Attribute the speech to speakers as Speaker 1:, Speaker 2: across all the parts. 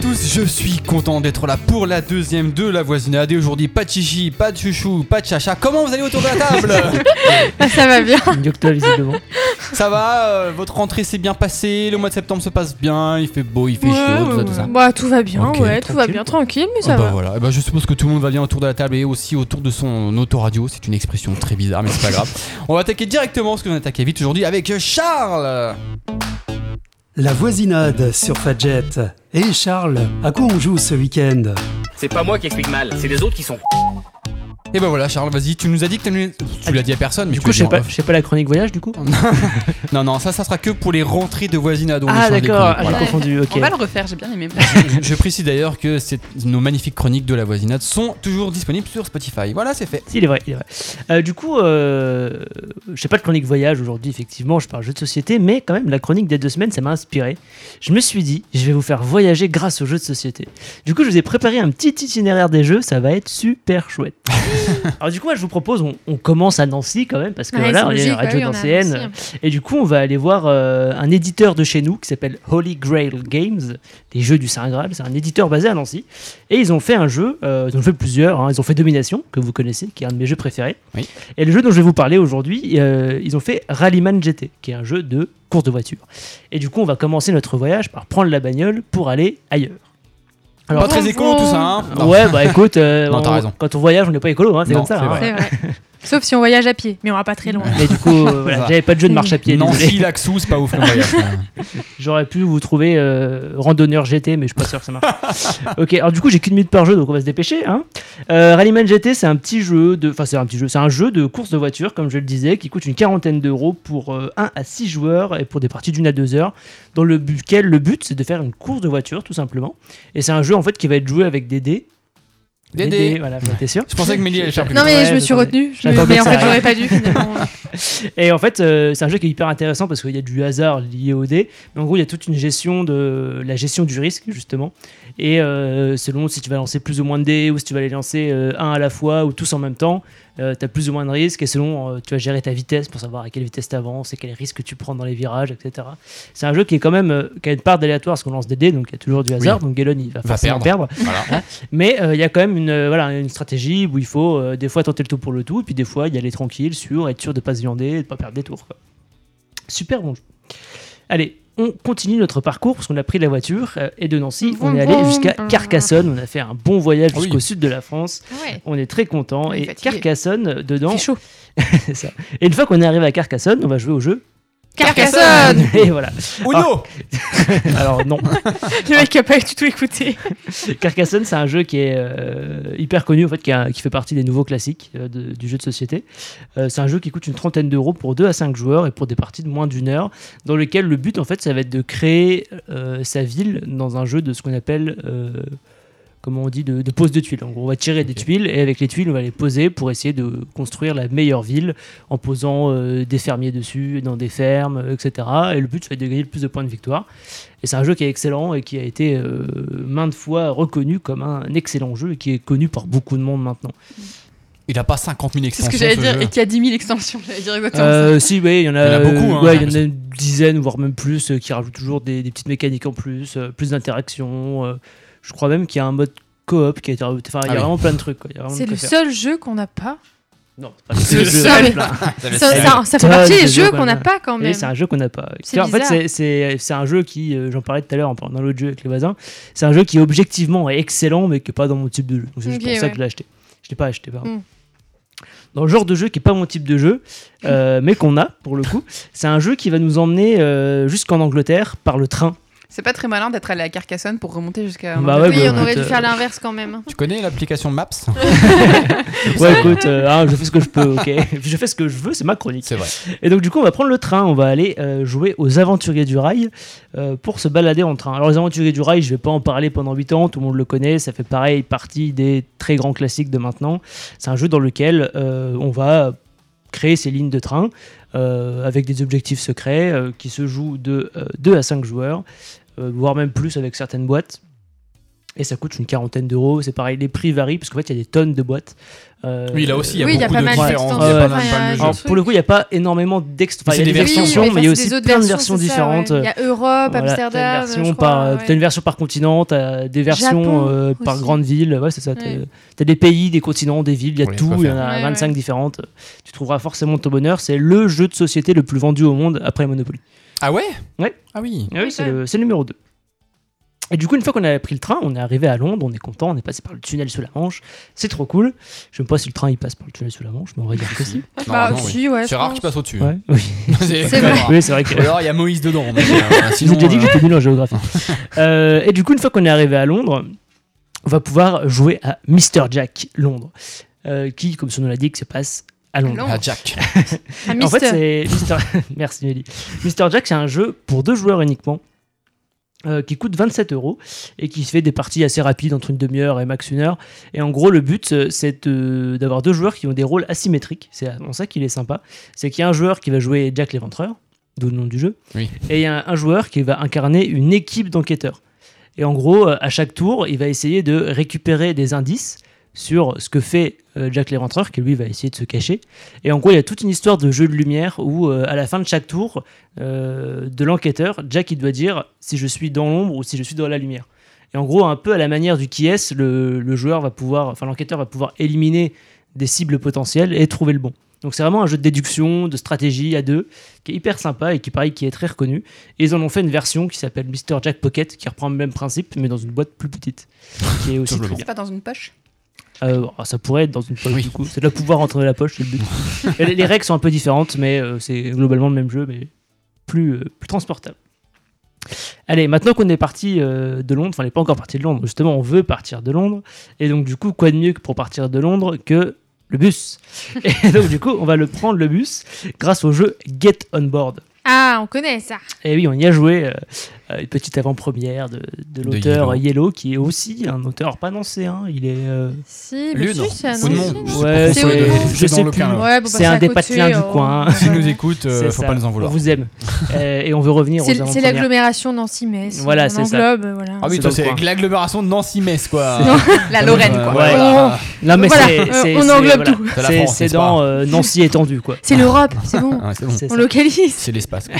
Speaker 1: tous, je suis content d'être là pour la deuxième de la voisinade. Et aujourd'hui, pas de chichi, pas de chouchou, pas de chacha. Comment vous allez autour de la table
Speaker 2: Ça va bien.
Speaker 3: Docteur, visiblement.
Speaker 1: Ça va euh, Votre rentrée s'est bien passée Le mois de septembre se passe bien Il fait beau, il fait
Speaker 2: Ouais,
Speaker 1: chaud, tout ça,
Speaker 2: ouais,
Speaker 1: tout ça.
Speaker 2: ouais. Bah, tout va bien,
Speaker 1: Ok,
Speaker 2: ouais, tout va bien, tranquille, mais ça
Speaker 1: Ah bah
Speaker 2: va.
Speaker 1: voilà, Eh ben, je suppose que tout le monde va bien autour de la table et aussi autour de son autoradio. C'est une expression très bizarre, mais c'est pas grave. On va attaquer directement ce que vous attaquez vite aujourd'hui avec Charles.
Speaker 4: La voisinade sur Fadjet. Et Charles, à quoi on joue ce week-end
Speaker 5: C'est pas moi qui explique mal, c'est les autres qui sont.
Speaker 1: Et ben voilà, Charles, vas-y, tu nous as dit que t'aimes les- tu l'as dit à personne, mais
Speaker 3: Du
Speaker 1: tu
Speaker 3: coup,
Speaker 1: l'as
Speaker 3: je
Speaker 1: dit
Speaker 3: sais
Speaker 1: en
Speaker 3: pas,
Speaker 1: off.
Speaker 3: je sais pas la chronique voyage du coup.
Speaker 1: Non, non, ça, ça sera que pour les rentrées de voisinade. on
Speaker 3: Ah
Speaker 1: échange des
Speaker 3: d'accord,
Speaker 1: chroniques,
Speaker 3: ah, j'ai
Speaker 1: voilà.
Speaker 6: Ouais.
Speaker 3: confondu. Ok.
Speaker 6: On va le refaire, j'ai bien aimé.
Speaker 1: Je précise d'ailleurs que c'est- nos magnifiques chroniques de la voisinade sont toujours disponibles sur Spotify. Voilà, c'est fait.
Speaker 3: Si, il est vrai, il est vrai. Euh, du coup, euh, je sais pas de chronique voyage aujourd'hui, effectivement, je parle jeu de société, mais quand même, la chronique des deux semaines, ça m'a inspiré. Je me suis dit, je vais vous faire voyager grâce aux jeux de société. Du coup, je vous ai préparé un petit itinéraire des jeux, ça va être super chouette. Alors, du coup, moi, je vous propose, on, on commence à Nancy quand même, parce que
Speaker 2: Ouais,
Speaker 3: voilà,
Speaker 2: c'est
Speaker 3: on est
Speaker 2: logique,
Speaker 3: radio
Speaker 2: bah oui, on est à
Speaker 3: nancéenne.
Speaker 2: Nancy.
Speaker 3: Et du coup, on va aller voir euh, un éditeur de chez nous qui s'appelle Holy Grail Games, les jeux du Saint Graal. C'est un éditeur basé à Nancy. Et ils ont fait un jeu, euh, ils ont fait plusieurs. hein. Ils ont fait Domination, que vous connaissez, qui est un de mes jeux préférés.
Speaker 1: Oui.
Speaker 3: Et le jeu dont je vais vous parler aujourd'hui, euh, ils ont fait Rallyman GT, qui est un jeu de course de voiture. Et du coup, on va commencer notre voyage par prendre la bagnole pour aller ailleurs. Alors-
Speaker 1: pas très écolo tout ça, hein Non.
Speaker 3: Ouais, bah écoute, euh,
Speaker 1: Non, t'as
Speaker 3: on-
Speaker 1: raison.
Speaker 3: quand on voyage, on n'est pas écolo, hein, c'est
Speaker 1: Non,
Speaker 3: comme ça.
Speaker 1: c'est
Speaker 3: hein.
Speaker 1: vrai.
Speaker 2: C'est vrai. Sauf si on voyage à pied, mais on va pas très loin.
Speaker 3: Mais du coup, euh, voilà,
Speaker 1: Ça.
Speaker 3: j'avais pas de jeu de marche à pied. désolé.
Speaker 1: Nancy, Laxou, c'est pas ouf le voyage. hein.
Speaker 3: J'aurais pu vous trouver euh, randonneur GT, mais je suis pas sûr que ça marche. ok, alors du coup, j'ai qu'une minute par jeu, donc on va se dépêcher. Hein. Euh, Rallyman GT, c'est un petit jeu de, enfin c'est un petit jeu, c'est un jeu de course de voiture, comme je le disais, qui coûte une quarantaine d'euros pour 1 à 6 joueurs et pour des parties d'une à 2 heures, dans lequel le but c'est de faire une course de voiture, tout simplement. Et c'est un jeu en fait qui va être joué avec des dés.
Speaker 1: Des dés.
Speaker 3: voilà, t'es sûr
Speaker 1: Je pensais que Mélie allait faire plus
Speaker 2: Non, mais
Speaker 3: Ouais,
Speaker 2: je me suis
Speaker 3: j'attendais.
Speaker 2: retenue, je me-
Speaker 3: J'attendais
Speaker 2: mais
Speaker 3: que
Speaker 2: en
Speaker 3: ça
Speaker 2: fait,
Speaker 3: arrive.
Speaker 2: j'aurais pas dû finalement.
Speaker 3: Et en fait, euh, c'est un jeu qui est hyper intéressant parce qu'il y a du hasard lié au dé. Mais en gros, il y a toute une gestion de la gestion du risque, justement. Et euh, selon si tu vas lancer plus ou moins de dés ou si tu vas les lancer euh, un à la fois ou tous en même temps, tu as plus ou moins de risques. Et selon, euh, tu vas gérer ta vitesse pour savoir à quelle vitesse tu avances et quels risques tu prends dans les virages, etc. C'est un jeu qui est quand même euh, qui a une part d'aléatoire parce qu'on lance des dés, donc il y a toujours du hasard. Donc Galen, il va, forcément
Speaker 1: perdre.
Speaker 3: perdre.
Speaker 1: Voilà.
Speaker 3: Mais euh, il y a quand même une, euh, voilà, une stratégie où il faut euh, des fois tenter le tout pour le tout, et puis des fois y aller tranquille, sûr, être sûr de pas se viander et de pas perdre des tours. quoi. Super bon jeu. Allez, on continue notre parcours parce qu'on a pris la voiture euh, et de Nancy, on est allé jusqu'à Carcassonne. On a fait un bon voyage
Speaker 1: Oui.
Speaker 3: jusqu'au sud de la France.
Speaker 6: Ouais.
Speaker 3: On est très content
Speaker 6: On est
Speaker 3: et
Speaker 6: fatigué.
Speaker 3: Carcassonne euh, dedans.
Speaker 2: C'est chaud.
Speaker 3: c'est ça. Et une fois qu'on est arrivé à Carcassonne, on va jouer au jeu.
Speaker 2: Carcassonne
Speaker 3: Et voilà.
Speaker 1: Uno
Speaker 3: Alors non.
Speaker 2: Le mec a pas du tout écouté.
Speaker 3: Carcassonne, c'est un jeu qui est euh, hyper connu, en fait, qui, a- qui fait partie des nouveaux classiques euh, de- du jeu de société. Euh, c'est un jeu qui coûte une trentaine d'euros pour 2 à 5 joueurs et pour des parties de moins d'une heure, dans lequel le but, en fait, ça va être de créer euh, sa ville dans un jeu de ce qu'on appelle, euh, comment on dit, de, de pose de tuiles. En gros, on va tirer des
Speaker 1: Ok.
Speaker 3: tuiles et avec les tuiles, on va les poser pour essayer de construire la meilleure ville en posant euh, des fermiers dessus, dans des fermes, euh, etc. Et le but, ça va être de gagner le plus de points de victoire. Et c'est un jeu qui est excellent et qui a été euh, maintes fois reconnu comme un excellent jeu et qui est connu par beaucoup de monde maintenant.
Speaker 1: Il a pas 50 000
Speaker 6: C'est ce
Speaker 1: extensions.
Speaker 6: que j'allais
Speaker 1: ce
Speaker 6: dire,
Speaker 1: jeu.
Speaker 6: et qu'il y a 10 000 extensions, j'allais dire
Speaker 2: Ah,
Speaker 6: exactement
Speaker 3: Euh, si, oui, il y en a,
Speaker 1: Il y en a beaucoup, hein,
Speaker 3: ouais,
Speaker 1: j'ai
Speaker 3: il y en a une dizaine, voire même plus, euh, qui rajoutent toujours des, des petites mécaniques en plus, euh, plus d'interactions. euh, je crois même qu'il y a un mode coop qui a été rajouté. Enfin, il y
Speaker 1: Ah
Speaker 3: a
Speaker 1: oui.
Speaker 3: vraiment plein de trucs. quoi, il y a vraiment
Speaker 2: C'est
Speaker 3: de quoi
Speaker 2: le
Speaker 3: faire.
Speaker 2: seul jeu qu'on n'a pas.
Speaker 3: Non, c'est pas le
Speaker 2: le
Speaker 3: jeu.
Speaker 2: seul.
Speaker 3: Plein.
Speaker 1: Ça va
Speaker 2: Ça,
Speaker 1: être-
Speaker 2: ça- ça fait
Speaker 3: tonnes
Speaker 2: partie des
Speaker 3: de
Speaker 2: jeux
Speaker 3: jeux,
Speaker 2: qu'on
Speaker 3: voilà.
Speaker 2: n'a pas quand
Speaker 3: Et
Speaker 2: même.
Speaker 3: c'est un jeu qu'on n'a pas.
Speaker 2: C'est
Speaker 3: en fait,
Speaker 2: bizarre.
Speaker 3: c'est- c'est c'est un jeu qui, euh, j'en parlais tout à l'heure en parlant d'un autre jeu avec les voisins, c'est un jeu qui objectivement est excellent, mais qui n'est pas dans mon type de jeu. Donc, c'est juste
Speaker 2: Ok,
Speaker 3: pour ça
Speaker 2: ouais.
Speaker 3: que je l'ai acheté. Je l'ai pas acheté, pardon.
Speaker 2: Mm.
Speaker 3: Dans le genre de jeu qui n'est pas mon type de jeu, euh, mais qu'on a pour le coup, c'est un jeu qui va nous emmener euh, jusqu'en Angleterre par le train.
Speaker 6: ça. C'est pas très malin d'être allé à Carcassonne pour remonter jusqu'à.
Speaker 3: Bah
Speaker 6: Angleterre.
Speaker 3: ouais,
Speaker 2: Oui,
Speaker 3: bah,
Speaker 2: on aurait dû
Speaker 3: écoute,
Speaker 2: faire l'inverse quand même.
Speaker 1: Tu connais l'application Maps
Speaker 3: Ouais, écoute, euh, hein, je fais ce que je peux, ok. je fais ce que je veux, c'est ma chronique.
Speaker 1: C'est vrai.
Speaker 3: Et donc, du coup, on va prendre le train. On va aller euh, jouer aux Aventuriers du Rail euh, pour se balader en train. Alors, les Aventuriers du Rail, je vais pas en parler pendant 8 ans. Tout le monde le connaît. Ça fait pareil partie des très grands classiques de maintenant. C'est un jeu dans lequel euh, on va créer ces lignes de train euh, avec des objectifs secrets euh, qui se jouent de 2 à 5 joueurs, euh, voire même plus avec certaines boîtes. Et ça coûte une quarantaine d'euros. C'est pareil, les prix varient parce qu'en fait, il y a des tonnes de boîtes. Euh,
Speaker 1: Oui, là aussi, il y a
Speaker 2: Oui, il y a
Speaker 1: beaucoup
Speaker 2: pas
Speaker 1: de
Speaker 2: mal
Speaker 1: différences.
Speaker 2: d'extensions,
Speaker 1: Il y a pas
Speaker 2: enfin, il y a
Speaker 1: mal de
Speaker 2: Ah, des
Speaker 1: jeux.
Speaker 3: Alors, pour le coup, il n'y a pas énormément d'extensions. Enfin, il y a des
Speaker 1: Mais c'est des
Speaker 2: Oui,
Speaker 3: extensions,
Speaker 2: oui,
Speaker 3: mais il y a
Speaker 2: enfin,
Speaker 3: aussi
Speaker 2: c'est des
Speaker 3: plein
Speaker 2: autres
Speaker 3: de
Speaker 2: versions
Speaker 3: versions
Speaker 2: c'est ça,
Speaker 3: différentes. euh,
Speaker 2: ouais. Il y a Europe,
Speaker 3: Voilà, t'as
Speaker 2: Amsterdam.
Speaker 3: une version
Speaker 2: je crois,
Speaker 3: par,
Speaker 2: ouais.
Speaker 3: t'as une version par continent, t'as des versions
Speaker 2: Japon
Speaker 3: euh, par
Speaker 2: aussi.
Speaker 3: grande ville, ouais c'est ça. T'as
Speaker 6: Ouais.
Speaker 3: t'as des pays, des continents, des villes, il y a
Speaker 1: Ouais,
Speaker 3: tout,
Speaker 1: quoi
Speaker 3: il y en
Speaker 1: faire.
Speaker 3: a
Speaker 6: Ouais,
Speaker 3: 25 différentes. Tu trouveras forcément ton bonheur. C'est le jeu de société le plus vendu au monde après Monopoly.
Speaker 1: Ah ouais
Speaker 3: Ouais.
Speaker 1: Ah oui.
Speaker 3: Ah oui, c'est le, c'est le numéro 2. Et du coup, une fois qu'on a pris le train, on est arrivé à Londres, on est content, on est passé par le tunnel sous la Manche, c'est trop cool. Je sais pas si le train il passe par le tunnel sous la Manche, mais on va dire que si.
Speaker 2: Bah,
Speaker 1: Normalement, oui.
Speaker 2: si, ouais. je
Speaker 1: C'est rare
Speaker 2: pense.
Speaker 1: qu'il passe au-dessus.
Speaker 3: Ouais, oui.
Speaker 1: C'est
Speaker 2: vrai.
Speaker 1: rare.
Speaker 3: Oui, c'est vrai que.
Speaker 1: Ou alors il y a Moïse dedans. mais, euh,
Speaker 3: Je vous
Speaker 1: sinon,
Speaker 3: ai déjà dit que
Speaker 1: euh,
Speaker 3: j'étais nul en géographie. Euh, et du coup, une fois qu'on est arrivé à Londres, on va pouvoir jouer à Mr. Jack Londres, euh, qui, comme son nom l'indique, se passe à Londres.
Speaker 6: Londres.
Speaker 1: ah, Jack.
Speaker 2: Ah,
Speaker 3: En fait,
Speaker 2: Mister.
Speaker 3: c'est Mister... Merci Nelly. Mr. Jack, c'est un jeu pour deux joueurs uniquement. euh, qui coûte 27 euros et qui se fait des parties assez rapides entre une demi-heure et max une heure. Et en gros, le but, euh, c'est de- d'avoir deux joueurs qui ont des rôles asymétriques. C'est en ça qu'il est sympa. C'est qu'il y a un joueur qui va jouer Jack l'éventreur, d'où le nom du jeu,
Speaker 1: Oui.
Speaker 3: et il y a un, un joueur qui va incarner une équipe d'enquêteurs. Et en gros, euh, à chaque tour, il va essayer de récupérer des indices sur ce que fait euh, Jack l'éventreur, qui lui va essayer de se cacher. Et en gros, il y a toute une histoire de jeu de lumière où, euh, à la fin de chaque tour euh, de l'enquêteur, Jack il doit dire si je suis dans l'ombre ou si je suis dans la lumière. Et en gros, un peu à la manière du qui est, le, le joueur va pouvoir, enfin l'enquêteur va pouvoir éliminer des cibles potentielles et trouver le bon. Donc c'est vraiment un jeu de déduction, de stratégie à deux, qui est hyper sympa et qui pareil qui est très reconnu. Et ils en ont fait une version qui s'appelle Mr Jack Pocket, qui reprend le même principe mais dans une boîte plus petite, qui est aussi très
Speaker 1: Simplement.
Speaker 3: bien.
Speaker 6: C'est pas dans une poche
Speaker 3: Euh, alors, ça pourrait être dans une poche
Speaker 1: Oui.
Speaker 3: du coup. C'est de la pouvoir rentrer dans la poche, c'est le but. Et les, les règles sont un peu différentes, mais euh, c'est globalement le même jeu, mais plus, euh, plus transportable. Allez, maintenant qu'on est parti euh, de Londres, enfin on n'est pas encore parti de Londres, justement on veut partir de Londres, et donc du coup quoi de mieux que pour partir de Londres que le bus Et donc du coup on va le prendre le bus grâce au jeu Get On Board.
Speaker 2: Ah, on connaît ça.
Speaker 3: Et oui, on y a joué. euh, euh, une petite avant-première de, de l'auteur
Speaker 1: Yellow.
Speaker 3: Yellow. qui est aussi un auteur pas nancéen. Il est. euh,
Speaker 2: Si, mais
Speaker 1: Lune.
Speaker 2: si, c'est un
Speaker 1: Ou non,
Speaker 2: ancien.
Speaker 1: je sais
Speaker 3: Ouais,
Speaker 1: pas
Speaker 2: c'est-
Speaker 1: trop, c'est
Speaker 2: c'est-
Speaker 1: dans
Speaker 3: je sais
Speaker 1: le
Speaker 3: plus.
Speaker 1: cas, là.
Speaker 2: Ouais, bon, bah,
Speaker 3: C'est un
Speaker 2: à
Speaker 3: des
Speaker 2: côté,
Speaker 3: patelins du
Speaker 2: on-
Speaker 3: coin.
Speaker 1: S'il nous
Speaker 2: Ouais.
Speaker 1: écoute, euh,
Speaker 3: c'est
Speaker 1: faut
Speaker 3: ça.
Speaker 1: pas nous en vouloir.
Speaker 3: On vous aime. Euh, et on veut revenir aux
Speaker 2: C'est c'est
Speaker 3: avant-premières.
Speaker 2: l'agglomération Nancy-Metz.
Speaker 3: Voilà,
Speaker 2: on
Speaker 3: c'est ça.
Speaker 2: englobe, voilà.
Speaker 1: Ah oui,
Speaker 3: C'est
Speaker 1: toi,
Speaker 3: dans
Speaker 1: c'est
Speaker 3: le coin.
Speaker 1: avec l'agglomération de Nancy-Metz, quoi.
Speaker 6: La Lorraine,
Speaker 1: Euh,
Speaker 6: quoi.
Speaker 3: Ouais.
Speaker 1: voilà.
Speaker 3: Non, mais
Speaker 2: Voilà,
Speaker 3: c'est-
Speaker 2: euh,
Speaker 3: c'est-
Speaker 2: on
Speaker 3: c'est-
Speaker 2: englobe tout.
Speaker 1: C'est la
Speaker 3: C'est-
Speaker 1: France,
Speaker 3: C'est
Speaker 1: n'est-ce
Speaker 3: dans
Speaker 1: pas
Speaker 3: euh, Nancy étendue, quoi.
Speaker 2: C'est l'Europe, c'est bon.
Speaker 1: Ah, c'est bon.
Speaker 3: C'est
Speaker 2: On
Speaker 3: ça.
Speaker 2: localise.
Speaker 1: C'est l'espace. quoi.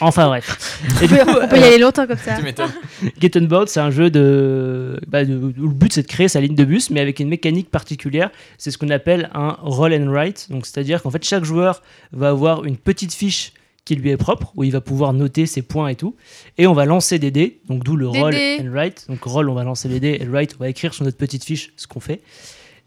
Speaker 3: Enfin bref. Et du coup,
Speaker 2: On peut y aller longtemps comme ça.
Speaker 1: Tu m'étonnes.
Speaker 3: Get on Board, c'est un jeu de, bah, de- où le but c'est de créer sa ligne de bus, mais avec une mécanique particulière. C'est ce qu'on appelle un roll and write. Donc, c'est-à-dire qu'en fait, chaque joueur va avoir une petite fiche qui lui est propre, où il va pouvoir noter ses points et tout. Et on va lancer des dés, donc d'où le
Speaker 2: Des
Speaker 3: roll
Speaker 2: dés.
Speaker 3: and write. Donc, roll, on va lancer les dés, et write, on va écrire sur notre petite fiche ce qu'on fait.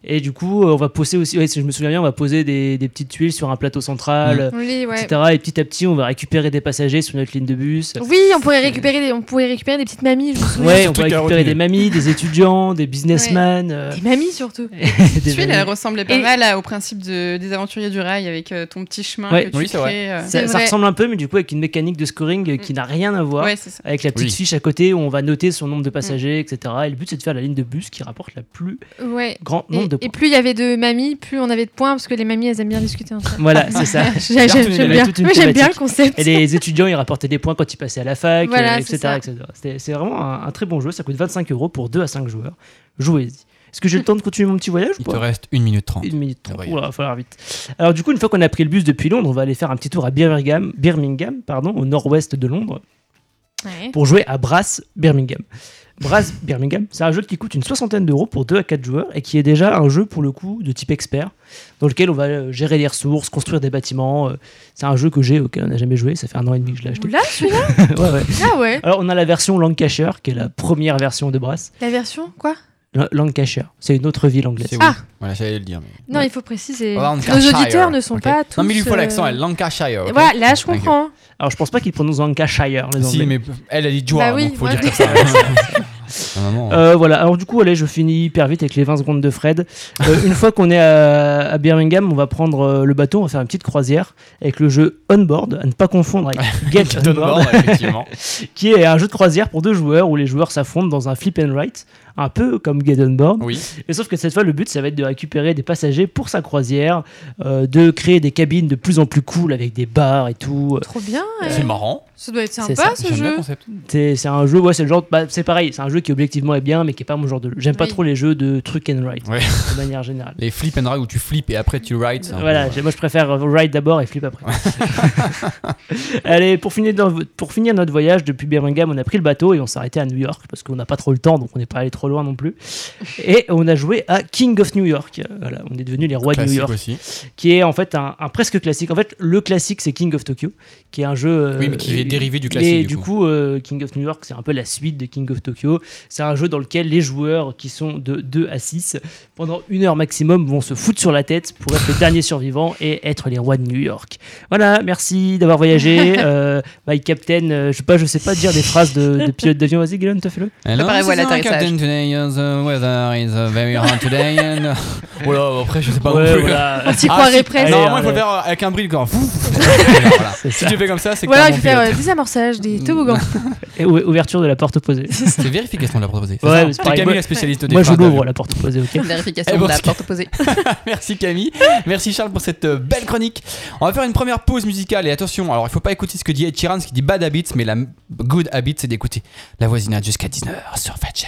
Speaker 3: Et du coup, euh, on va poser aussi, ouais, si je me souviens bien, on va poser des, des petites tuiles sur un plateau central,
Speaker 2: On lit, Mmh. ouais.
Speaker 3: etc. Et petit à petit, on va récupérer des passagers sur notre ligne de bus.
Speaker 2: Oui, on pourrait récupérer des, on pourrait récupérer des petites mamies. Je me souviens.
Speaker 3: Ouais,
Speaker 1: ce
Speaker 3: on peut
Speaker 1: truc à
Speaker 3: récupérer des
Speaker 1: retenir.
Speaker 3: mamies, des étudiants, des businessmen. euh,
Speaker 2: Des mamies surtout.
Speaker 3: des
Speaker 6: Celui-là,
Speaker 3: mamies.
Speaker 6: elle ressemblait pas
Speaker 2: Et-
Speaker 6: mal à- au principe de- des aventuriers du rail avec euh, ton petit chemin
Speaker 3: Ouais.
Speaker 6: que tu
Speaker 1: Oui, c'est vrai.
Speaker 6: crées, euh.
Speaker 3: ça,
Speaker 2: C'est
Speaker 3: ça
Speaker 2: vrai.
Speaker 3: ressemble un peu, mais du coup, avec une mécanique de scoring
Speaker 2: Mm.
Speaker 3: euh, qui n'a rien à voir.
Speaker 6: Ouais, c'est ça.
Speaker 3: Avec la petite
Speaker 1: Oui.
Speaker 3: fiche à côté où on va noter son nombre de passagers,
Speaker 2: Mm.
Speaker 3: etc. Et le but, c'est de faire la ligne de bus qui rapporte le plus
Speaker 2: Ouais.
Speaker 3: grand
Speaker 2: Et,
Speaker 3: nombre de
Speaker 2: et
Speaker 3: points.
Speaker 2: plus il y avait de mamies, plus on avait de points parce que les mamies elles aiment bien discuter entre elles.
Speaker 3: Voilà, c'est ça.
Speaker 2: J'ai-
Speaker 3: Cartoon,
Speaker 2: J'aime
Speaker 3: il y
Speaker 2: j'aime
Speaker 3: avait
Speaker 2: bien.
Speaker 3: toute une
Speaker 2: Oui, j'aime bien le
Speaker 3: thématique.
Speaker 2: concept.
Speaker 3: Et les étudiants, ils rapportaient des points quand ils passaient à la fac,
Speaker 2: Voilà,
Speaker 3: euh,
Speaker 2: c'est
Speaker 3: etc.
Speaker 2: ça.
Speaker 3: etc. C'était- C'est vraiment un, un très bon jeu. Ça coûte 25 euros pour 2 à 5 joueurs. Jouez-y. Est-ce que j'ai le temps de continuer mon petit voyage ou
Speaker 1: Il
Speaker 3: pas
Speaker 1: te reste 1 minute 30.
Speaker 3: Une minute trente.
Speaker 1: Ah ouais.
Speaker 3: Oula, va falloir vite. Alors du coup, une fois qu'on a pris le bus depuis Londres, on va aller faire un petit tour à Birmingham, Birmingham pardon, au nord-ouest de Londres,
Speaker 2: Ouais.
Speaker 3: pour jouer à Brass Birmingham. Brass Birmingham, c'est un jeu qui coûte une soixantaine d'euros pour 2 à 4 joueurs et qui est déjà un jeu pour le coup de type expert, dans lequel on va euh, gérer les ressources, construire des bâtiments. euh, C'est un jeu que j'ai auquel on n'a jamais joué, ça fait un an et demi que je l'ai acheté.
Speaker 2: Oula, celui-là
Speaker 3: Ouais, ouais.
Speaker 2: Ah ouais.
Speaker 3: Alors on a la version Lancashire, qui est la première version de Brass.
Speaker 2: La version quoi
Speaker 3: L- Lancashire, c'est une autre ville anglaise.
Speaker 1: C'est
Speaker 2: Ah.
Speaker 1: où Voilà, j'allais le dire. mais-
Speaker 2: Non, il faut préciser.
Speaker 1: Voilà,
Speaker 2: Nos
Speaker 1: Lancashire.
Speaker 2: auditeurs ne sont
Speaker 1: Ok.
Speaker 2: pas tous.
Speaker 1: Non, mais il lui faut
Speaker 2: euh,
Speaker 1: l'accent, elle, Lancashire. ok
Speaker 2: Voilà, là je
Speaker 1: Ok.
Speaker 2: comprends.
Speaker 3: Alors je pense pas qu'ils prononcent Lancashire les
Speaker 1: Ah, Si,
Speaker 3: Anglais.
Speaker 1: mais elle a dit Joie,
Speaker 2: Bah oui,
Speaker 1: donc faut
Speaker 2: moi,
Speaker 1: dire
Speaker 2: je-
Speaker 1: comme ça. Ah, maman.
Speaker 3: Euh, voilà, alors du coup, allez, je finis hyper vite avec les 20 secondes de Fred. Euh, une fois qu'on est à, à Birmingham, on va prendre euh, le bateau, on va faire une petite croisière avec le jeu Onboard, à ne pas confondre avec Get
Speaker 1: Donne
Speaker 3: Onboard,
Speaker 1: effectivement.
Speaker 3: qui est un jeu de croisière pour deux joueurs où les joueurs s'affrontent dans un flip and write, un peu comme Get On Board.
Speaker 1: Oui.
Speaker 3: Mais sauf que cette fois, le but, ça va être de récupérer des passagers pour sa croisière, euh, de créer des cabines de plus en plus cool avec des bars et tout.
Speaker 2: Trop bien.
Speaker 1: C'est marrant.
Speaker 2: Ça doit être
Speaker 3: C'est
Speaker 2: sympa
Speaker 3: ça,
Speaker 2: ce
Speaker 1: J'aime bien le
Speaker 2: jeu.
Speaker 1: concept.
Speaker 3: C'est c'est un jeu, ouais, c'est le genre, bah, c'est pareil, c'est un jeu qui objectivement est bien, mais qui est pas mon genre de jeu. J'aime pas
Speaker 2: Oui.
Speaker 3: trop les jeux de truc and ride,
Speaker 1: Ouais.
Speaker 3: de manière générale.
Speaker 1: Les flip and ride où tu flippes et après tu rides. c'est un peu-
Speaker 3: Voilà, j'ai- moi je préfère euh, ride d'abord et flip après. Allez, pour finir, dans- pour finir notre voyage depuis Birmingham, on a pris le bateau et on s'est arrêté à New York parce qu'on n'a pas trop le temps, donc on n'est pas allé trop loin non plus. Et on a joué à King of New York. Euh, Voilà, on est devenu les rois de New
Speaker 1: Classique
Speaker 3: York,
Speaker 1: aussi.
Speaker 3: qui est en fait un, un presque classique. En fait, le classique c'est King of Tokyo, qui est un jeu. euh,
Speaker 1: Oui, mais qui est dérivé du
Speaker 3: mais
Speaker 1: classique, du
Speaker 3: du coup, euh, King of New York, c'est un peu la suite de King of Tokyo. C'est un jeu dans lequel les joueurs qui sont de 2 à 6, pendant une heure maximum, vont se foutre sur la tête pour être les derniers survivants et être les rois de New York. Voilà, merci d'avoir voyagé. Euh, my Captain, euh, je sais pas, je sais pas dire des phrases de, de pilote d'avion. Vas-y, Guillaume, t'as fait le.
Speaker 1: Hello,
Speaker 6: Préparez-vous à
Speaker 1: this is our
Speaker 6: l'atterrissage.
Speaker 1: Captain today, uh, the weather is uh, very hot today. and- Voilà, après, je sais pas
Speaker 3: Ouais,
Speaker 1: non plus.
Speaker 3: voilà.
Speaker 2: On s'y
Speaker 1: Ah,
Speaker 2: croirait
Speaker 1: si-
Speaker 2: presque.
Speaker 3: Allez,
Speaker 1: Normalement, il faut le
Speaker 3: allez.
Speaker 1: faire euh, avec un bruit de corps. Voilà.
Speaker 3: C'est
Speaker 1: Si
Speaker 3: ça.
Speaker 1: tu fais comme ça, c'est
Speaker 2: Voilà, il faut
Speaker 1: clairement
Speaker 2: faire
Speaker 1: pilote.
Speaker 2: euh, des amorçages, des toboggans.
Speaker 3: Et ou- ouverture de la porte opposée.
Speaker 1: C'est vérification de la proposée.
Speaker 3: Ouais,
Speaker 1: ça
Speaker 3: mais c'est
Speaker 1: C'est
Speaker 3: pareil.
Speaker 1: Camille,
Speaker 3: Moi-
Speaker 1: la spécialiste des
Speaker 3: Moi, je
Speaker 1: phrases
Speaker 3: l'ouvre
Speaker 1: d'avion.
Speaker 3: la porte opposée, ok
Speaker 1: Eh,
Speaker 6: Vérification
Speaker 1: bon,
Speaker 6: de la
Speaker 1: c'est-
Speaker 6: porte opposée.
Speaker 1: Merci Camille. Merci Charles pour cette euh, belle chronique. On va faire une première pause musicale et attention, alors il faut pas écouter ce que dit Ed Sheeran, ce qui dit Bad Habits, mais la m- good habit c'est d'écouter la voisinade jusqu'à 19h sur Fadjet.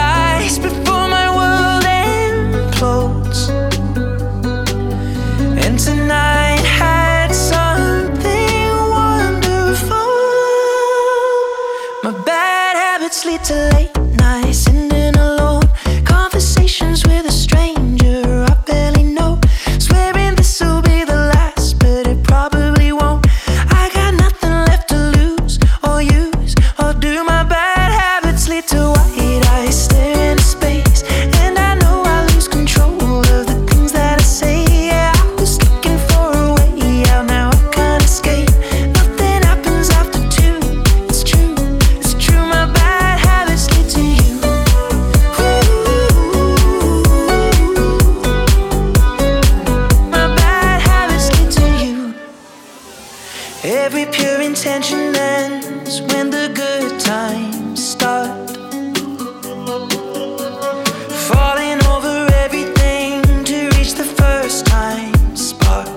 Speaker 7: before my world implodes. And tonight had something wonderful. My bad habits lead to late nights and in alone conversations with a stranger I barely know. Swearing this will be the last, but it probably won't. I got nothing left to lose or use or do. My bad habits lead to white eyes staring into space, and I know I lose control of the things that I say. Yeah, I was looking for a way out, now I can't escape. Nothing happens after two. It's true, it's true. My bad habits lead to you. My bad habits lead to you. Every pure intention ends when the good times start. Falling over everything to reach the first time spark.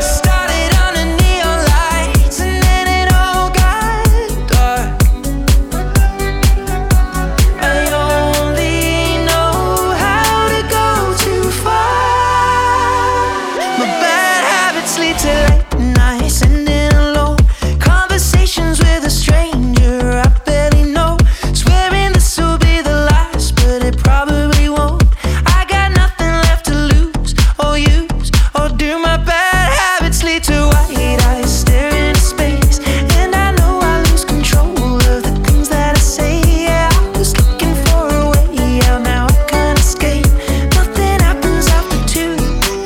Speaker 7: It started on a neon light and then it all got dark. I only know how to go too far. My bad habits lead to late nights and in alone conversations with a stranger I barely know. Swearing this will be the last, but it probably won't. I got nothing left to lose or use or do. My bad habits lead to white eyes staring into space, and I know I lose control of the things that I say. Yeah, I was looking for a way out, now I can't escape. Nothing happens after two.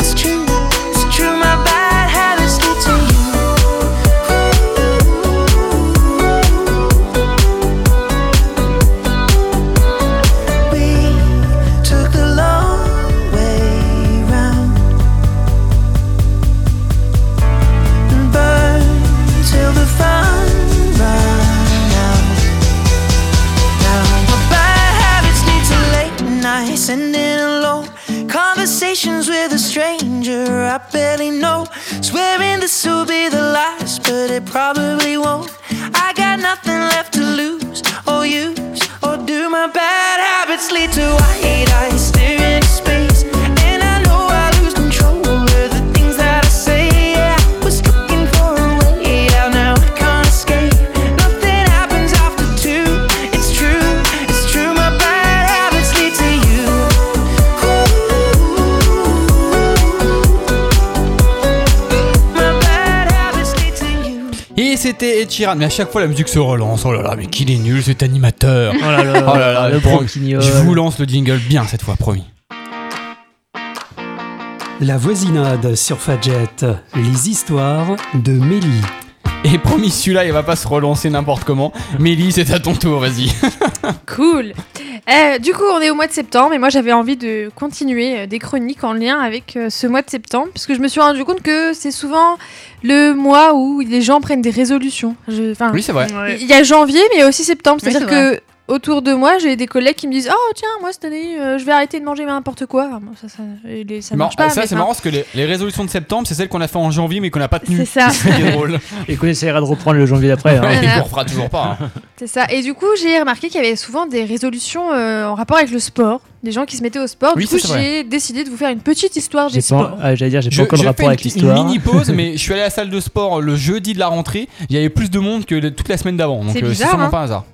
Speaker 7: It's true, it's true. My bad habits lead to you. We took the long way round and burned till the fun ran out. Now my bad habits lead to late nights and in alone conversations with a stranger I barely know. Swearing this will be the last, but it probably won't. I got nothing left to lose or use or do. My bad habits lead to white eyes staring into space, and I know I lose control of the things that I say. Yeah, I was looking for a way out, now I can't escape. Nothing happens after two. It's true, it's true. My bad habits lead to you. My bad habits lead to you.
Speaker 1: Et c'était Ed Sheeran, mais à chaque fois la musique se relance. Oh là là, mais qu'il est nul cet animateur.
Speaker 3: Oh là là,
Speaker 1: Oh là là,
Speaker 3: le
Speaker 1: bon,
Speaker 3: broquignol.
Speaker 1: Je vous lance le jingle bien cette fois, promis.
Speaker 4: La voisinade sur Fadjet, les histoires de Mélie.
Speaker 1: Et promis, celui-là, il va pas se relancer n'importe comment. Mélie, c'est à ton tour, vas-y.
Speaker 2: Cool. Euh, du coup, on est au mois de septembre et moi j'avais envie de continuer euh, des chroniques en lien avec euh, ce mois de septembre parce que je me suis rendu compte que c'est souvent le mois où les gens prennent des résolutions. Je- enfin,
Speaker 1: Oui, c'est vrai.
Speaker 6: Ouais.
Speaker 2: Il y a janvier, mais il y a aussi septembre.
Speaker 6: Oui,
Speaker 2: C'est-à-dire
Speaker 6: c'est
Speaker 2: que autour de moi, j'ai des collègues qui me disent Oh, tiens, moi cette année, euh, je vais arrêter de manger n'importe quoi. Enfin, bon, ça, ça, les- ça
Speaker 1: Mar-
Speaker 2: marche pas.
Speaker 1: ça,
Speaker 2: mais
Speaker 1: c'est
Speaker 2: enfin,
Speaker 1: marrant parce que les, les résolutions de septembre, c'est celles qu'on a fait en janvier mais qu'on n'a pas
Speaker 2: C'est
Speaker 1: tenues.
Speaker 2: ça.
Speaker 1: C'est drôle.
Speaker 3: Et qu'on essaiera de reprendre le janvier d'après. hein.
Speaker 1: Ouais,
Speaker 2: Voilà.
Speaker 1: on refera toujours pas. hein.
Speaker 2: C'est ça. Et du coup, j'ai remarqué qu'il y avait souvent des résolutions euh, en rapport avec le sport, des gens qui se mettaient au sport.
Speaker 1: Oui,
Speaker 2: du coup,
Speaker 1: ça, c'est
Speaker 2: j'ai décidé de vous faire une petite histoire
Speaker 3: J'ai
Speaker 2: des
Speaker 3: pas,
Speaker 2: sports.
Speaker 3: ah, j'allais dire, j'ai
Speaker 1: Je,
Speaker 3: pas encore
Speaker 1: je
Speaker 3: le
Speaker 1: fais
Speaker 3: rapport
Speaker 1: une,
Speaker 3: avec
Speaker 1: petite- une
Speaker 3: l'histoire.
Speaker 1: mini pause, mais je suis allé à la salle de sport le jeudi de la rentrée. Il y avait plus de monde que le- toute la semaine d'avant. Donc
Speaker 2: C'est
Speaker 1: euh,
Speaker 2: bizarre,
Speaker 1: sûrement
Speaker 2: hein.
Speaker 1: pas un hasard.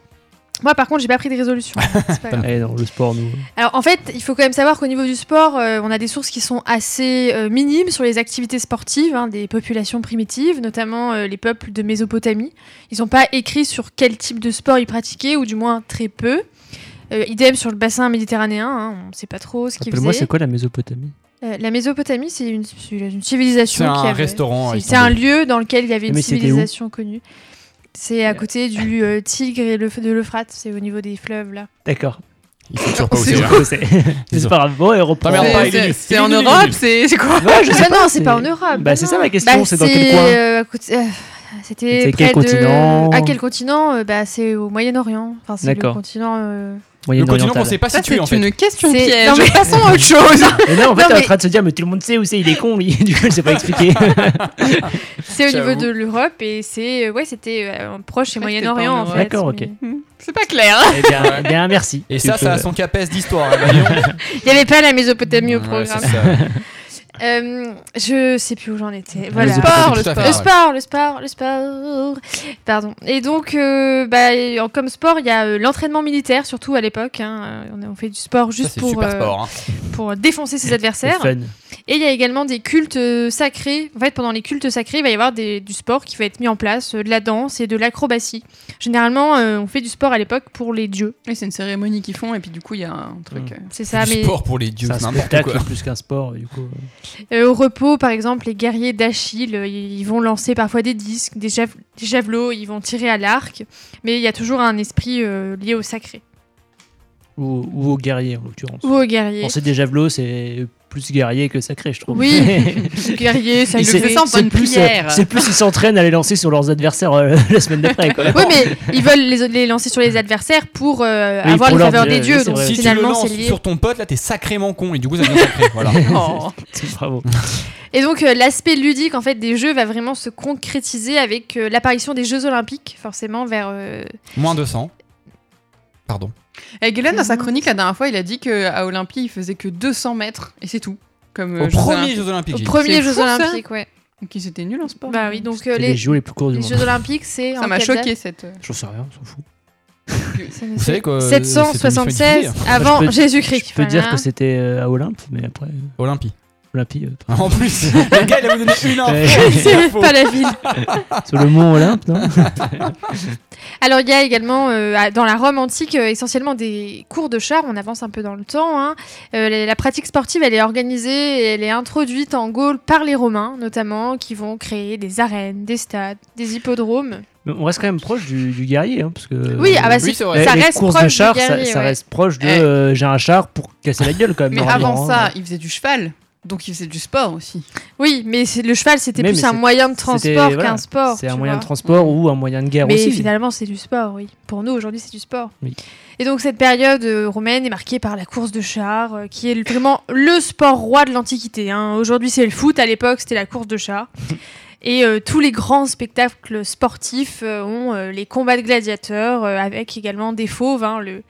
Speaker 2: Moi, par contre, j'ai pas pris de résolution. C'est pas grave.
Speaker 3: Eh non, le sport, nous.
Speaker 2: Alors, en fait, il faut quand même savoir qu'au niveau du sport, euh, on a des sources qui sont assez euh, minimes sur les activités sportives hein, des populations primitives, notamment euh, les peuples de Mésopotamie. Ils n'ont pas écrit sur quel type de sport ils pratiquaient, ou du moins très peu. Euh, idem sur le bassin méditerranéen, hein, on ne sait pas trop ce qu'ils
Speaker 3: Rappelle-moi,
Speaker 2: faisaient.
Speaker 3: c'est quoi la Mésopotamie
Speaker 2: Euh, la Mésopotamie, c'est une, c'est une civilisation.
Speaker 1: C'est un
Speaker 2: qui avait-
Speaker 1: restaurant à
Speaker 2: c'est- C'est un
Speaker 1: Istanbul.
Speaker 2: lieu dans lequel il y avait une
Speaker 3: Mais c'était où
Speaker 2: civilisation connue. C'est à côté du euh, Tigre et le, de l'Euphrate, c'est au niveau des fleuves là.
Speaker 3: D'accord.
Speaker 1: Il faut toujours pas
Speaker 6: C'est
Speaker 1: aussi. hein.
Speaker 6: où
Speaker 3: C'est c'est pas grave. Bon, et reprend.
Speaker 1: Ah, merde,
Speaker 6: C'est-
Speaker 1: pas, il est
Speaker 6: c'est-
Speaker 1: nul.
Speaker 6: C'est
Speaker 1: Il est
Speaker 6: en
Speaker 1: nul, il est
Speaker 6: Europe,
Speaker 1: nul.
Speaker 6: c'est c'est quoi
Speaker 3: Ouais, je sais
Speaker 2: Bah
Speaker 3: pas,
Speaker 2: non, c'est pas en Europe.
Speaker 3: Bah, c'est
Speaker 2: non.
Speaker 3: ça ma question,
Speaker 2: Bah,
Speaker 3: c'est dans quel coin
Speaker 2: euh, à côté- euh, C'était
Speaker 3: C'était quel
Speaker 2: près de-
Speaker 3: continent
Speaker 2: À quel continent Euh, Bah, c'est au Moyen-Orient. Enfin, c'est le
Speaker 3: D'accord.
Speaker 2: continent. euh,
Speaker 1: Le
Speaker 3: Moyen-Oriental.
Speaker 1: continent qu'on sait pas
Speaker 6: Ça, c'est
Speaker 1: situé en fait.
Speaker 6: une question
Speaker 2: c'est-
Speaker 6: piège.
Speaker 2: Non, mais passons à autre chose.
Speaker 3: Et là, en fait,
Speaker 2: Non,
Speaker 3: t'es en
Speaker 2: mais-
Speaker 3: train de se dire, mais tout le monde sait où c'est, il est con, lui. Du coup, je sais pas expliquer.
Speaker 2: c'est au niveau
Speaker 1: J'avoue.
Speaker 2: de l'Europe et c'est euh, ouais, c'était euh, proche et
Speaker 6: crois que c'était pas en
Speaker 2: Moyen-Orient en
Speaker 6: Europe.
Speaker 2: fait.
Speaker 3: D'accord, ok.
Speaker 2: mais-
Speaker 6: Hmm, C'est pas clair. hein.
Speaker 3: Eh bien, eh bien, merci.
Speaker 1: Et
Speaker 3: Tu
Speaker 1: ça,
Speaker 3: peux-
Speaker 1: ça a son capes d'histoire. hein, voyons.
Speaker 2: Il n'y avait pas la Mésopotamie au
Speaker 1: Ouais,
Speaker 2: programme.
Speaker 1: c'est ça.
Speaker 2: Euh, je sais plus où j'en étais. Voilà.
Speaker 1: Mésopotamie,
Speaker 6: sport, le
Speaker 1: tout à fait,
Speaker 2: Le
Speaker 1: ouais.
Speaker 2: sport, le sport, le sport. Pardon. Et donc, euh, bah, en- comme sport, il y a euh, l'entraînement militaire, surtout à l'époque. hein. Euh, On, on fait du sport
Speaker 1: Ça,
Speaker 2: juste
Speaker 1: c'est
Speaker 2: pour,
Speaker 1: super
Speaker 2: euh,
Speaker 1: sport. hein.
Speaker 2: pour défoncer ses
Speaker 3: C'est
Speaker 2: adversaires.
Speaker 3: fun.
Speaker 2: Et il y a également des cultes euh, sacrés. En fait, pendant les cultes sacrés, il va y avoir des- du sport qui va être mis en place, euh, de la danse et de l'acrobatie. Généralement, euh, on fait du sport à l'époque pour les dieux.
Speaker 6: Oui, C'est une cérémonie qu'ils font et puis du coup il y a un truc.
Speaker 3: Hmm.
Speaker 6: euh,
Speaker 2: C'est ça.
Speaker 1: Du
Speaker 2: mais
Speaker 1: sport pour les dieux,
Speaker 3: C'est un
Speaker 1: c'est n'importe quoi.
Speaker 3: spectacle plus qu'un sport, du coup.
Speaker 2: Euh, au repos, par exemple, les guerriers d'Achille, euh, ils vont lancer parfois des disques, des, jave- des javelots, ils vont tirer à l'arc, mais il y a toujours un esprit euh, lié au sacré
Speaker 3: Ou, ou aux guerriers, en l'occurrence.
Speaker 2: ou aux guerriers.
Speaker 3: On sait des javelots, c'est plus guerrier que sacré, je trouve.
Speaker 2: Oui. Les guerriers, ça
Speaker 3: Et
Speaker 2: le
Speaker 3: c'est-
Speaker 2: fait.
Speaker 6: en
Speaker 3: c'est
Speaker 6: bonne
Speaker 3: plus,
Speaker 6: prière.
Speaker 3: euh, c'est plus ils s'entraînent à les lancer sur leurs adversaires euh, la semaine d'après. quoi.
Speaker 2: Oui, mais ils veulent les, les lancer sur les adversaires pour euh,
Speaker 3: Oui,
Speaker 2: avoir
Speaker 3: pour
Speaker 2: les
Speaker 3: leur-
Speaker 2: faveurs
Speaker 3: euh,
Speaker 2: des
Speaker 3: oui,
Speaker 2: dieux.
Speaker 3: c'est
Speaker 2: Donc
Speaker 3: vrai.
Speaker 1: Si tu le
Speaker 2: finalement, c'est
Speaker 1: lances
Speaker 2: lié.
Speaker 1: sur ton pote, là, t'es sacrément con. Et du coup, ça devient sacré. Voilà.
Speaker 6: Oh.
Speaker 3: Bravo.
Speaker 2: Et donc euh, l'aspect ludique en fait des jeux va vraiment se concrétiser avec euh, l'apparition des Jeux Olympiques, forcément vers. euh,
Speaker 1: Moins 200. Pardon.
Speaker 6: Et Guélène, Eh, dans sa
Speaker 2: Mmh.
Speaker 6: chronique la dernière fois, il a dit qu'à Olympie, il faisait que 200 mètres et c'est tout. Comme euh,
Speaker 1: Au
Speaker 6: Jeux
Speaker 1: premier
Speaker 6: Olympiques.
Speaker 1: Jeux Olympiques.
Speaker 2: aux
Speaker 1: j'ai dit.
Speaker 2: premiers
Speaker 6: C'est
Speaker 2: Jeux
Speaker 6: fou, ça.
Speaker 2: Olympiques, ouais.
Speaker 6: Donc ils étaient nuls en sport.
Speaker 2: Bah oui, donc euh,
Speaker 3: C'est les
Speaker 2: les,
Speaker 3: jeux les plus courts du
Speaker 2: les
Speaker 3: monde.
Speaker 2: Jeux Olympiques, c'est.
Speaker 6: Ça
Speaker 2: en
Speaker 6: m'a
Speaker 2: quelle date
Speaker 6: choqué cette. euh,
Speaker 3: J'en sais rien, on s'en fout.
Speaker 2: Ça ne
Speaker 1: Vous
Speaker 2: sait-
Speaker 1: savez quoi, euh, cette
Speaker 3: Euh,
Speaker 1: émission est
Speaker 2: 776
Speaker 1: diffusée.
Speaker 2: avant
Speaker 3: Enfin, je peux-
Speaker 2: Jésus-Christ.
Speaker 3: Je peux
Speaker 2: Voilà.
Speaker 3: dire que c'était euh, à Olympe, mais après, euh,
Speaker 1: Olympie.
Speaker 3: Olympie. euh,
Speaker 1: En plus, le gars, il a vous donné une info.
Speaker 3: Ouais.
Speaker 1: une info.
Speaker 2: pas la ville.
Speaker 3: sur le mont Olympe, non
Speaker 2: Alors il y a également euh, à- dans la Rome antique euh, essentiellement des cours de char. On avance un peu dans le temps. hein. Euh, la, la pratique sportive, elle est organisée, et elle est introduite en Gaule par les Romains notamment, qui vont créer des arènes, des stades, des hippodromes.
Speaker 3: Mais on reste quand même proche du, du guerrier, hein, parce que. euh,
Speaker 2: oui, ah bah
Speaker 1: oui,
Speaker 2: c'est-
Speaker 1: c'est
Speaker 2: ça
Speaker 1: vrai.
Speaker 3: les, les
Speaker 2: reste
Speaker 3: courses
Speaker 2: proche
Speaker 3: de
Speaker 2: du
Speaker 3: char, ça-
Speaker 2: guerrier,
Speaker 3: ça,
Speaker 2: ouais.
Speaker 3: reste proche de
Speaker 6: Eh.
Speaker 3: euh, j'ai un char pour casser la gueule quand même.
Speaker 6: Mais
Speaker 3: normalement,
Speaker 6: avant
Speaker 3: hein.
Speaker 6: ça, il faisait du cheval. Donc il faisait du sport aussi.
Speaker 2: Oui, mais c'est- le cheval c'était
Speaker 3: Mais-
Speaker 2: plus
Speaker 3: mais
Speaker 2: un
Speaker 3: c'est-
Speaker 2: moyen de
Speaker 3: C'était-
Speaker 2: transport
Speaker 3: voilà,
Speaker 2: qu'un sport.
Speaker 3: C'est un
Speaker 2: tu
Speaker 3: moyen
Speaker 2: vois.
Speaker 3: de transport ou un moyen de guerre
Speaker 2: Mais
Speaker 3: aussi.
Speaker 2: finalement, c'est du sport, oui. Pour nous, aujourd'hui, c'est du sport.
Speaker 3: Oui.
Speaker 2: Et donc, cette période euh, romaine est marquée par la course de chars, euh, qui est le- vraiment le sport roi de l'Antiquité. hein. Aujourd'hui, c'est le foot. À l'époque, c'était la course de chars. Et euh, tous les grands spectacles sportifs euh, ont euh, les combats de gladiateurs, euh, avec également des fauves. hein, le...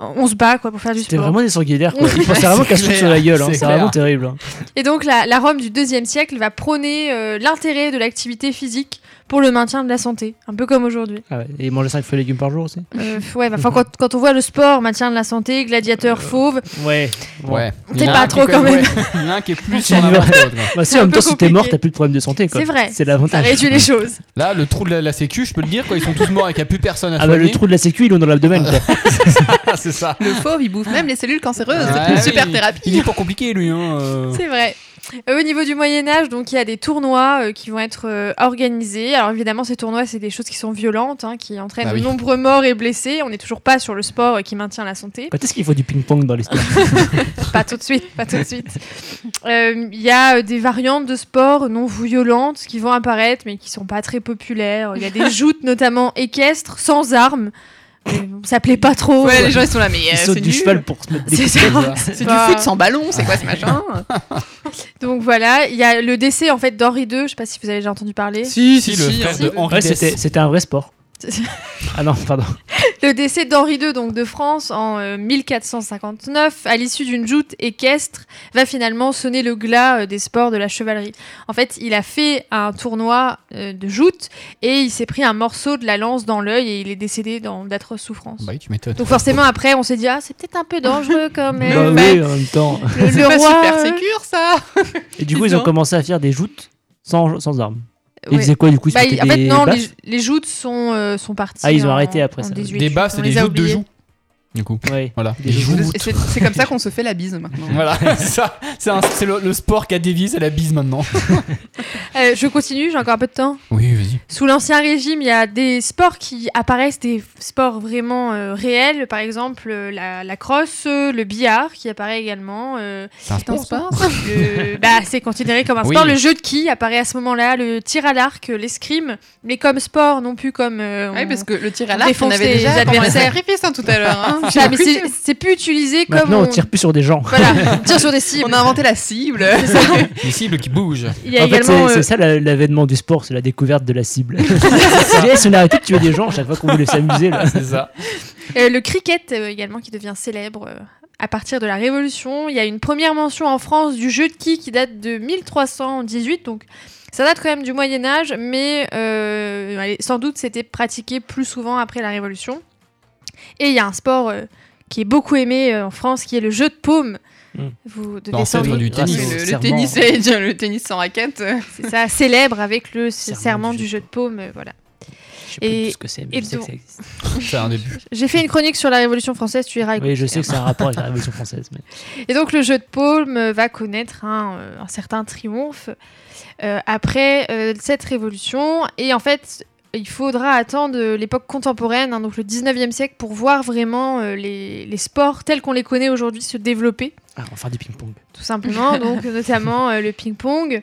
Speaker 2: On se bat quoi, pour faire du
Speaker 3: C'était
Speaker 2: sport.
Speaker 3: vraiment des sanguinaires. quoi. Ils pensaient vraiment
Speaker 1: C'est
Speaker 3: qu'à se foutre sur la
Speaker 1: clair,
Speaker 3: gueule. hein.
Speaker 1: c'est
Speaker 3: C'est vraiment
Speaker 1: clair.
Speaker 3: terrible. hein.
Speaker 2: Et donc, la, la Rome du IIe siècle va prôner euh, l'intérêt de l'activité physique pour le maintien de la santé, un peu comme aujourd'hui.
Speaker 3: Ah ouais, Et ils mangeaient 5 fruits et légumes par jour aussi.
Speaker 2: Euh, ouais, bah, enfin, quand, quand on voit le sport, maintien de la santé,
Speaker 1: Euh,
Speaker 2: gladiateur, fauve,
Speaker 3: Ouais.
Speaker 1: Ouais.
Speaker 2: T'es
Speaker 1: Il y en a
Speaker 2: pas
Speaker 1: un qui
Speaker 2: trop,
Speaker 1: est
Speaker 2: quand même.
Speaker 1: ouais. Il y en a un qui est plus sur la marche que l'autre, quoi.
Speaker 3: Bah si,
Speaker 2: C'est
Speaker 3: en
Speaker 2: un
Speaker 3: même
Speaker 2: peu
Speaker 3: temps, si t'es mort,
Speaker 2: compliqué.
Speaker 3: t'as plus de problème de santé. quoi.
Speaker 2: C'est vrai. ça
Speaker 3: C'est l'avantage.
Speaker 2: réduit les choses.
Speaker 1: Là, le trou de la, la sécu, je peux le dire, quoi. Ils sont tous morts et qu'il n'y a plus personne à
Speaker 3: Ah bah le
Speaker 1: soigner. Ah,
Speaker 3: trou de la sécu, ils l'ont dans l'abdomen. quoi.
Speaker 1: c'est ça.
Speaker 6: Le fauve, il bouffe même les cellules cancéreuses.
Speaker 1: Ouais,
Speaker 3: Ah
Speaker 6: c'est une
Speaker 1: oui,
Speaker 6: super
Speaker 1: il-
Speaker 6: thérapie.
Speaker 1: Il est pas compliqué lui. Hein. euh.
Speaker 2: C'est vrai. Euh, Au niveau du Moyen Âge, donc il y a des tournois euh, qui vont être euh, organisés. Alors évidemment, ces tournois, c'est des choses qui sont violentes, hein, qui entraînent
Speaker 1: Bah
Speaker 2: de
Speaker 1: oui.
Speaker 2: nombreux morts et blessés. On n'est toujours pas sur le sport euh, qui maintient la santé.
Speaker 3: Quand est-ce qu'il faut du ping-pong dans l'histoire
Speaker 2: pas tout de suite, pas tout de suite. Euh, Il y a euh, des variantes de sports non violentes qui vont apparaître, mais qui sont pas très populaires. Il y a des joutes, notamment équestres, sans armes. Mais bon, ça plaît pas trop.
Speaker 6: Ouais, les gens ils sont là, mais euh,
Speaker 3: Il
Speaker 6: c'est
Speaker 3: saute du
Speaker 6: nul.
Speaker 3: cheval pour se mettre des
Speaker 2: C'est ça.
Speaker 6: C'est du
Speaker 2: Bah.
Speaker 6: foot sans ballon, c'est quoi ce machin
Speaker 2: Hein Donc voilà, il y a le décès en fait d'Henri II. Je sais pas si vous avez déjà entendu parler.
Speaker 1: Si, si, le
Speaker 5: si,
Speaker 1: frère
Speaker 5: si.
Speaker 1: de Henri
Speaker 3: Ouais,
Speaker 1: Dess.
Speaker 3: c'était c'était un vrai sport. Ah non, pardon.
Speaker 2: Le décès d'Henri II, donc de France, en euh, 1459, à l'issue d'une joute équestre, va finalement sonner le glas euh, des sports de la chevalerie. En fait, il a fait un tournoi euh, de joute et il s'est pris un morceau de la lance dans l'œil et il est décédé dans d'atroces souffrances.
Speaker 1: Bah oui, tu m'étonnes.
Speaker 2: Donc forcément, après, on s'est dit, ah, c'est peut-être un peu dangereux quand même.
Speaker 3: Bah
Speaker 2: Bah,
Speaker 3: oui, en même temps.
Speaker 2: le, le
Speaker 6: C'est pas
Speaker 2: roi,
Speaker 6: super
Speaker 2: euh,
Speaker 6: sécure ça
Speaker 3: Et du coup, ils
Speaker 6: Disons.
Speaker 3: ont commencé à faire des joutes sans, sans armes. Et Ils
Speaker 2: ouais.
Speaker 3: faisaient quoi du coup ils
Speaker 2: Bah,
Speaker 3: se
Speaker 2: il-
Speaker 3: mettaient
Speaker 2: en fait,
Speaker 3: des
Speaker 2: non, les,
Speaker 3: baffes
Speaker 2: les joutes sont, euh, sont parties.
Speaker 3: Ah, ils ont
Speaker 2: en-
Speaker 3: arrêté après
Speaker 2: en
Speaker 3: ça.
Speaker 2: 18,
Speaker 1: Des baffes, c'est
Speaker 2: on
Speaker 1: des
Speaker 2: les a
Speaker 1: joutes de
Speaker 2: oubliés.
Speaker 1: joues. Du coup,
Speaker 3: Ouais.
Speaker 1: voilà.
Speaker 3: Des joutes.
Speaker 6: Et C'est c'est comme ça qu'on se fait la bise maintenant.
Speaker 1: Voilà, ça, c'est un- c'est le, le sport qui a dévié, c'est la bise maintenant.
Speaker 2: Euh, je continue, j'ai encore un peu de temps.
Speaker 1: Oui, vas-y.
Speaker 2: Sous l'Ancien Régime, il y a des sports qui apparaissent, des sports vraiment euh, réels, par exemple euh, la, la crosse, euh, le billard qui apparaît également. euh,
Speaker 1: C'est un
Speaker 6: Putain,
Speaker 1: sport.
Speaker 6: c'est pas-
Speaker 2: le- bah, c'est considéré comme un
Speaker 1: Oui.
Speaker 2: sport. Le jeu de qui apparaît à ce moment-là, le tir à l'arc, euh, l'escrime, mais comme sport, non plus comme. euh,
Speaker 6: Ouais,
Speaker 2: on-
Speaker 6: Ah parce que le tir à l'arc,
Speaker 2: défonce
Speaker 6: on avait
Speaker 2: les
Speaker 6: déjà pendant les
Speaker 2: adversaires.
Speaker 6: sacrifices hein, tout à l'heure. hein.
Speaker 2: Ah, mais c'est- c'est plus utilisé comme.
Speaker 3: Maintenant, on
Speaker 2: on-
Speaker 3: tire plus sur des gens.
Speaker 2: Voilà, on tire sur des
Speaker 6: On
Speaker 2: cibles.
Speaker 6: a inventé la cible.
Speaker 1: Des cibles qui bougent.
Speaker 2: Il y a
Speaker 3: en fait,
Speaker 2: également.
Speaker 3: c'est c'est
Speaker 2: euh,
Speaker 3: ça la- l'avènement du sport, c'est la découverte de la cible. c'est bien, si on arrêtait de tuer des gens à chaque fois qu'on voulait s'amuser. là.
Speaker 1: C'est ça.
Speaker 2: Euh, le cricket euh, également qui devient célèbre euh, à partir de la Révolution. Il y a une première mention en France du jeu de qui qui date de 1318, donc ça date quand même du Moyen Âge, mais euh, allez, sans doute c'était pratiqué plus souvent après la Révolution. Et il y a un sport euh, qui est beaucoup aimé euh, en France, qui est le jeu de paume.
Speaker 3: Mm.
Speaker 2: Vous devez
Speaker 1: L'ancêtre
Speaker 2: savoir,
Speaker 1: du
Speaker 3: Ah,
Speaker 6: Mais
Speaker 1: tennis.
Speaker 3: c'est
Speaker 6: le, le
Speaker 3: serment.
Speaker 6: tennis, et- le tennis sans raquette. euh,
Speaker 2: c'est ça, célèbre avec le serment,
Speaker 3: Serment
Speaker 2: du
Speaker 3: du
Speaker 2: jeu de paume, euh, voilà.
Speaker 3: Je sais pas
Speaker 2: Et-
Speaker 3: du tout ce que c'est, mais
Speaker 2: et
Speaker 3: je sais que
Speaker 2: donc-
Speaker 3: ça existe.
Speaker 1: C'est un début.
Speaker 2: J'ai fait une chronique sur la Révolution française, tu iras
Speaker 3: Oui, je
Speaker 2: écouter.
Speaker 3: sais que c'est un rapport avec la Révolution française. mais-
Speaker 2: Et donc le jeu de paume euh, va connaître un, euh, un certain triomphe euh, après euh, cette révolution. Et en fait, il faudra attendre euh, l'époque contemporaine, hein, donc le 19e siècle, pour voir vraiment euh, les, les sports tels qu'on les connaît aujourd'hui se développer,
Speaker 3: Ah, on va faire du ping-pong.
Speaker 2: tout simplement. Donc notamment euh, le ping-pong.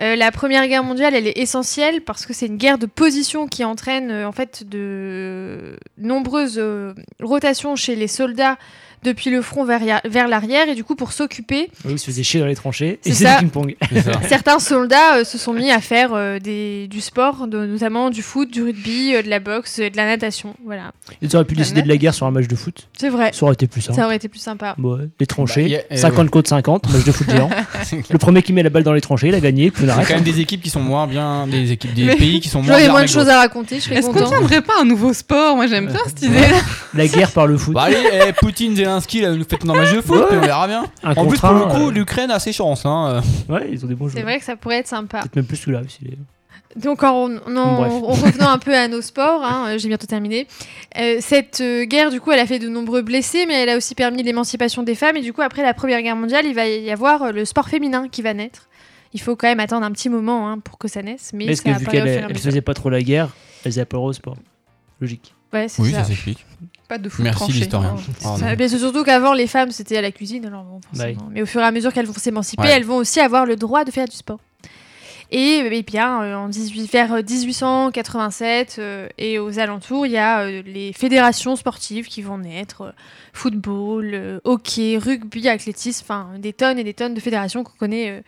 Speaker 2: Euh, la Première Guerre mondiale, elle est essentielle parce que c'est une guerre de position qui entraîne euh, en fait de nombreuses euh, rotations chez les soldats depuis le front vers- vers l'arrière. Et du coup, pour s'occuper,
Speaker 3: Oui, ils se faisaient chier dans les tranchées.
Speaker 2: C'est
Speaker 3: Et c'est
Speaker 2: ça.
Speaker 3: du ping-pong.
Speaker 1: C'est ça.
Speaker 2: Certains soldats euh, se sont mis à faire euh, des, du sport, de- notamment du foot, du rugby, euh, de la boxe, euh, de la natation. Voilà,
Speaker 3: Ils auraient pu décider de la guerre sur un match de foot.
Speaker 2: c'est vrai.
Speaker 3: Ça aurait été plus simple.
Speaker 2: Ça aurait été plus sympa.
Speaker 3: Ouais, les
Speaker 1: Bah, y
Speaker 3: tranchées,
Speaker 1: a- euh,
Speaker 3: 50 contre 50, match de foot géant.
Speaker 1: C'est clair.
Speaker 3: Le premier qui met la balle dans les tranchées, il a gagné, puis on
Speaker 1: Il y a
Speaker 3: arrête.
Speaker 1: quand même des équipes qui sont moins bien, des équipes des
Speaker 6: Mais-
Speaker 1: pays qui sont moins
Speaker 2: J'aurais
Speaker 1: bien.
Speaker 2: moins de
Speaker 1: armés que
Speaker 2: choses à raconter, je serais
Speaker 6: Est-ce qu'on
Speaker 2: content.
Speaker 6: tiendrait pas un nouveau sport Moi, j'aime bien cette idée-là.
Speaker 3: La guerre par le foot.
Speaker 1: Bah allez, eh, Poutine, Zelensky, là, nous faites un match de foot,
Speaker 3: Ouais.
Speaker 1: puis on verra bien.
Speaker 3: Un
Speaker 1: en
Speaker 3: contre
Speaker 1: plus, pour
Speaker 3: un,
Speaker 1: le coup,
Speaker 3: euh,
Speaker 1: l'Ukraine a ses chances. Hein.
Speaker 3: Ouais, ils ont des bons
Speaker 2: C'est
Speaker 3: joueurs.
Speaker 2: vrai que ça pourrait être sympa.
Speaker 3: Peut-être même plus celui-là aussi. les-
Speaker 2: Donc en, en- en-
Speaker 3: Bref.
Speaker 2: en revenant un peu à nos sports, hein, euh, j'ai bientôt terminé, euh, cette euh, guerre du coup elle a fait de nombreux blessés mais elle a aussi permis l'émancipation des femmes et du coup après la Première Guerre mondiale il va y avoir euh, le sport féminin qui va naître. Il faut quand même attendre un petit moment hein, pour que ça naisse mais,
Speaker 3: Mais est-ce
Speaker 2: ça
Speaker 3: que vu
Speaker 2: apparaît au
Speaker 3: qu'elle
Speaker 2: fur et à
Speaker 3: elle
Speaker 2: mesure.
Speaker 3: faisait pas trop la guerre, elle faisait pas le droit au sport Logique.
Speaker 2: Ouais, c'est ça.
Speaker 1: s'explique.
Speaker 6: Pas de foot
Speaker 1: Merci
Speaker 6: tranché.
Speaker 1: l'historien. Oh, non.
Speaker 2: Ça, Bah, mais c'est surtout qu'avant, les femmes, c'était à la cuisine. Alors bon, forcément.
Speaker 3: Bah
Speaker 2: Mais au fur et à mesure qu'elles vont s'émanciper,
Speaker 1: Ouais.
Speaker 2: elles vont aussi avoir le droit de faire du sport. Et eh bien, euh, en 18, vers 1887 euh, et aux alentours, il y a euh, les fédérations sportives qui vont naître. euh, football, euh, hockey, rugby, athlétisme, enfin des tonnes et des tonnes de fédérations qu'on connaît euh,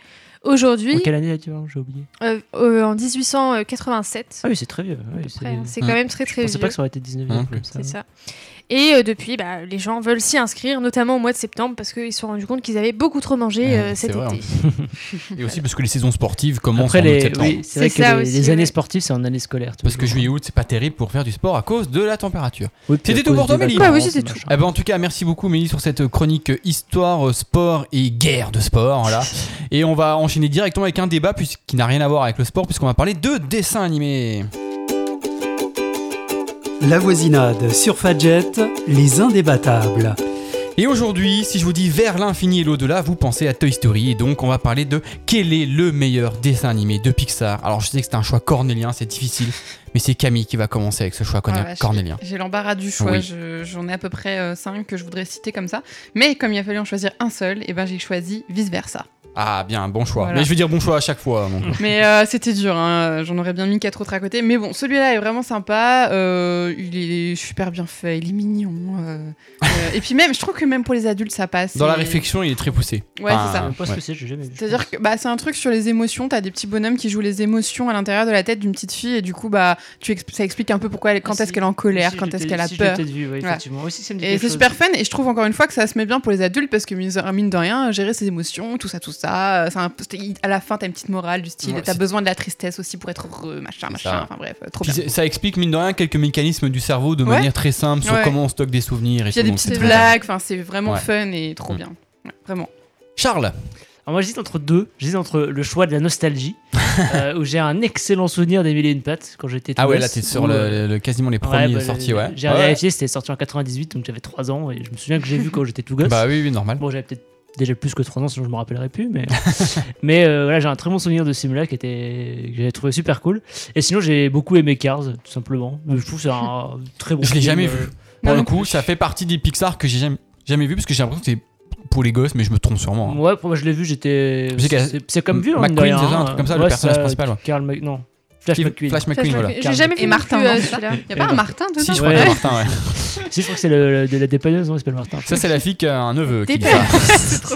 Speaker 2: aujourd'hui.
Speaker 3: En quelle année là-tu J'ai oublié.
Speaker 2: Euh, euh, en 1887.
Speaker 3: Ah oui, c'est très vieux. ouais, c'est-
Speaker 2: Après, hein, c'est
Speaker 1: Mm.
Speaker 2: quand même très
Speaker 3: Je
Speaker 2: très
Speaker 3: pensais
Speaker 2: vieux.
Speaker 3: pas que ça aurait été 19
Speaker 1: Non
Speaker 3: ans
Speaker 1: plus.
Speaker 3: comme ça.
Speaker 2: C'est ça. Et euh, depuis, bah, les gens veulent s'y inscrire, notamment au mois de septembre, parce qu'ils se sont rendus compte qu'ils avaient beaucoup trop mangé
Speaker 1: Ouais,
Speaker 2: euh,
Speaker 1: c'est
Speaker 2: cet
Speaker 1: vrai, hein. en
Speaker 2: été.
Speaker 1: Et aussi parce que les saisons sportives commencent
Speaker 3: Après,
Speaker 1: en août
Speaker 3: les,
Speaker 1: septembre.
Speaker 3: oui, c'est vrai
Speaker 2: C'est
Speaker 3: que
Speaker 2: ça
Speaker 3: les,
Speaker 2: aussi,
Speaker 3: les années
Speaker 2: ouais.
Speaker 3: sportives, c'est en année scolaire.
Speaker 1: Parce que juillet-août, c'est pas terrible pour faire du sport à cause de la température. C'était
Speaker 3: C'était
Speaker 1: tout pour toi, Mélie.
Speaker 2: Ah oui, c'était tout.
Speaker 3: bah,
Speaker 1: Eh ben, en tout cas, merci beaucoup, Mélie, sur cette chronique euh, histoire, euh, sport et guerre de sport. Voilà. et on va enchaîner directement avec un débat puis- qui n'a rien à voir avec le sport, puisqu'on va parler de dessin animé.
Speaker 4: La voisinade sur Fadjet, les indébattables.
Speaker 1: Et aujourd'hui, si je vous dis vers l'infini et l'au-delà, vous pensez à Toy Story. Et donc, on va parler de quel est le meilleur dessin animé de Pixar. Alors, je sais que c'est un choix cornélien, c'est difficile, mais c'est Camille qui va commencer avec ce choix corné-
Speaker 6: Ah la vache.
Speaker 1: cornélien.
Speaker 6: J'ai l'embarras du choix,
Speaker 1: Oui.
Speaker 6: je- j'en ai à peu près 5 que je voudrais citer comme ça. Mais comme il a fallu en choisir un seul, et ben j'ai choisi vice versa.
Speaker 1: Ah, bien, bon choix.
Speaker 6: Voilà.
Speaker 1: Mais je veux dire bon choix à chaque fois. donc.
Speaker 6: Mais euh, c'était dur, hein. j'en aurais bien mis quatre autres à côté. Mais bon, celui-là est vraiment sympa, euh, il est super bien fait, il est mignon. euh, euh, et puis même, je trouve que même pour les adultes, ça passe.
Speaker 1: Dans la
Speaker 6: Et-
Speaker 1: réflexion, Ah. il est très poussé.
Speaker 6: Ouais,
Speaker 1: Enfin,
Speaker 6: c'est ça.
Speaker 3: pas ce
Speaker 1: ouais.
Speaker 3: que c'est, j'ai jamais vu.
Speaker 6: C'est-à-dire que bah, c'est un truc sur les émotions, t'as des petits bonhommes qui jouent les émotions à l'intérieur de la tête d'une petite fille, et du coup, bah, tu expl- ça explique un peu pourquoi elle- quand
Speaker 3: Ah,
Speaker 6: est-ce
Speaker 3: si.
Speaker 6: qu'elle est en colère,
Speaker 3: Si, je
Speaker 6: quand
Speaker 3: l'ai
Speaker 6: est-ce
Speaker 3: peut-
Speaker 6: qu'elle a
Speaker 3: si, je l'ai
Speaker 6: peur.
Speaker 3: peut-être vu, ouais,
Speaker 6: Voilà.
Speaker 3: effectivement. Aussi, ça me dit
Speaker 6: Et
Speaker 3: quelque
Speaker 6: c'est
Speaker 3: chose.
Speaker 6: super fun, et je trouve encore une fois que ça se met bien pour les adultes parce que mise- mine de rien, gérer ses émotions, tout ça, tout ça, euh, c'est un- c'est- il- à la fin t'as une petite morale du style,
Speaker 1: Ouais,
Speaker 6: et t'as
Speaker 1: c'est-
Speaker 6: besoin de la tristesse aussi pour être heureux, machin,
Speaker 1: C'est ça.
Speaker 6: machin, enfin bref, euh, trop
Speaker 1: Puis
Speaker 6: bien.
Speaker 1: c'est- ça explique, mine de rien, quelques mécanismes du cerveau de
Speaker 6: Ouais.
Speaker 1: manière très simple sur
Speaker 6: Ouais.
Speaker 1: comment on stocke des souvenirs. et
Speaker 6: Puis il y a
Speaker 1: tout,
Speaker 6: des
Speaker 1: donc c'est
Speaker 6: petites
Speaker 1: très bien.
Speaker 6: blagues, enfin c'est vraiment
Speaker 1: Ouais.
Speaker 6: fun et trop
Speaker 1: Mm.
Speaker 6: bien, Ouais, vraiment.
Speaker 1: Charles,
Speaker 3: Alors moi j'hésite entre deux. J'hésite entre le choix de la nostalgie, euh, où j'ai un excellent souvenir des Mille et une pattes quand j'étais. tout
Speaker 1: ah ouais,
Speaker 3: gosse,
Speaker 1: là, t'es sur
Speaker 3: où,
Speaker 1: le,
Speaker 3: euh,
Speaker 1: le- quasiment les
Speaker 3: ouais,
Speaker 1: premiers
Speaker 3: bah,
Speaker 1: sortis, ouais.
Speaker 3: J'ai
Speaker 1: Ouais.
Speaker 3: vérifié, c'était sorti en 98, donc j'avais 3 ans et je me souviens que j'ai vu quand j'étais tout gosse.
Speaker 1: Bah oui, oui, normal.
Speaker 3: Bon, j'avais peut-être déjà plus que 3 ans, sinon je me rappellerais plus. Mais, mais euh, voilà, j'ai un très bon souvenir de Simula qui était... que j'avais trouvé super cool. Et sinon, j'ai beaucoup aimé Cars, tout simplement. Je trouve que c'est un très bon
Speaker 1: Je l'ai
Speaker 3: film,
Speaker 1: jamais
Speaker 3: euh,
Speaker 1: vu. Pour
Speaker 6: Non,
Speaker 1: le
Speaker 6: non
Speaker 1: coup, ça fait partie des Pixar que j'ai jamais, jamais vu parce que j'ai l'impression que c'est pour les gosses, mais je me trompe sûrement. hein.
Speaker 3: Ouais, pour moi, je l'ai vu, j'étais.
Speaker 1: Je sais qu'à-
Speaker 3: C'est c'est comme vu, hein, mine de
Speaker 1: McQueen,
Speaker 3: rien,
Speaker 1: c'est ça, un
Speaker 3: hein.
Speaker 1: truc comme ça, le
Speaker 3: Ouais,
Speaker 1: personnage principal. ouais.
Speaker 3: Carl Mc- Non, Flash
Speaker 1: Qui-
Speaker 3: McQueen.
Speaker 1: Flash McQueen, voilà.
Speaker 2: J'ai jamais
Speaker 6: Et
Speaker 2: vu non
Speaker 6: Martin,
Speaker 3: hein,
Speaker 2: plus, euh,
Speaker 6: non,
Speaker 2: celui-là.
Speaker 6: Y a pas un Martin dedans
Speaker 1: Si, je
Speaker 3: Ouais.
Speaker 1: crois que c'est Martin, ouais.
Speaker 3: Si, je crois que c'est le, le- de la dépanneuse, non, il s'appelle Martin.
Speaker 1: Ça, c'est la fille qui a un neveu qui dit ça.
Speaker 2: Dépêche.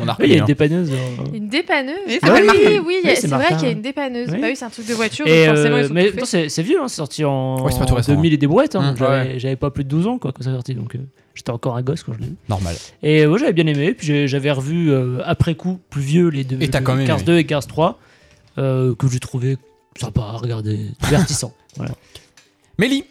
Speaker 1: On a
Speaker 3: Oui, il y a
Speaker 1: reconnu.
Speaker 3: une
Speaker 1: hein.
Speaker 3: dépanneuse. euh,
Speaker 2: Une dépanneuse
Speaker 6: Oui, c'est
Speaker 2: Ah
Speaker 6: Martin.
Speaker 2: oui, oui, il y a-
Speaker 3: Oui, c'est
Speaker 2: c'est
Speaker 3: Martin.
Speaker 2: vrai qu'il y a une dépanneuse.
Speaker 3: Oui.
Speaker 2: Bah oui, c'est un truc de voiture,
Speaker 3: Et
Speaker 2: donc forcément
Speaker 3: euh,
Speaker 2: ils sont
Speaker 3: mais
Speaker 2: tout
Speaker 3: non,
Speaker 2: faits.
Speaker 3: c'est c'est vieux, hein, c'est sorti en
Speaker 1: Ouais, c'est pas tout récent,
Speaker 3: 2000 et des brouettes. hein,
Speaker 1: Mmh,
Speaker 3: donc j'avais
Speaker 1: ouais.
Speaker 3: j'avais pas plus de 12 ans quoi, quand ça est sorti, donc euh, j'étais encore un gosse quand je l'ai vu.
Speaker 1: Normal.
Speaker 3: Et moi j'avais bien aimé, puis j'ai- j'avais revu euh, après coup, plus vieux, les deux,
Speaker 1: Et t'as
Speaker 3: le
Speaker 1: quand même
Speaker 3: Cars
Speaker 1: aimé.
Speaker 3: 2 et Cars 3, euh, que j'ai trouvé sympa à regarder, divertissant. voilà.
Speaker 1: Mélie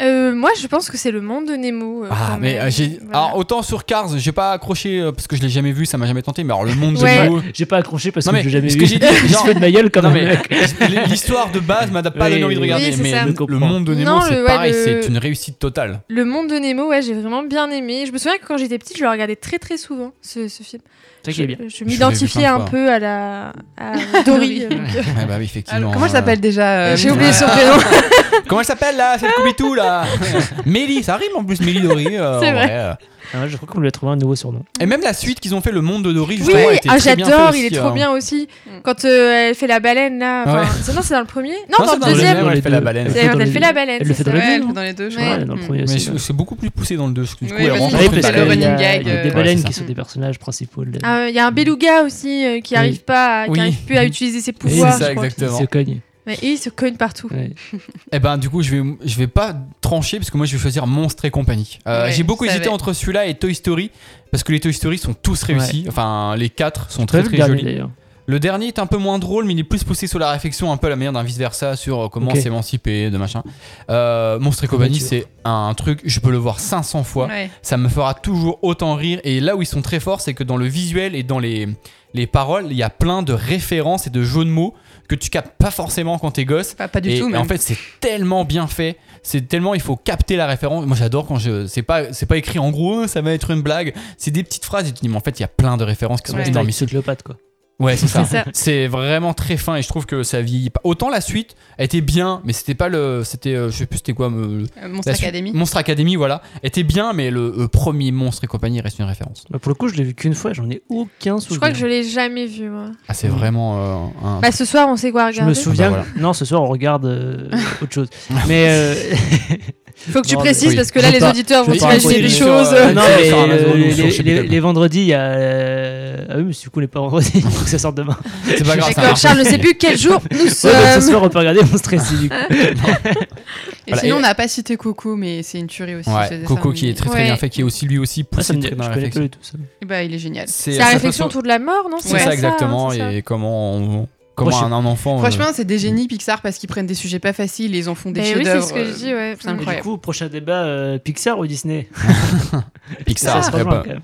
Speaker 2: Euh, moi, je pense que c'est le monde de Nemo. euh,
Speaker 1: Ah,
Speaker 2: quand
Speaker 1: mais
Speaker 2: même.
Speaker 1: euh, j'ai.
Speaker 2: Voilà.
Speaker 1: Alors, autant sur Cars, j'ai pas accroché euh, parce que je l'ai jamais vu, ça m'a jamais tenté, mais alors le monde de
Speaker 2: Ouais.
Speaker 1: Nemo.
Speaker 3: J'ai pas accroché parce
Speaker 1: Non,
Speaker 3: que
Speaker 1: mais
Speaker 3: j'ai jamais
Speaker 1: ce
Speaker 3: vu.
Speaker 1: que j'ai dit,
Speaker 3: Je
Speaker 1: genre-
Speaker 3: fais de ma gueule quand
Speaker 1: Non,
Speaker 3: même.
Speaker 1: mais l'histoire de base m'a pas
Speaker 3: Oui,
Speaker 1: donné envie de
Speaker 3: oui,
Speaker 1: regarder,
Speaker 2: c'est
Speaker 1: mais
Speaker 2: ça.
Speaker 1: le,
Speaker 3: Je
Speaker 1: le
Speaker 3: comprends.
Speaker 1: monde de Nemo,
Speaker 2: Non,
Speaker 1: c'est
Speaker 2: le- ouais,
Speaker 1: pareil,
Speaker 2: le-
Speaker 1: c'est une réussite totale.
Speaker 2: Le monde de Nemo, ouais, j'ai vraiment bien aimé. Je me souviens que quand j'étais petite, je le regardais très très souvent, ce, ce film.
Speaker 3: C'est ça qui
Speaker 2: Je,
Speaker 3: est bien.
Speaker 2: je
Speaker 1: l'ai vu
Speaker 2: m'identifiais
Speaker 1: plein de
Speaker 2: un
Speaker 1: fois.
Speaker 2: peu à la à Dory. euh,
Speaker 1: Ouais, bah oui, effectivement.
Speaker 6: Ah, Comment elle s'appelle déjà
Speaker 1: euh,
Speaker 6: euh,
Speaker 1: J'ai
Speaker 2: j'ai
Speaker 1: oublié
Speaker 2: oublié
Speaker 1: son
Speaker 2: son prénom.
Speaker 1: euh, Comment elle s'appelle là C'est le Coubitou là Mélie, ça rime en plus, Mélie Dory. euh,
Speaker 2: C'est
Speaker 1: en
Speaker 2: vrai.
Speaker 1: euh.
Speaker 3: Ah ouais, je crois qu'on lui a trouvé un nouveau surnom.
Speaker 1: Et même la suite qu'ils ont fait, le monde de Dory,
Speaker 2: Oui,
Speaker 1: justement, a été
Speaker 2: ah,
Speaker 1: très bien
Speaker 2: j'adore,
Speaker 1: fait
Speaker 2: il est
Speaker 1: aussi,
Speaker 2: trop
Speaker 1: hein.
Speaker 2: bien aussi.
Speaker 6: Mm.
Speaker 2: Quand euh, elle fait la baleine là. enfin,
Speaker 1: Ouais.
Speaker 2: c'est- Non, c'est dans le premier. Non, dans
Speaker 1: c'est
Speaker 2: le
Speaker 1: dans le
Speaker 2: deuxième.
Speaker 1: deuxième, elle
Speaker 3: les
Speaker 1: fait
Speaker 3: deux.
Speaker 1: la baleine.
Speaker 2: C'est quand elle
Speaker 3: dans
Speaker 2: fait
Speaker 3: les-
Speaker 2: la baleine.
Speaker 3: Elle le fait
Speaker 2: c'est
Speaker 3: dans
Speaker 2: ça.
Speaker 3: les
Speaker 6: Ouais,
Speaker 3: deux,
Speaker 6: elle
Speaker 3: non
Speaker 6: fait dans les deux, je
Speaker 2: Ouais.
Speaker 6: crois.
Speaker 3: Ouais, dans le
Speaker 6: Mm.
Speaker 3: premier
Speaker 1: Mais
Speaker 3: aussi.
Speaker 1: c'est c'est beaucoup plus poussé dans le 2. Du coup,
Speaker 6: Oui,
Speaker 1: elle
Speaker 6: parce
Speaker 1: rentre
Speaker 6: que
Speaker 1: dans
Speaker 3: Oui,
Speaker 6: c'est
Speaker 3: parce
Speaker 1: le
Speaker 6: le
Speaker 3: qu'il y
Speaker 1: baleine.
Speaker 6: running
Speaker 3: a-
Speaker 6: gag,
Speaker 3: Il y a des
Speaker 6: euh,
Speaker 3: baleines
Speaker 1: ouais, c'est
Speaker 3: qui
Speaker 6: ça.
Speaker 3: sont des personnages principaux. là.
Speaker 2: Ah, Il y a un beluga aussi euh, qui
Speaker 3: Oui.
Speaker 2: arrive pas, à- qui
Speaker 1: Oui.
Speaker 2: arrive plus à utiliser ses
Speaker 3: Oui,
Speaker 2: pouvoirs.
Speaker 1: c'est ça,
Speaker 2: je crois.
Speaker 3: Ils
Speaker 1: exactement.
Speaker 3: se cognent.
Speaker 2: Mais il se cogne partout.
Speaker 3: Ouais.
Speaker 1: Eh ben, du coup, je vais, je vais pas trancher parce que moi, je vais choisir Monstre et compagnie. Euh,
Speaker 6: Ouais,
Speaker 1: J'ai beaucoup
Speaker 6: je
Speaker 1: hésité
Speaker 6: savais.
Speaker 1: entre celui-là et Toy Story parce que les Toy Story sont tous réussis. Enfin, les quatre sont
Speaker 3: Très
Speaker 1: très très
Speaker 3: dernier,
Speaker 1: jolis.
Speaker 3: d'ailleurs.
Speaker 1: Le dernier est un peu moins drôle, mais il est plus poussé sur la réflexion, un peu à la manière d'un vice versa sur euh, comment
Speaker 3: Ok.
Speaker 1: s'émanciper, de machin. Euh, Monstre et compagnie,
Speaker 3: Nature.
Speaker 1: c'est un truc, je peux le voir 500 fois.
Speaker 6: Ouais.
Speaker 1: ça me fera toujours autant rire. Et là où ils sont très forts, c'est que dans le visuel et dans les, les paroles, il y a plein de références et de jeux de mots que tu captes pas forcément quand t'es gosse.
Speaker 6: Pas, pas du
Speaker 1: et,
Speaker 6: tout,
Speaker 1: et
Speaker 6: mais
Speaker 1: en fait, c'est tellement bien fait. C'est tellement il faut capter la référence. Moi, j'adore quand je c'est pas c'est pas écrit en gros, ça va être une blague. C'est des petites phrases. Et tu te dis, mais en fait, il y a plein de références qui sont
Speaker 6: Ouais.
Speaker 3: Dans
Speaker 1: énormes.
Speaker 3: Cyclopathe, quoi.
Speaker 1: Ouais, c'est ça.
Speaker 2: C'est ça.
Speaker 1: C'est vraiment très fin et je trouve que ça vieillit pas. Autant la suite était bien, mais c'était pas le c'était euh, je sais plus c'était quoi me-
Speaker 6: euh, Monstre
Speaker 1: la suite-
Speaker 6: Academy.
Speaker 1: Monstre Academy, voilà, était bien, mais le euh, premier Monstre et compagnie reste une référence.
Speaker 3: Bah, pour le coup, je l'ai vu qu'une fois, j'en ai aucun souvenir.
Speaker 2: Je crois que je l'ai jamais vu moi.
Speaker 1: Ah, c'est vraiment euh, un.
Speaker 2: Bah ce soir, on sait quoi
Speaker 3: Je me
Speaker 2: regarder.
Speaker 3: souviens.
Speaker 1: Bah,
Speaker 3: que- Non, ce soir on regarde euh, autre chose. Mais euh,
Speaker 2: Faut que tu
Speaker 3: Non, mais-
Speaker 2: précises
Speaker 1: oui.
Speaker 2: parce que
Speaker 3: Je
Speaker 2: là,
Speaker 3: veux
Speaker 2: les
Speaker 3: pas-
Speaker 2: auditeurs
Speaker 3: je
Speaker 2: vont
Speaker 3: veux pas
Speaker 2: imaginer
Speaker 3: imposer
Speaker 2: des
Speaker 1: sur,
Speaker 2: choses.
Speaker 1: euh,
Speaker 3: non,
Speaker 1: c'est
Speaker 3: mais,
Speaker 1: sur Amazon,
Speaker 3: euh,
Speaker 1: ou
Speaker 3: les,
Speaker 1: sur, je sais plus
Speaker 3: les-
Speaker 1: quel.
Speaker 3: les vendredis, il y a. euh, Ah oui, mais du coup, les pas vendredi, faut que ça sorte demain.
Speaker 1: C'est pas grave, ça
Speaker 2: D'accord,
Speaker 1: marche.
Speaker 2: Charles ne sait plus quel jour nous
Speaker 3: Ouais, donc ce
Speaker 2: sommes.
Speaker 3: soir, on peut regarder mon stress. du coup.
Speaker 6: Et
Speaker 1: Voilà,
Speaker 6: sinon,
Speaker 1: et-
Speaker 6: on n'a pas cité Coco, mais c'est une tuerie aussi. ce
Speaker 1: Ouais,
Speaker 6: dessin
Speaker 1: Coco qui
Speaker 6: animé.
Speaker 1: est très très
Speaker 2: Ouais.
Speaker 1: bien fait, qui est aussi lui aussi
Speaker 3: Ah, ça
Speaker 1: poussé
Speaker 3: me dit-
Speaker 1: très dans
Speaker 3: je
Speaker 1: la
Speaker 3: connais pas
Speaker 1: réflexion.
Speaker 3: du tout ça.
Speaker 6: Et bah, il est génial.
Speaker 2: C'est la
Speaker 1: ça
Speaker 2: réflexion
Speaker 1: façon-
Speaker 2: autour de la mort, non
Speaker 1: C'est
Speaker 6: Ouais.
Speaker 1: ça
Speaker 2: pas
Speaker 1: exactement,
Speaker 2: hein, c'est ça.
Speaker 1: et comment on- comment
Speaker 3: Moi, je-
Speaker 1: un, un enfant. euh,
Speaker 6: Franchement, c'est des génies Pixar parce qu'ils prennent des sujets pas faciles et ils en font des
Speaker 2: Mais oui, c'est
Speaker 6: chefs-d'œuvre. euh,
Speaker 2: ce que je dis, ouais. Mm.
Speaker 6: c'est
Speaker 3: Et
Speaker 6: incroyable.
Speaker 3: du coup, prochain débat euh, Pixar ou Disney
Speaker 1: Pixar.
Speaker 3: Ça se
Speaker 1: ouais,
Speaker 3: rejoint
Speaker 1: bah.
Speaker 3: quand même.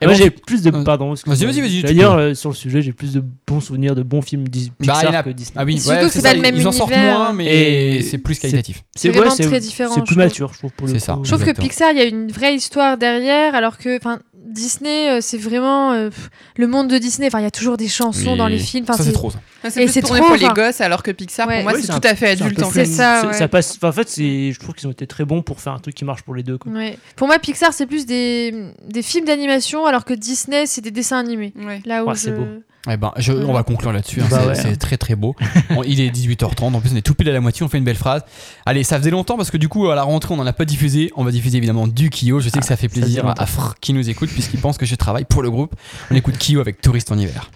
Speaker 1: Et
Speaker 3: moi
Speaker 1: bon,
Speaker 3: j'ai plus de
Speaker 1: euh,
Speaker 3: pardon. excuse-moi.
Speaker 1: vas-y, vas-y, vas-y, tu
Speaker 3: D'ailleurs euh, sur le sujet j'ai plus de bons souvenirs de bons films Dis-
Speaker 1: Bah,
Speaker 3: Pixar
Speaker 1: il y en a-
Speaker 3: que Disney.
Speaker 1: Ah oui,
Speaker 2: Surtout que
Speaker 1: c'est
Speaker 2: c'est pas
Speaker 1: ça,
Speaker 2: le même
Speaker 1: Ils en sortent
Speaker 2: univers.
Speaker 1: moins, mais
Speaker 3: Et
Speaker 1: c'est plus
Speaker 3: c'est-
Speaker 1: qualitatif.
Speaker 2: C'est
Speaker 3: ouais,
Speaker 2: vraiment très différent.
Speaker 3: C'est
Speaker 2: je
Speaker 3: plus
Speaker 2: trouve.
Speaker 3: mature je trouve pour le
Speaker 1: C'est ça.
Speaker 3: coup.
Speaker 2: Je trouve que
Speaker 1: Exactement.
Speaker 2: Pixar, il y a une vraie histoire derrière, alors que enfin, Disney, euh, c'est vraiment euh, pff, le monde de Disney. Enfin, il y a toujours des chansons
Speaker 1: Oui.
Speaker 2: dans les films. Enfin,
Speaker 1: Ça, c'est trop ça.
Speaker 6: Ça, C'est
Speaker 2: Et
Speaker 6: plus
Speaker 2: c'est
Speaker 6: tourné
Speaker 2: trop,
Speaker 6: pour les
Speaker 2: enfin.
Speaker 6: gosses, alors que Pixar,
Speaker 2: Ouais.
Speaker 6: pour moi,
Speaker 3: Oui,
Speaker 6: c'est
Speaker 3: c'est un-
Speaker 6: tout à fait
Speaker 3: C'est un
Speaker 6: adulte
Speaker 3: peu
Speaker 6: en
Speaker 2: C'est
Speaker 6: fait.
Speaker 3: plus-
Speaker 2: ça,
Speaker 3: c'est-
Speaker 2: ouais.
Speaker 3: ça passe. enfin, en fait, c'est, je trouve qu'ils ont été très bons pour faire un truc qui marche pour les deux. Quoi.
Speaker 2: Ouais. Pour moi, Pixar, c'est plus des, des films d'animation, alors que Disney, c'est des dessins animés.
Speaker 6: Ouais.
Speaker 2: Là où
Speaker 3: Ouais,
Speaker 2: je-
Speaker 3: c'est beau.
Speaker 1: Eh ben, je- on va conclure là-dessus. hein.
Speaker 3: Bah
Speaker 1: c'est
Speaker 3: ouais.
Speaker 1: c'est très très beau. Bon, il est 18h30. En plus, on est tout pile à la moitié. On fait une belle phrase. Allez, ça faisait longtemps parce que du coup, à la rentrée, on n'en a pas diffusé. On va diffuser évidemment du Kyo. Je sais que
Speaker 2: Ah,
Speaker 1: ça fait
Speaker 3: faisait
Speaker 1: plaisir à
Speaker 3: longtemps.
Speaker 1: Afr qui nous écoute puisqu'il pense que je travaille pour le groupe. On écoute Kyo avec Touriste en hiver.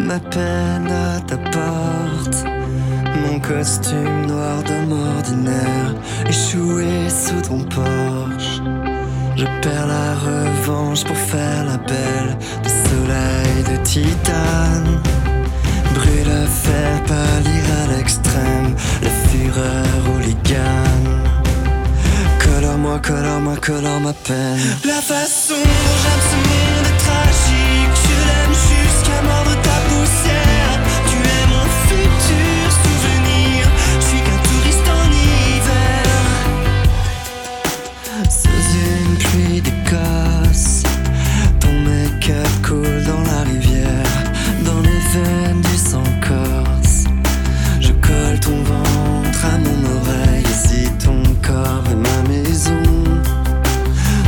Speaker 8: ma peine à ta porte. Mon costume noir d'homme ordinaire, échoué sous ton porche. Je perds la revanche pour faire la belle de soleil de titane. Brûle à faire pâlir à l'extrême la fureur hooligan. Colore-moi, colore-moi, colore ma peine. La façon dont j'aime ce monde est tragique. Je l'aime jusqu'à mordre ta poussière. Tu es mon futur souvenir. Je suis qu'un touriste en hiver. Sous une pluie d'Écosse, ton make-up coule dans la rivière. Dans les veines du sang corse. Je colle ton ventre à mon oreille et si ton corps est ma maison.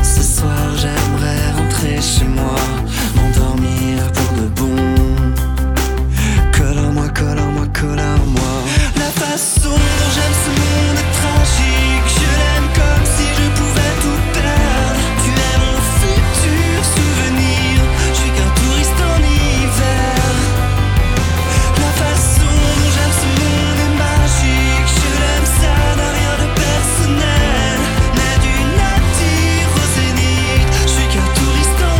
Speaker 8: Ce soir j'aimerais rentrer chez moi, m'endormir pour de bon. Colore-moi, colore-moi, colore-moi. La façon dont j'aime ce monde est tragique. Je l'aime comme si je pouvais tout perdre. Tu es mon futur souvenir. Je suis qu'un touriste en hiver. La façon dont j'aime ce monde est magique Je l'aime, ça n'a rien de personnel Mais du nadir au zénith Je suis qu'un touriste en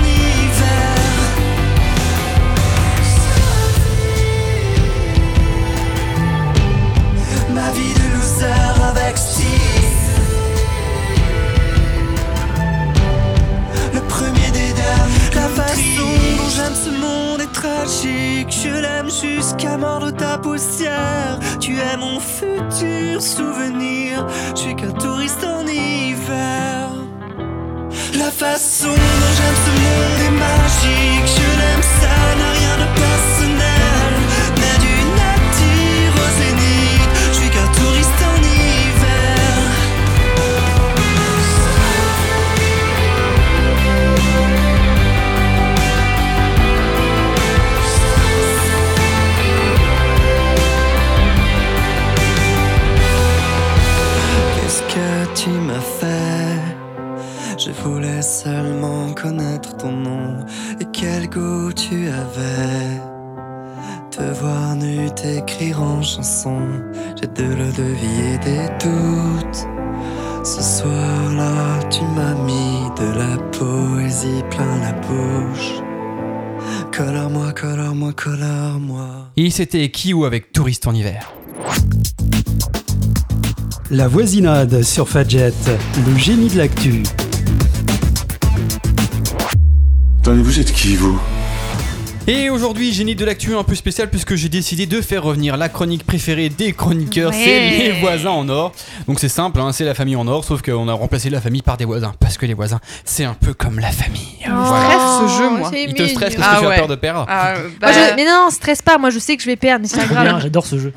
Speaker 8: hiver Ma vie de loser avec style Le premier des derniers La façon dont j'aime ce monde est tragique Je l'aime jusqu'à mordre ta poussière Tu es mon futur souvenir Je suis qu'un touriste en hiver La façon dont j'aime ce monde est magique Je l'aime, ça n'a rien de personnel Mais du nadir au zénith Je suis qu'un touriste en hiver Qu'est-ce que tu m'as fait Je voulais seulement connaître ton nom et quel goût tu avais. Te voir nu, t'écrire en chanson, j'ai de l'eau de vie et des doutes. Ce soir-là, tu m'as mis de la poésie plein la bouche. Colore-moi, colore-moi, colore-moi.
Speaker 1: Et c'était Kyo avec Touriste en hiver.
Speaker 4: La voisinade sur Fadjet, le génie de l'actu.
Speaker 7: Attendez, vous êtes qui, vous
Speaker 1: Et aujourd'hui, génie de l'actu un peu spécial puisque j'ai décidé de faire revenir la chronique préférée des chroniqueurs, c'est
Speaker 2: Ouais.
Speaker 1: les voisins en or. Donc c'est simple, hein, c'est la famille en or, sauf qu'on a remplacé la famille par des voisins parce que les voisins, c'est un peu comme la famille.
Speaker 2: Oh,
Speaker 1: Voilà.
Speaker 6: stresse, ce jeu, moi.
Speaker 2: c'est
Speaker 1: Il te stresse parce
Speaker 2: mignon.
Speaker 1: que
Speaker 6: Oh, Ah
Speaker 1: tu as
Speaker 6: ouais.
Speaker 1: peur de perdre.
Speaker 6: Ah, bah,
Speaker 2: Moi, je- Mais non, stresse pas, moi je sais que je vais perdre, mais c'est pas
Speaker 3: Trop bien,
Speaker 2: grave.
Speaker 3: j'adore ce jeu.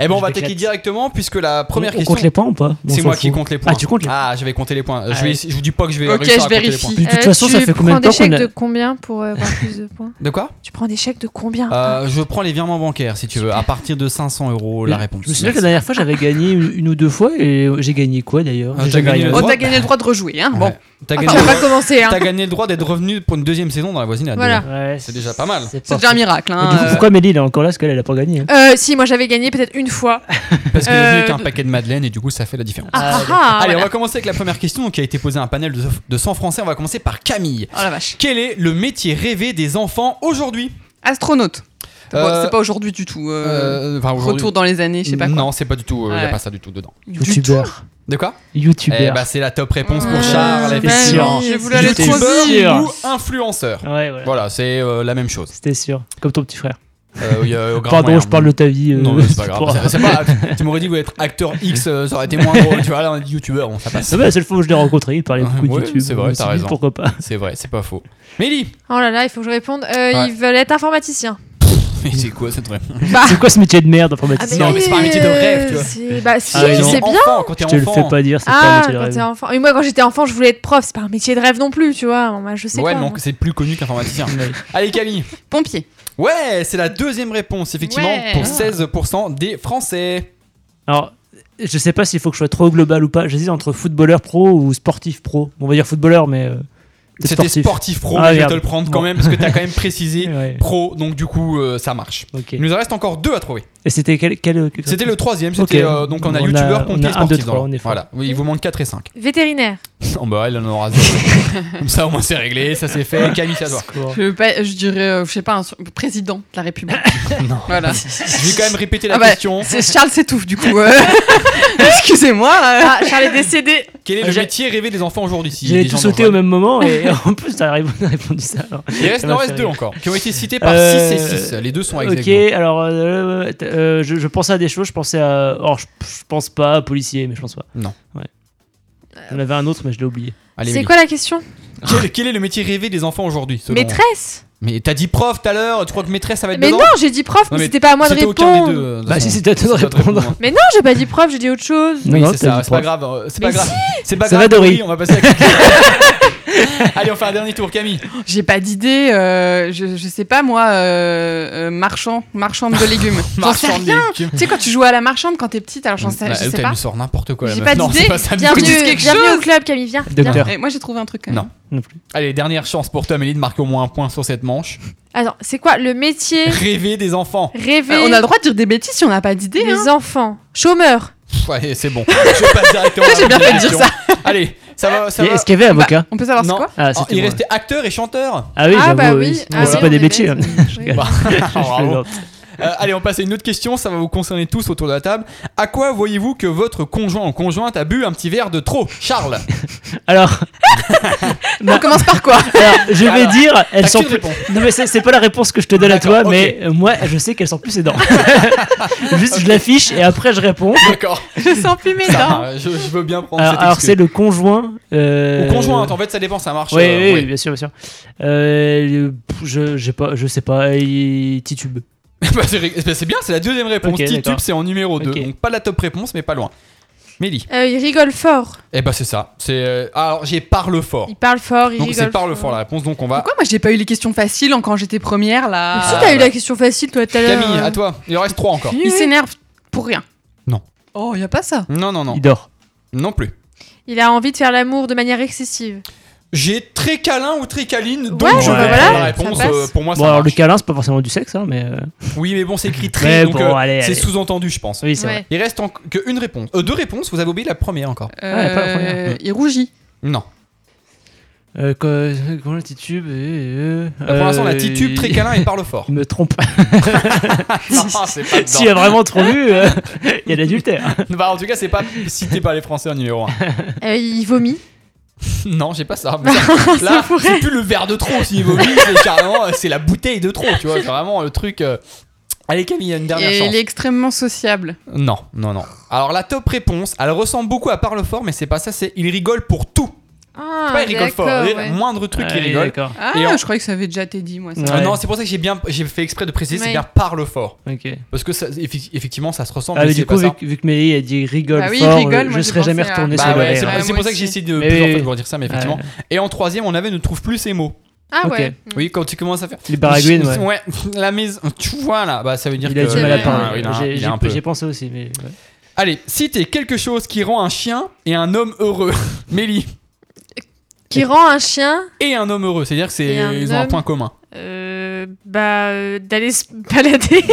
Speaker 1: Eh ben on
Speaker 3: Je
Speaker 1: va
Speaker 3: m'éclate.
Speaker 1: attaquer directement puisque la première
Speaker 3: on, on
Speaker 1: question.
Speaker 3: compte les points ou pas On
Speaker 1: C'est
Speaker 3: s'en
Speaker 1: moi qui
Speaker 3: fout.
Speaker 1: compte les points.
Speaker 3: Ah, tu comptes les
Speaker 1: Ah, j'avais compté les poins. Je, vais,
Speaker 3: Allez.
Speaker 1: essayer- je vous dis pas que je vais
Speaker 6: Ok,
Speaker 1: réussir à
Speaker 6: je
Speaker 1: compter les points.
Speaker 6: vérifie.
Speaker 3: De toute
Speaker 2: Euh,
Speaker 3: façon, ça
Speaker 2: tu
Speaker 3: fait combien
Speaker 2: prends
Speaker 3: de temps
Speaker 2: des
Speaker 3: qu'on
Speaker 2: chèques
Speaker 3: a
Speaker 2: de combien pour euh, avoir plus de points
Speaker 1: De quoi
Speaker 2: Tu prends des chèques de combien Ah,
Speaker 1: Euh, Je prends les virements bancaires si tu veux, à partir de 500 euros Oh, la réponse.
Speaker 3: Je me souviens que la dernière fois, j'avais gagné une une ou deux fois et euh, j'ai gagné quoi d'ailleurs
Speaker 1: Ah,
Speaker 3: J'ai
Speaker 1: t'as
Speaker 3: jamais
Speaker 1: gagné
Speaker 3: rien.
Speaker 1: le
Speaker 6: Oh,
Speaker 1: droit.
Speaker 6: t'as gagné le droit de rejouer, hein. Bon.
Speaker 1: Ouais. T'as
Speaker 2: Ah,
Speaker 1: gagné,
Speaker 2: Tu vas
Speaker 1: le
Speaker 2: pas
Speaker 1: droit-
Speaker 2: commencer, hein.
Speaker 1: t'as gagné le droit d'être revenu pour une deuxième saison dans la voisinade.
Speaker 2: Voilà.
Speaker 1: déjà.
Speaker 3: Ouais,
Speaker 1: C'est déjà pas mal.
Speaker 6: C'est déjà un miracle,
Speaker 3: Mais du
Speaker 2: Ah.
Speaker 3: coup,
Speaker 6: hein.
Speaker 3: pourquoi Mélie, elle est encore là Parce qu'elle, elle a pas gagné. hein.
Speaker 2: Euh, si, moi j'avais gagné peut-être une fois.
Speaker 1: Parce que j'ai
Speaker 2: Euh,
Speaker 1: venu avec un
Speaker 2: de-
Speaker 1: paquet de madeleines et du coup ça fait la différence.
Speaker 2: Ah, ah,
Speaker 1: Allez,
Speaker 2: voilà.
Speaker 1: on va commencer avec la première question qui a été posée à un panel de, de 100 français. On va commencer par Camille.
Speaker 6: Oh la Ah, vache.
Speaker 1: Quel est le métier rêvé des enfants aujourd'hui
Speaker 6: Astronaute. C'est pas- c'est pas aujourd'hui du tout. euh,
Speaker 1: euh, enfin, aujourd'hui-
Speaker 6: Retour dans les années, je sais pas quoi.
Speaker 1: Non, c'est pas du tout. Il n'y a
Speaker 6: Ouais.
Speaker 1: pas ça du tout dedans.
Speaker 6: Du tout.
Speaker 3: Youtubeur.
Speaker 1: De quoi Eh
Speaker 3: Youtubeur.
Speaker 1: bah, c'est la top réponse
Speaker 6: Ah,
Speaker 1: pour Charles,
Speaker 6: bah
Speaker 3: c'est
Speaker 1: effectivement.
Speaker 6: oui, J'ai voulu aller
Speaker 3: C'était
Speaker 6: trop vite.
Speaker 1: Youtubeur
Speaker 3: sûr.
Speaker 1: ou influenceur.
Speaker 3: Ouais, voilà.
Speaker 1: Voilà, c'est euh, la même chose.
Speaker 3: C'était sûr. Comme ton petit frère.
Speaker 1: Euh, il y a- au grand
Speaker 3: Pardon,
Speaker 1: moyen.
Speaker 3: je parle de ta vie. euh,
Speaker 1: Non, mais c'est pas
Speaker 3: pour-
Speaker 1: grave. C'est- c'est pas grave. tu m'aurais dit, vous êtes acteur X, euh, ça aurait été moins drôle. Tu vois, là, on est youtubeur, bon, ça passe.
Speaker 3: Ah bah, la seule fois où je l'ai rencontré, il parlait beaucoup de
Speaker 1: Ouais,
Speaker 3: YouTube.
Speaker 1: c'est vrai,
Speaker 3: Je me suis
Speaker 1: t'as
Speaker 3: dit,
Speaker 1: raison.
Speaker 3: Pourquoi pas
Speaker 1: C'est vrai, c'est pas faux. Mélie
Speaker 2: Oh là là, il faut que je réponde. Euh,
Speaker 1: Ouais.
Speaker 2: Ils veulent être informaticiens.
Speaker 1: Mais c'est quoi cette vraie
Speaker 2: Bah,
Speaker 3: C'est quoi ce métier de merde
Speaker 2: Ah,
Speaker 1: mais
Speaker 3: informaticien
Speaker 1: non, mais c'est pas un métier de rêve, tu vois.
Speaker 2: c'est- Bah, si,
Speaker 3: Ah, non.
Speaker 2: c'est bien.
Speaker 1: Enfant, quand t'es
Speaker 3: Je te le
Speaker 1: enfant.
Speaker 3: fais pas dire, c'est pas un
Speaker 2: Ah,
Speaker 3: métier de
Speaker 2: quand
Speaker 3: rêve.
Speaker 2: t'es enfant. Et moi, quand j'étais enfant, je voulais être prof. C'est pas un métier de rêve non plus, tu vois. Moi, je sais
Speaker 1: Ouais,
Speaker 2: pas.
Speaker 1: mais
Speaker 2: moi.
Speaker 1: c'est plus connu qu'informaticien. Allez, Camille.
Speaker 6: Pompier.
Speaker 1: Ouais, c'est la deuxième réponse, effectivement,
Speaker 6: Ouais.
Speaker 1: pour
Speaker 6: Ah.
Speaker 1: 16% des Français.
Speaker 3: Alors, je sais pas s'il faut que je sois trop global ou pas. J'hésite entre footballeur pro ou sportif pro. Bon, on va dire footballeur, mais. euh, peut-être
Speaker 1: C'était sportif. pro,
Speaker 3: Ah,
Speaker 1: mais je vais
Speaker 3: merde.
Speaker 1: te le prendre quand
Speaker 3: Bon.
Speaker 1: même, parce que t'as quand même précisé
Speaker 3: Ouais,
Speaker 1: pro, donc du coup, euh, ça marche.
Speaker 3: ok.
Speaker 1: Il nous en reste encore deux à trouver.
Speaker 3: Et c'était quel. quel- quel-
Speaker 1: C'était le troisième,
Speaker 3: Ok.
Speaker 1: c'était euh, donc on a
Speaker 3: On a-
Speaker 1: youtubeur,
Speaker 3: on
Speaker 1: pompier,
Speaker 3: a un,
Speaker 1: sportif
Speaker 3: deux,
Speaker 1: dans
Speaker 3: trois,
Speaker 1: le-
Speaker 3: on est fort.
Speaker 1: Voilà, Oui, il vous manque 4 et 5.
Speaker 2: Vétérinaire.
Speaker 1: Oh bah elle en aura zéro. Comme ça au moins c'est réglé, ça c'est fait. Camille, ça doit.
Speaker 3: Secours.
Speaker 6: Je, veux pas- je dirais, euh, je sais pas, un sur- président de la République. Voilà.
Speaker 1: Je vais quand même répéter la
Speaker 6: Ah bah,
Speaker 1: question.
Speaker 6: c'est- Charles s'étouffe du coup. euh. Excusez-moi. euh.
Speaker 2: Ah, Charles est décédé.
Speaker 1: Quel est
Speaker 3: Ah,
Speaker 1: le
Speaker 3: j'ai-
Speaker 1: métier rêvé des enfants aujourd'hui si
Speaker 3: J'ai
Speaker 1: des
Speaker 3: tout
Speaker 1: gens
Speaker 3: sauté
Speaker 1: dans
Speaker 3: au
Speaker 1: le-
Speaker 3: même moment et en plus, t'as répondu, t'as répondu ça. alors.
Speaker 1: Il reste,
Speaker 3: Ça
Speaker 1: il en
Speaker 3: m'a
Speaker 1: reste
Speaker 3: fait
Speaker 1: deux
Speaker 3: rire.
Speaker 1: encore qui ont été cités par 6
Speaker 3: Euh,
Speaker 1: et 6. Les deux sont
Speaker 3: Ok,
Speaker 1: exacts.
Speaker 3: alors euh, euh, t- euh, je, je pensais à des choses, je pensais à. Or, je, je pense pas à policier, mais je pense pas.
Speaker 1: Non.
Speaker 3: Ouais. On avait un autre, mais je l'ai oublié.
Speaker 1: Allez,
Speaker 2: C'est
Speaker 1: Mélie.
Speaker 2: quoi la question
Speaker 1: Quel, quel est le métier rêvé des enfants aujourd'hui selon-
Speaker 2: Maîtresse
Speaker 1: Mais t'as dit prof tout à l'heure, tu crois que maîtresse ça va être
Speaker 2: Mais
Speaker 1: dedans
Speaker 2: non, j'ai dit prof,
Speaker 1: Non,
Speaker 2: mais
Speaker 1: mais
Speaker 2: c'était pas à moi de
Speaker 1: C'était aucun des deux.
Speaker 2: répondre.
Speaker 1: euh, de
Speaker 3: Bah,
Speaker 1: toute
Speaker 3: si
Speaker 1: façon.
Speaker 3: c'était à toi de
Speaker 1: C'est à toi de
Speaker 3: répondre.
Speaker 1: répondre.
Speaker 2: Mais non, j'ai pas dit prof, j'ai dit autre chose.
Speaker 1: Oui,
Speaker 3: Non,
Speaker 1: c'est
Speaker 3: t'as
Speaker 1: ça,
Speaker 3: dit
Speaker 1: c'est pas
Speaker 3: prof.
Speaker 1: grave. euh, C'est pas
Speaker 2: Mais
Speaker 1: grave. C'est pas
Speaker 3: Ça
Speaker 1: grave.
Speaker 3: va, Dory.
Speaker 1: Dory, On va passer à la question. Allez, on fait un dernier tour, Camille.
Speaker 6: J'ai pas d'idée. euh, je, je sais pas moi. euh, euh, marchand, marchande de légumes. J'en sais
Speaker 1: Marchande
Speaker 6: rien.
Speaker 1: d'écume.
Speaker 6: Tu sais quand tu jouais à la marchande quand t'es petite, alors j'en sais,
Speaker 1: Ouais,
Speaker 6: je sais
Speaker 1: Mm. Bah, elle
Speaker 6: pas.
Speaker 1: me sort n'importe quoi. la
Speaker 6: J'ai
Speaker 1: meuf.
Speaker 6: pas
Speaker 1: Non, c'est
Speaker 6: d'idée.
Speaker 1: pas ça. du tout.
Speaker 2: Bienvenue,
Speaker 6: Dites quelque
Speaker 2: bienvenue au
Speaker 6: chose.
Speaker 2: club, Camille, viens.
Speaker 3: Docteur.
Speaker 1: Bien.
Speaker 6: Et moi j'ai trouvé un truc. Quand même.
Speaker 1: Non. Allez, dernière chance pour toi, Amélie, de marquer au moins un point sur cette manche.
Speaker 2: Viens. Attends, c'est quoi le métier
Speaker 1: Rêver des enfants.
Speaker 2: rêvé
Speaker 6: Euh, on a le droit de dire des bêtises si on n'a pas d'idée. hein.
Speaker 2: des enfants Chômeur
Speaker 1: Pff, Ouais, c'est bon. Je passe directement. à la
Speaker 6: J'ai bien fait de dire
Speaker 1: question. Allez, ça va, ça
Speaker 3: Et
Speaker 1: va.
Speaker 3: Est-ce qu'il y avait avocat
Speaker 6: Bah, On peut savoir c'est
Speaker 1: Non.
Speaker 6: quoi
Speaker 3: Ah,
Speaker 1: Oh,
Speaker 3: c'était
Speaker 1: il
Speaker 3: moi.
Speaker 1: restait acteur et chanteur.
Speaker 3: Ah oui,
Speaker 2: Bah, Ah,
Speaker 3: j'avoue,
Speaker 2: bah
Speaker 3: oui.
Speaker 2: oui.
Speaker 3: Mais
Speaker 2: Ah
Speaker 3: c'est
Speaker 2: oui,
Speaker 3: pas
Speaker 2: on
Speaker 3: des
Speaker 2: est
Speaker 3: métiers.
Speaker 2: bête.
Speaker 3: hein. Je
Speaker 2: Oui.
Speaker 3: rigole. Je
Speaker 1: Oh, Bravo.
Speaker 3: plaisante.
Speaker 1: Euh, allez, on passe à une autre question. Ça va vous concerner tous autour de la table. À quoi voyez-vous que votre conjoint ou conjointe a bu un petit verre de trop, Charles
Speaker 3: Alors,
Speaker 6: On commence par quoi
Speaker 3: alors, je vais
Speaker 1: Alors,
Speaker 3: dire, elles
Speaker 1: T'as
Speaker 3: sont
Speaker 1: qu'une
Speaker 3: plus.
Speaker 1: réponse.
Speaker 3: Non mais c'est c'est pas la réponse que je te donne à
Speaker 1: D'accord,
Speaker 3: toi,
Speaker 1: ok.
Speaker 3: mais euh, moi je sais qu'elles sont plus ses dents. Juste je l'affiche et après je réponds.
Speaker 1: D'accord.
Speaker 6: Je sens plus mes
Speaker 1: Ça
Speaker 6: dents.
Speaker 1: va, Je, je veux bien prendre
Speaker 3: Alors, alors,
Speaker 1: cette
Speaker 3: c'est le
Speaker 1: excuse.
Speaker 3: conjoint. euh,
Speaker 1: Ou conjointe, en fait, ça dépend, ça marche.
Speaker 3: Oui,
Speaker 1: euh,
Speaker 3: oui,
Speaker 1: ouais.
Speaker 3: bien sûr, bien sûr. Euh, pff, je, j'ai pas, je sais pas, il titube.
Speaker 1: Bah, c'est ré- bah, c'est bien, c'est la deuxième réponse.
Speaker 3: Ok,
Speaker 1: Titube,
Speaker 3: d'accord.
Speaker 1: c'est en numéro 2.
Speaker 3: Ok.
Speaker 1: Donc, pas la top réponse, mais pas loin. Mélie.
Speaker 2: Euh, Il rigole fort.
Speaker 1: Eh ben, c'est ça. C'est euh, Alors, j'ai parle fort.
Speaker 2: Il parle fort, il
Speaker 1: Donc,
Speaker 2: rigole
Speaker 1: c'est parle fort la réponse. Donc, on va.
Speaker 6: Pourquoi moi j'ai pas eu les questions faciles en- quand j'étais première
Speaker 2: Mais
Speaker 6: là
Speaker 2: si t'as eu la question facile toi tout à l'heure. hein.
Speaker 1: Camille, à toi. Il en reste 3 encore.
Speaker 6: Il s'énerve pour rien.
Speaker 1: Non.
Speaker 6: Oh, y a pas ça.
Speaker 1: Non, non, non.
Speaker 3: Il dort.
Speaker 1: Non plus.
Speaker 2: Il a envie de faire l'amour de manière excessive.
Speaker 1: J'ai très câlin ou très câline, donc
Speaker 2: Ouais,
Speaker 1: je
Speaker 3: bah
Speaker 1: vais
Speaker 3: voilà,
Speaker 1: prendre
Speaker 2: ça
Speaker 1: la réponse.
Speaker 2: passe.
Speaker 1: euh, pour moi,
Speaker 3: Bon
Speaker 1: ça
Speaker 3: alors le
Speaker 1: marche.
Speaker 3: câlin c'est pas forcément du sexe, hein, mais euh,
Speaker 1: Oui, mais bon, c'est écrit très,
Speaker 3: Mais
Speaker 1: donc
Speaker 3: bon,
Speaker 1: euh,
Speaker 3: allez,
Speaker 1: c'est
Speaker 3: allez.
Speaker 1: sous-entendu, je pense.
Speaker 3: oui c'est vrai.
Speaker 1: Il reste en- que une réponse. Euh, deux réponses, vous avez oublié la première encore.
Speaker 3: Ah, y a pas la première.
Speaker 6: Euh, il rougit.
Speaker 1: Non.
Speaker 3: Euh, quoi- comment la titube euh, euh,
Speaker 1: Bah, pour l'instant, on a
Speaker 3: euh,
Speaker 1: titube, très
Speaker 3: il-
Speaker 1: câlin et parle fort.
Speaker 3: Il me trompe.
Speaker 1: non, Ah, c'est pas dedans.
Speaker 3: S'il a vraiment trop vu, euh, il y a l'adultère.
Speaker 1: Bah, en tout cas, c'est pas cité par les Français en numéro 1.
Speaker 2: Euh, il vomit.
Speaker 1: Non, j'ai pas ça. Mais ça- là, c'est plus le verre de trop s'il vomit, c'est carrément euh, c'est la bouteille de trop, tu vois, c'est vraiment le truc. euh. Allez Camille, une dernière
Speaker 6: Et
Speaker 1: chance.
Speaker 6: il est extrêmement sociable.
Speaker 1: Non, non, non. Alors la top réponse, elle ressemble beaucoup à Parle fort, mais c'est pas ça. C'est il rigole pour tout.
Speaker 2: Ah,
Speaker 1: C'est pas il rigole fort, Mmh.
Speaker 2: d'accord,
Speaker 1: c'est
Speaker 2: ouais.
Speaker 1: moindre truc
Speaker 3: Ah,
Speaker 1: il rigole.
Speaker 3: D'accord.
Speaker 6: Ah,
Speaker 1: Et en-
Speaker 6: je croyais que ça avait déjà été dit moi. ça.
Speaker 3: Ouais.
Speaker 1: Ah non, c'est pour ça que j'ai bien, j'ai fait exprès de préciser, c'est
Speaker 2: Ouais.
Speaker 1: bien Parle fort,
Speaker 3: Ok.
Speaker 1: parce que ça, effi- effectivement, ça se ressemble.
Speaker 3: Ah,
Speaker 1: mais
Speaker 3: mais
Speaker 1: c'est
Speaker 3: du coup,
Speaker 1: pas
Speaker 3: vu,
Speaker 1: ça.
Speaker 3: vu que Mélie a dit rigole
Speaker 6: Bah oui,
Speaker 3: fort,
Speaker 6: rigole,
Speaker 3: euh,
Speaker 6: moi,
Speaker 3: je
Speaker 6: j'ai
Speaker 3: serais
Speaker 6: pensé
Speaker 3: jamais
Speaker 6: à-
Speaker 3: retourné
Speaker 1: Bah
Speaker 3: sur
Speaker 1: ouais,
Speaker 3: le
Speaker 1: c'est
Speaker 3: rêve.
Speaker 1: pour-
Speaker 6: Ouais,
Speaker 1: c'est pour
Speaker 6: moi
Speaker 1: ça que j'ai
Speaker 6: aussi.
Speaker 1: essayé de
Speaker 3: Mais
Speaker 1: plusieurs
Speaker 3: oui.
Speaker 1: fois de vous dire ça, mais effectivement.
Speaker 3: Ouais.
Speaker 1: Et en troisième, on avait ne trouve plus ses mots.
Speaker 2: Ah
Speaker 3: Ok.
Speaker 2: ouais.
Speaker 1: Oui, quand tu commences à faire.
Speaker 3: Les baragouines, ouais.
Speaker 1: la maison. Tu vois là, bah ça veut dire
Speaker 3: Il a
Speaker 1: que.
Speaker 3: du mal à
Speaker 2: Ouais,
Speaker 1: Ah,
Speaker 3: parler.
Speaker 1: oui, il a-
Speaker 3: J'ai-
Speaker 1: il a un
Speaker 3: J'ai
Speaker 1: peu.
Speaker 3: j'ai pensé aussi, mais ouais.
Speaker 1: Allez, citez quelque chose qui rend un chien et un homme heureux. Mélie.
Speaker 2: Qui rend un chien
Speaker 1: Et un homme heureux, c'est-à-dire que c'est
Speaker 2: Et un
Speaker 1: ils ont un
Speaker 2: homme.
Speaker 1: point commun.
Speaker 2: euh, bah euh, d'aller se balader.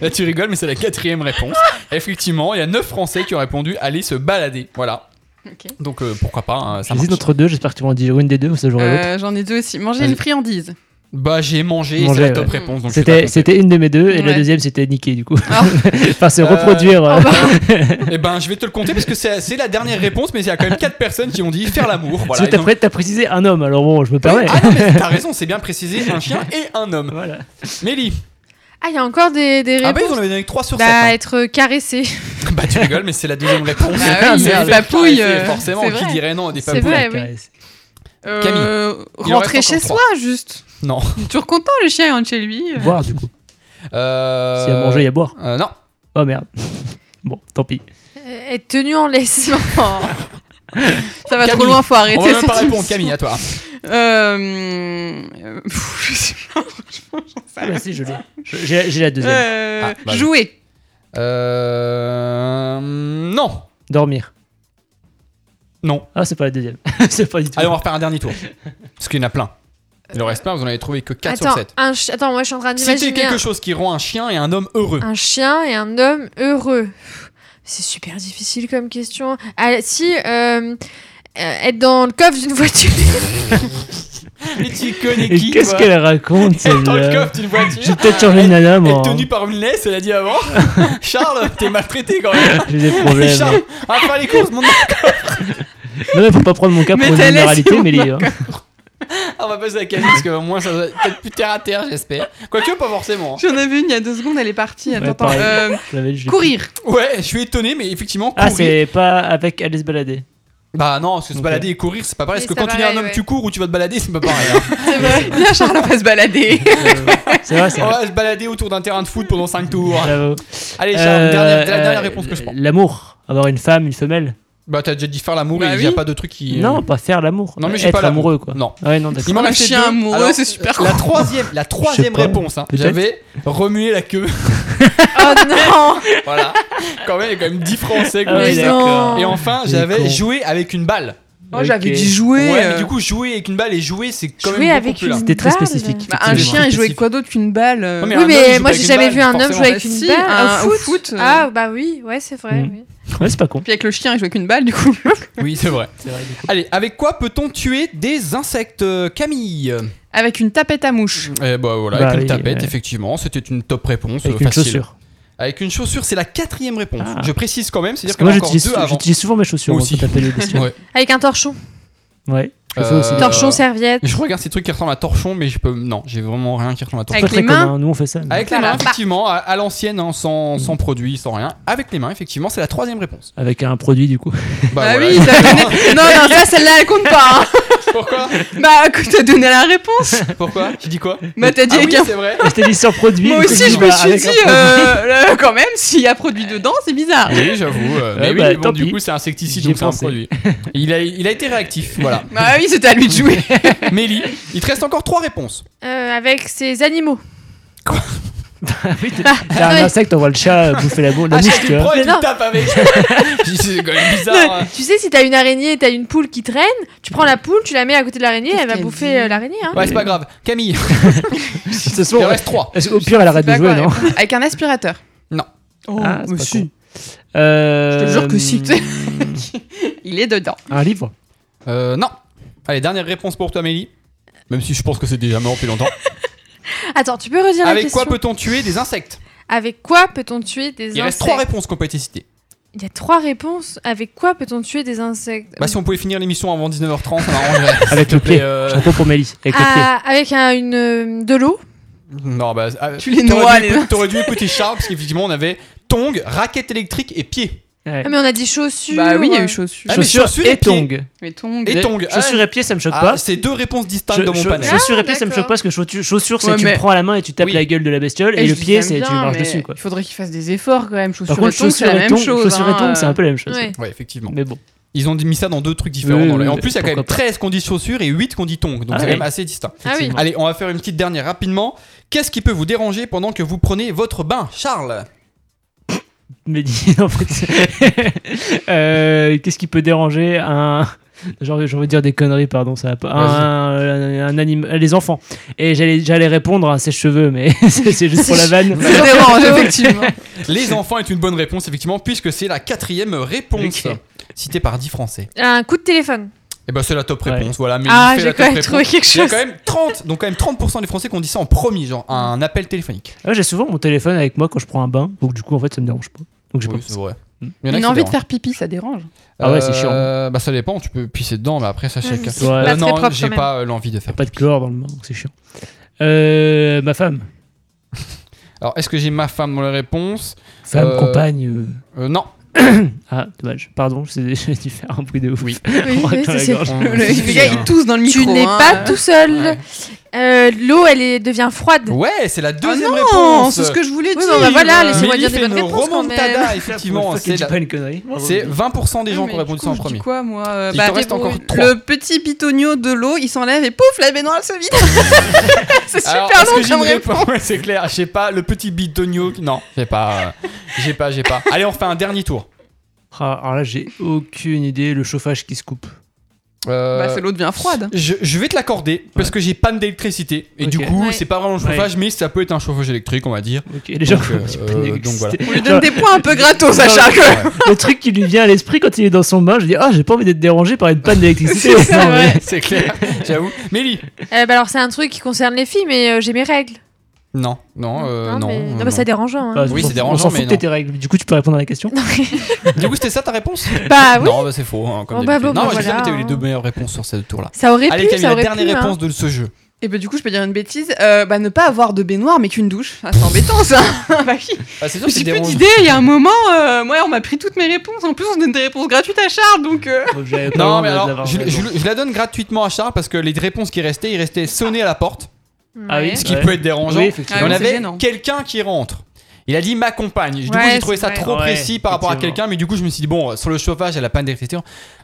Speaker 1: Là tu rigoles, mais c'est la quatrième réponse. Effectivement, il y a 9 Français qui ont répondu aller se balader. Voilà.
Speaker 6: Ok.
Speaker 1: Donc euh, pourquoi pas, hein, ça marche.
Speaker 3: J'hésite entre deux, j'espère que tu vas en dire une des deux ou ça jouera l'autre.
Speaker 6: Euh, J'en ai deux aussi. Manger
Speaker 3: Vas-y.
Speaker 6: une friandise.
Speaker 1: Bah, j'ai mangé,
Speaker 3: Mangé,
Speaker 1: c'est la
Speaker 3: ouais.
Speaker 1: top réponse. donc je suis
Speaker 3: C'était
Speaker 1: pas
Speaker 3: c'était une de mes deux, et la
Speaker 6: Ouais.
Speaker 3: deuxième, c'était niquer, du coup.
Speaker 6: Ah.
Speaker 3: enfin, se
Speaker 1: Euh,
Speaker 3: reproduire. euh,
Speaker 2: Oh, bah,
Speaker 1: content. Eh ben, je vais te le compter parce que c'est c'est la dernière réponse, mais il y a quand même 4 personnes qui ont dit faire l'amour.
Speaker 3: Parce
Speaker 1: Voilà.
Speaker 3: que t'as
Speaker 1: Ils ont-
Speaker 3: pré- t'as précisé un homme, alors bon, je me permets.
Speaker 1: Ah non, mais t'as raison, c'est bien précisé un chien et un homme.
Speaker 3: Voilà.
Speaker 1: Mélie.
Speaker 2: Ah, il y a encore des, des
Speaker 1: Ah bah,
Speaker 2: réponses.
Speaker 1: ils en avaient donné 3 sur hein. 7.
Speaker 2: Bah, être caressé.
Speaker 1: Bah, tu rigoles, mais c'est la deuxième réponse.
Speaker 6: Bah oui,
Speaker 1: C'est
Speaker 6: mais
Speaker 1: faire
Speaker 6: des papouilles,
Speaker 1: caresser,
Speaker 6: euh,
Speaker 1: Forcément,
Speaker 6: c'est
Speaker 1: qui
Speaker 6: vrai.
Speaker 1: dirait non à des
Speaker 2: C'est
Speaker 1: papouilles
Speaker 2: vrai, oui.
Speaker 3: Caresse.
Speaker 6: Euh,
Speaker 1: Il en reste
Speaker 6: rentrer chez
Speaker 1: encore
Speaker 6: soi, juste.
Speaker 1: Non.
Speaker 6: Toujours content, le chien il rentre chez lui.
Speaker 3: Boire, du coup.
Speaker 1: Euh...
Speaker 3: S'il y a à manger, il y a à boire.
Speaker 1: euh, non.
Speaker 3: Oh merde. bon, tant pis.
Speaker 2: Euh, être tenu en laisse.
Speaker 6: Ça va trop
Speaker 1: Camille.
Speaker 6: loin, faut arrêter.
Speaker 1: On va même
Speaker 6: cette
Speaker 1: pas répondre,
Speaker 6: émission.
Speaker 1: Camille, à toi.
Speaker 6: Euh, euh, pff, je sais pas, franchement, j'en sais
Speaker 3: Ah
Speaker 6: rien.
Speaker 3: bah si, je l'ai. Je- J'ai j'ai la deuxième.
Speaker 6: Euh,
Speaker 1: Ah, bah,
Speaker 6: jouer.
Speaker 1: Euh... Non.
Speaker 3: Dormir.
Speaker 1: Non.
Speaker 3: Ah, c'est pas la deuxième. c'est pas du tout.
Speaker 1: Allez, on va refaire un dernier tour. Parce qu'il y en a plein. Il en reste plein, vous en avez trouvé que 4
Speaker 2: Attends,
Speaker 1: sur 7.
Speaker 2: un chi- Attends, moi je suis en train
Speaker 1: C'était
Speaker 2: d'imaginer
Speaker 1: quelque
Speaker 2: un-
Speaker 1: chose qui rend un chien et un homme heureux.
Speaker 2: un chien et un homme heureux. C'est super difficile comme question. Ah, si, euh, euh, être dans le coffre d'une voiture. Ah.
Speaker 1: Mais tu connais
Speaker 3: Et
Speaker 1: qui
Speaker 3: qu'est-ce
Speaker 1: toi
Speaker 3: qu'elle raconte,
Speaker 1: Être dans le
Speaker 3: celle-là
Speaker 1: coffre d'une voiture
Speaker 3: J'ai peut-être changé une nana, moi.
Speaker 1: Être tenu
Speaker 3: hein.
Speaker 1: par une laisse, elle a dit avant. Charles, t'es maltraité quand même.
Speaker 3: J'ai des
Speaker 1: Allez,
Speaker 3: problèmes. hein.
Speaker 1: Charles, à faire les courses, mon
Speaker 3: Non, mais faut pas prendre mon cas pour
Speaker 6: Mais
Speaker 3: une
Speaker 6: t'as laissé
Speaker 3: généralité, hein.
Speaker 6: mon
Speaker 3: mais les.
Speaker 1: On va passer à Camille parce qu'au moins ça va être peut-être plus terre à terre, j'espère. Quoique, pas forcément.
Speaker 6: J'en avais une il y a deux secondes, elle est partie. Attends,
Speaker 3: Ouais,
Speaker 6: attends.
Speaker 3: pareil.
Speaker 6: Euh,
Speaker 3: je l'avais- je l'ai-
Speaker 6: courir.
Speaker 1: hein. Ouais, je suis étonné, mais effectivement, courir.
Speaker 3: Ah, c'est pas avec aller se balader.
Speaker 1: Bah non, parce que se
Speaker 3: Ok.
Speaker 1: balader et courir, c'est pas pareil.
Speaker 2: Oui,
Speaker 1: Parce que
Speaker 2: c'est
Speaker 1: quand tu es un
Speaker 2: pareil,
Speaker 1: homme,
Speaker 2: ouais.
Speaker 1: tu cours ou tu vas te balader, c'est pas pareil. hein.
Speaker 6: C'est vrai. Viens, Charles, on va se balader.
Speaker 3: Euh, c'est vrai, c'est
Speaker 1: On
Speaker 3: vrai.
Speaker 1: va se balader autour d'un terrain de foot pendant 5 tours.
Speaker 3: Bravo.
Speaker 1: Allez, Charles,
Speaker 3: Euh,
Speaker 1: dernière, la dernière
Speaker 3: euh,
Speaker 1: réponse que je prends.
Speaker 3: L'amour. Avoir une femme, une femelle.
Speaker 1: Bah, t'as déjà dit faire l'amour
Speaker 6: Bah
Speaker 1: et il y a
Speaker 6: oui.
Speaker 1: pas de truc qui. euh,
Speaker 3: Non, pas faire l'amour.
Speaker 1: non, mais j'ai
Speaker 3: Être
Speaker 1: pas l'amour.
Speaker 3: amoureux, quoi.
Speaker 1: Non.
Speaker 3: Ouais, non, d'accord.
Speaker 1: Il m'en
Speaker 6: Le
Speaker 1: restait
Speaker 6: chien
Speaker 1: deux.
Speaker 6: amoureux,
Speaker 1: Alors,
Speaker 6: c'est super
Speaker 1: La troisième, la troisième
Speaker 3: pas,
Speaker 1: réponse, hein.
Speaker 3: peut-être.
Speaker 1: j'avais remué la queue.
Speaker 2: oh
Speaker 1: Ah
Speaker 2: non
Speaker 1: voilà. Quand même, il y a quand même 10 Français. quoi.
Speaker 3: Ah ouais,
Speaker 2: Mais
Speaker 3: d'accord.
Speaker 2: non.
Speaker 1: et enfin,
Speaker 3: Il est
Speaker 1: j'avais
Speaker 3: con.
Speaker 1: joué avec une balle.
Speaker 6: Moi, j'avais
Speaker 3: Ok.
Speaker 6: dit jouer.
Speaker 1: Ouais, mais
Speaker 6: euh,
Speaker 1: du coup, jouer avec une balle et jouer, c'est quand
Speaker 2: Jouer
Speaker 1: même beaucoup
Speaker 2: avec
Speaker 1: plus
Speaker 2: une
Speaker 1: large.
Speaker 3: C'était très
Speaker 2: balle.
Speaker 3: spécifique.
Speaker 6: bah, un
Speaker 1: c'est
Speaker 6: chien, il jouait
Speaker 1: spécifique.
Speaker 6: avec quoi d'autre qu'une balle euh.
Speaker 1: Ouais, mais
Speaker 2: Oui,
Speaker 1: un homme
Speaker 2: mais
Speaker 1: joue
Speaker 2: moi
Speaker 1: avec
Speaker 2: j'ai
Speaker 1: une
Speaker 2: jamais
Speaker 1: balle,
Speaker 2: vu un homme
Speaker 1: forcément. Ah
Speaker 2: jouer avec une
Speaker 6: Si,
Speaker 2: balle.
Speaker 6: un-
Speaker 2: au
Speaker 6: au
Speaker 2: foot.
Speaker 6: foot, euh.
Speaker 2: Ah bah oui, ouais, c'est vrai.
Speaker 3: Mm.
Speaker 2: oui.
Speaker 3: Ouais, c'est pas con.
Speaker 6: Puis avec le chien, il jouait qu'une balle, du coup.
Speaker 1: Oui, c'est vrai.
Speaker 3: C'est vrai, du coup.
Speaker 1: Allez, avec quoi peut-on tuer des insectes, euh, Camille
Speaker 6: Avec une tapette à mouche.
Speaker 1: Eh bah voilà,
Speaker 3: Bah
Speaker 1: avec une
Speaker 3: oui,
Speaker 1: tapette,
Speaker 3: ouais.
Speaker 1: effectivement, c'était une top réponse
Speaker 3: Avec
Speaker 1: euh,
Speaker 3: une
Speaker 1: facile.
Speaker 3: chaussure.
Speaker 1: Avec une chaussure, c'est la quatrième réponse.
Speaker 3: Ah.
Speaker 1: Je précise quand même,
Speaker 3: Parce
Speaker 1: c'est-à-dire
Speaker 3: que
Speaker 1: qu'on
Speaker 3: moi,
Speaker 1: a encore
Speaker 3: j'utilise
Speaker 1: deux avant.
Speaker 3: j'utilise souvent mes chaussures.
Speaker 1: Moi
Speaker 3: avant de
Speaker 1: aussi.
Speaker 3: taper les bestiaux.
Speaker 1: Ouais.
Speaker 2: Avec un torchon.
Speaker 3: Ouais. Je le fais
Speaker 1: Euh,
Speaker 3: aussi.
Speaker 2: Torchon,
Speaker 1: Euh,
Speaker 2: serviette.
Speaker 1: Je regarde ces trucs qui ressemblent à torchon, mais je peux. Non, j'ai vraiment rien qui ressemble à torchon.
Speaker 6: Avec
Speaker 3: Pas très
Speaker 6: les mains.
Speaker 3: commun, hein. Nous, on fait ça. mais-
Speaker 1: Avec les
Speaker 6: Voilà.
Speaker 1: mains, effectivement, à, à l'ancienne, hein, sans, sans produit, sans rien. Avec les mains, effectivement, c'est la troisième réponse.
Speaker 3: Avec un produit, du coup.
Speaker 6: Bah,
Speaker 1: voilà.
Speaker 6: oui, ça venait- Non, non, ça, celle-là, elle compte pas. hein.
Speaker 1: Pourquoi
Speaker 6: Bah, quand t'as donné la réponse,
Speaker 1: Pourquoi J'ai dit quoi
Speaker 6: bah, t'as dit
Speaker 1: Ah oui,
Speaker 6: avec un
Speaker 1: c'est vrai.
Speaker 3: Je t'ai dit sans produit.
Speaker 6: Moi
Speaker 3: du coup,
Speaker 6: aussi, je
Speaker 3: bah,
Speaker 6: me suis
Speaker 3: avec
Speaker 6: dit,
Speaker 3: un produit.
Speaker 6: euh, euh, quand même, s'il y a produit dedans, c'est bizarre.
Speaker 1: Oui, j'avoue. euh, mais
Speaker 3: Ouais,
Speaker 1: oui,
Speaker 3: bah,
Speaker 1: mais bon,
Speaker 3: tant
Speaker 1: du
Speaker 3: pis.
Speaker 1: coup, c'est insecticide,
Speaker 3: J'y ai
Speaker 1: donc c'est un
Speaker 3: pensé.
Speaker 1: produit. Il a, il a été réactif, voilà.
Speaker 6: Bah oui, c'était à lui de jouer.
Speaker 1: Mélie, il te reste encore trois réponses.
Speaker 2: Euh, avec ses animaux.
Speaker 3: Ah
Speaker 2: Ah,
Speaker 3: T'as un insecte, on voit le chat bouffer la boule. La
Speaker 1: Ah,
Speaker 3: mouche,
Speaker 1: je
Speaker 3: tu
Speaker 1: te prends
Speaker 3: vois.
Speaker 1: et tu
Speaker 2: Mais non.
Speaker 1: tapes avec. c'est quand même bizarre. hein.
Speaker 2: Tu sais, si t'as une araignée et t'as une poule qui traîne, tu prends la poule, tu la mets à côté de l'araignée,
Speaker 6: Qu'est-ce
Speaker 2: elle va
Speaker 6: qu'elle dit
Speaker 2: bouffer euh, l'araignée. Hein.
Speaker 1: Ouais, c'est pas grave. Camille,
Speaker 3: Ce
Speaker 1: il
Speaker 3: soir,
Speaker 1: en reste trois.
Speaker 3: est-ce qu'au pire, elle arrête de
Speaker 6: Bah,
Speaker 3: jouer,
Speaker 6: quoi,
Speaker 3: non
Speaker 6: répondre. Avec un aspirateur.
Speaker 1: Non.
Speaker 6: Oh,
Speaker 3: Ah, c'est pas
Speaker 6: monsieur.
Speaker 3: con. Euh,
Speaker 6: Je te jure que si, tu sais. Il est dedans.
Speaker 3: Un livre
Speaker 1: Euh, non. Allez, dernière réponse pour toi, Mélie. Même si je pense que c'est déjà mort depuis longtemps.
Speaker 2: Attends, tu peux redire la
Speaker 1: Avec
Speaker 2: question
Speaker 1: quoi peut-on tuer des insectes
Speaker 2: Avec quoi peut-on tuer des
Speaker 1: Il
Speaker 2: insectes
Speaker 1: reste trois réponses qui ont pas été citées.
Speaker 2: Il y a trois réponses. Avec quoi peut-on tuer des insectes
Speaker 6: Euh,
Speaker 1: Bah, si on pouvait finir l'émission avant 19h30, ça m'arrangerait.
Speaker 3: Avec le
Speaker 1: Mais,
Speaker 3: pied.
Speaker 1: euh,
Speaker 3: Je reprends pour Mélie. Avec le pied.
Speaker 2: Ah, Avec un- une, euh, de l'eau.
Speaker 1: Non, bah. ah,
Speaker 6: Tu les
Speaker 1: t'aurais
Speaker 6: noies,
Speaker 1: dû
Speaker 6: les
Speaker 1: écouter-
Speaker 6: insectes.
Speaker 1: T'aurais dû écouter Charles, parce qu'effectivement, on avait tong, raquette électrique et pied.
Speaker 3: Ouais.
Speaker 2: Ah, mais on a dit chaussures.
Speaker 6: Bah oui, il y a
Speaker 2: euh,
Speaker 6: eu chaussures.
Speaker 1: Ah, mais
Speaker 3: Chaussures
Speaker 1: chaussures et
Speaker 3: et
Speaker 1: pieds.
Speaker 3: tongs.
Speaker 6: Mais tongs.
Speaker 1: Et
Speaker 3: Mais
Speaker 1: tongs.
Speaker 3: Chaussures
Speaker 1: Ah,
Speaker 3: et pieds, ça me choque
Speaker 1: ah,
Speaker 3: pas.
Speaker 1: c'est deux réponses distinctes
Speaker 3: Chau-
Speaker 1: dans mon
Speaker 3: chau-
Speaker 1: panel.
Speaker 3: Chaussures et pieds,
Speaker 2: Ah,
Speaker 3: ça me choque
Speaker 2: d'accord.
Speaker 3: pas parce que chaussures, chaussures, c'est
Speaker 6: Ouais,
Speaker 3: tu
Speaker 6: mais-
Speaker 3: prends à la main et tu tapes
Speaker 1: Oui.
Speaker 3: la gueule de la bestiole
Speaker 6: Eh,
Speaker 3: et
Speaker 6: je
Speaker 3: le
Speaker 6: dis
Speaker 3: pied,
Speaker 6: aime
Speaker 3: c'est
Speaker 6: bien,
Speaker 3: tu marches
Speaker 6: mais
Speaker 3: dessus quoi.
Speaker 6: Il faudrait qu'il fasse des efforts quand même. Chaussures
Speaker 3: Par contre,
Speaker 6: et tongs, c'est la
Speaker 3: chaussures et
Speaker 6: même
Speaker 3: tongs,
Speaker 6: chose.
Speaker 3: chaussures et
Speaker 6: hein,
Speaker 3: tongs, c'est un peu la même chose.
Speaker 2: Ouais.
Speaker 1: Ouais, effectivement.
Speaker 3: Mais bon,
Speaker 1: Ils ont mis ça dans deux trucs différents.
Speaker 3: Oui,
Speaker 1: dans le-
Speaker 3: oui,
Speaker 1: Et en
Speaker 3: oui,
Speaker 1: plus, il y a quand même
Speaker 3: pourquoi
Speaker 1: 13 qu'on dit chaussures et 8 qu'on dit tongs. Donc
Speaker 3: Ah
Speaker 1: c'est
Speaker 3: oui.
Speaker 1: quand même assez distinct.
Speaker 2: Ah oui.
Speaker 1: Allez, on va faire une petite dernière rapidement. Qu'est-ce qui peut vous déranger pendant que vous prenez votre bain, Charles
Speaker 3: mais dis en fait, euh, qu'est-ce qui peut déranger un genre j'ai envie de dire des conneries pardon ça va pas un, un, anime les enfants et j'allais j'allais répondre à ses cheveux mais c'est c'est juste pour la vanne
Speaker 6: Ça dérange, effectivement.
Speaker 1: Les enfants est une bonne réponse, effectivement, puisque c'est la quatrième réponse.
Speaker 3: Ok.
Speaker 1: Citée par 10 Français.
Speaker 2: Un coup de téléphone.
Speaker 1: Et ben c'est la top
Speaker 3: Ouais.
Speaker 1: réponse, voilà. Mais
Speaker 2: Ah,
Speaker 1: il fait
Speaker 2: j'ai
Speaker 1: la
Speaker 2: quand
Speaker 1: top
Speaker 2: même trouvé
Speaker 1: réponse.
Speaker 2: quelque
Speaker 1: Il y a
Speaker 2: chose.
Speaker 1: quand même 30, donc quand même 30% des Français qui ont dit ça en premier, genre à un appel téléphonique.
Speaker 3: Ah ouais, j'ai souvent mon téléphone avec moi quand je prends un bain, donc du coup en fait ça me dérange pas. Donc j'ai
Speaker 1: Oui,
Speaker 3: pas.
Speaker 1: c'est vrai.
Speaker 3: Mm.
Speaker 1: Il y en a
Speaker 6: Une
Speaker 1: qui
Speaker 6: envie de
Speaker 1: dérangent.
Speaker 6: faire pipi, ça dérange.
Speaker 3: Ah ouais, c'est chiant.
Speaker 1: Euh, Bah ça dépend, tu peux pisser dedans, mais après ça
Speaker 2: Ouais,
Speaker 1: chacun.
Speaker 2: mais
Speaker 3: c'est Ouais. pas
Speaker 2: très
Speaker 1: Euh, non,
Speaker 2: propre,
Speaker 1: j'ai
Speaker 2: quand
Speaker 1: pas euh, l'envie de faire.
Speaker 3: Pas de chlore dans le bain, donc c'est chiant. Euh, ma femme,
Speaker 1: Alors est-ce que j'ai ma femme dans les réponses
Speaker 3: femme,
Speaker 1: Euh,
Speaker 3: compagne. euh,
Speaker 1: Euh, Non.
Speaker 3: Ah, dommage. Pardon, j'ai j'ai dû faire un bruit de ouf.
Speaker 1: Oui.
Speaker 2: Oui, oui,
Speaker 3: Dans
Speaker 2: c'est-
Speaker 3: la
Speaker 2: c'est-
Speaker 3: gorge.
Speaker 1: On-
Speaker 6: Le le gars, il tousse dans le micro.
Speaker 2: Tu n'es
Speaker 6: hein.
Speaker 2: pas tout seul.
Speaker 1: Ouais.
Speaker 2: Euh, L'eau, elle est- devient froide.
Speaker 1: Ouais, c'est la
Speaker 6: Ah
Speaker 1: deuxième
Speaker 6: non,
Speaker 1: réponse.
Speaker 6: c'est ce que je voulais
Speaker 2: Oui,
Speaker 6: dire.
Speaker 2: bon, bah voilà,
Speaker 1: Mais
Speaker 2: laissez-moi
Speaker 1: lui
Speaker 2: dire des
Speaker 1: fait
Speaker 2: bonnes
Speaker 1: une
Speaker 2: réponses quand même.
Speaker 1: remontada, effectivement.
Speaker 3: c'est
Speaker 1: C'est la-
Speaker 3: pas une connerie.
Speaker 1: c'est 20% des gens
Speaker 6: Mais
Speaker 1: qui ont répondu
Speaker 6: du
Speaker 1: ça en
Speaker 6: coup, je dis
Speaker 1: premier.
Speaker 6: quoi, moi euh,
Speaker 1: Il te reste
Speaker 6: débrouille.
Speaker 1: encore trois.
Speaker 6: Le petit bitonio de l'eau, il s'enlève et pouf, la baignoire elle se vide. c'est super
Speaker 1: Alors, est-ce
Speaker 6: long
Speaker 1: que j'ai une
Speaker 6: comme réponse.
Speaker 1: réponse Ouais, C'est clair, je sais pas, le petit bitonio. Non, j'ai pas. euh, j'ai pas, j'ai pas. Allez, on refait un dernier tour.
Speaker 3: Ah, alors là, j'ai aucune idée. Le chauffage qui se coupe.
Speaker 1: Euh,
Speaker 6: Bah, c'est l'eau devient froide.
Speaker 1: je, je vais te l'accorder parce que j'ai panne d'électricité et du
Speaker 3: Ok.
Speaker 1: coup
Speaker 2: Ouais.
Speaker 1: c'est pas vraiment le chauffage mais ça peut être un chauffage électrique on va dire.
Speaker 3: Ok, les gens.
Speaker 1: Donc, euh,
Speaker 3: qui ont
Speaker 1: euh,
Speaker 3: une
Speaker 1: donc voilà.
Speaker 3: électricité.
Speaker 6: On lui donne des points un peu gratos à
Speaker 3: Non,
Speaker 6: chaque.
Speaker 3: Le truc qui lui vient à l'esprit quand il est dans son bain, je dis ah j'ai pas envie d'être dérangé par une panne d'électricité.
Speaker 2: C'est ça,
Speaker 3: Non, mais-
Speaker 2: ouais.
Speaker 1: c'est clair, j'avoue. Mélie
Speaker 2: Euh, bah alors, c'est un truc qui concerne les filles, mais euh, j'ai mes règles.
Speaker 1: Non, non, euh,
Speaker 2: Hein,
Speaker 1: non.
Speaker 2: mais...
Speaker 1: euh,
Speaker 2: bah, c'est dérangeant.
Speaker 3: Bah,
Speaker 2: Hein.
Speaker 1: Oui,
Speaker 3: on
Speaker 1: c'est
Speaker 3: s'en-
Speaker 1: dérangeant,
Speaker 3: On s'en fout
Speaker 1: mais
Speaker 3: de tes
Speaker 1: non.
Speaker 3: règles. Du coup, tu peux répondre à la question.
Speaker 1: Du coup c'était ça ta réponse
Speaker 2: bah oui,
Speaker 1: Non, bah, c'est faux. hein, comme
Speaker 2: Bon, bah,
Speaker 1: d'habitude.
Speaker 2: bon,
Speaker 1: non,
Speaker 2: bah,
Speaker 1: j'ai jamais
Speaker 2: voilà,
Speaker 1: eu les
Speaker 2: hein.
Speaker 1: deux meilleures réponses sur ce tour-là.
Speaker 2: ça aurait
Speaker 1: Allez
Speaker 2: pu,
Speaker 1: Camille,
Speaker 2: ça
Speaker 1: la
Speaker 2: aurait pu.
Speaker 1: dernière
Speaker 2: hein.
Speaker 1: réponse de ce jeu.
Speaker 6: Et bah, du coup, je peux dire une bêtise. Euh, bah, ne pas avoir de baignoire mais qu'une douche. Ah, c'est embêtant ça. bah, oui.
Speaker 1: Ah, c'est
Speaker 6: Mais
Speaker 1: sûr que c'est
Speaker 6: J'ai plus
Speaker 1: dérangeant.
Speaker 6: d'idées. Il y a un moment, euh, moi, on m'a pris toutes mes réponses. En plus, on donne des réponses gratuites à Charles, donc. euh,
Speaker 1: Non, mais alors, je, je- je la donne gratuitement à Charles parce que les réponses qui restaient, il restait sonner à la porte,
Speaker 3: Ah oui,
Speaker 2: Ouais.
Speaker 1: ce qui
Speaker 3: Ouais.
Speaker 1: peut être dérangeant.
Speaker 3: Oui,
Speaker 1: Et
Speaker 3: effectivement.
Speaker 1: on
Speaker 6: ah c'est
Speaker 1: avait
Speaker 6: gênant.
Speaker 1: quelqu'un qui rentre. Il a dit ma compagne. Du coup,
Speaker 2: Ouais,
Speaker 1: j'ai trouvé
Speaker 2: c'est
Speaker 1: ça
Speaker 2: vrai.
Speaker 1: trop
Speaker 3: Ouais,
Speaker 1: précis par rapport à
Speaker 3: effectivement.
Speaker 1: quelqu'un, mais du coup, je me suis dit, bon, euh, sur le chauffage, elle a pas d'électricité.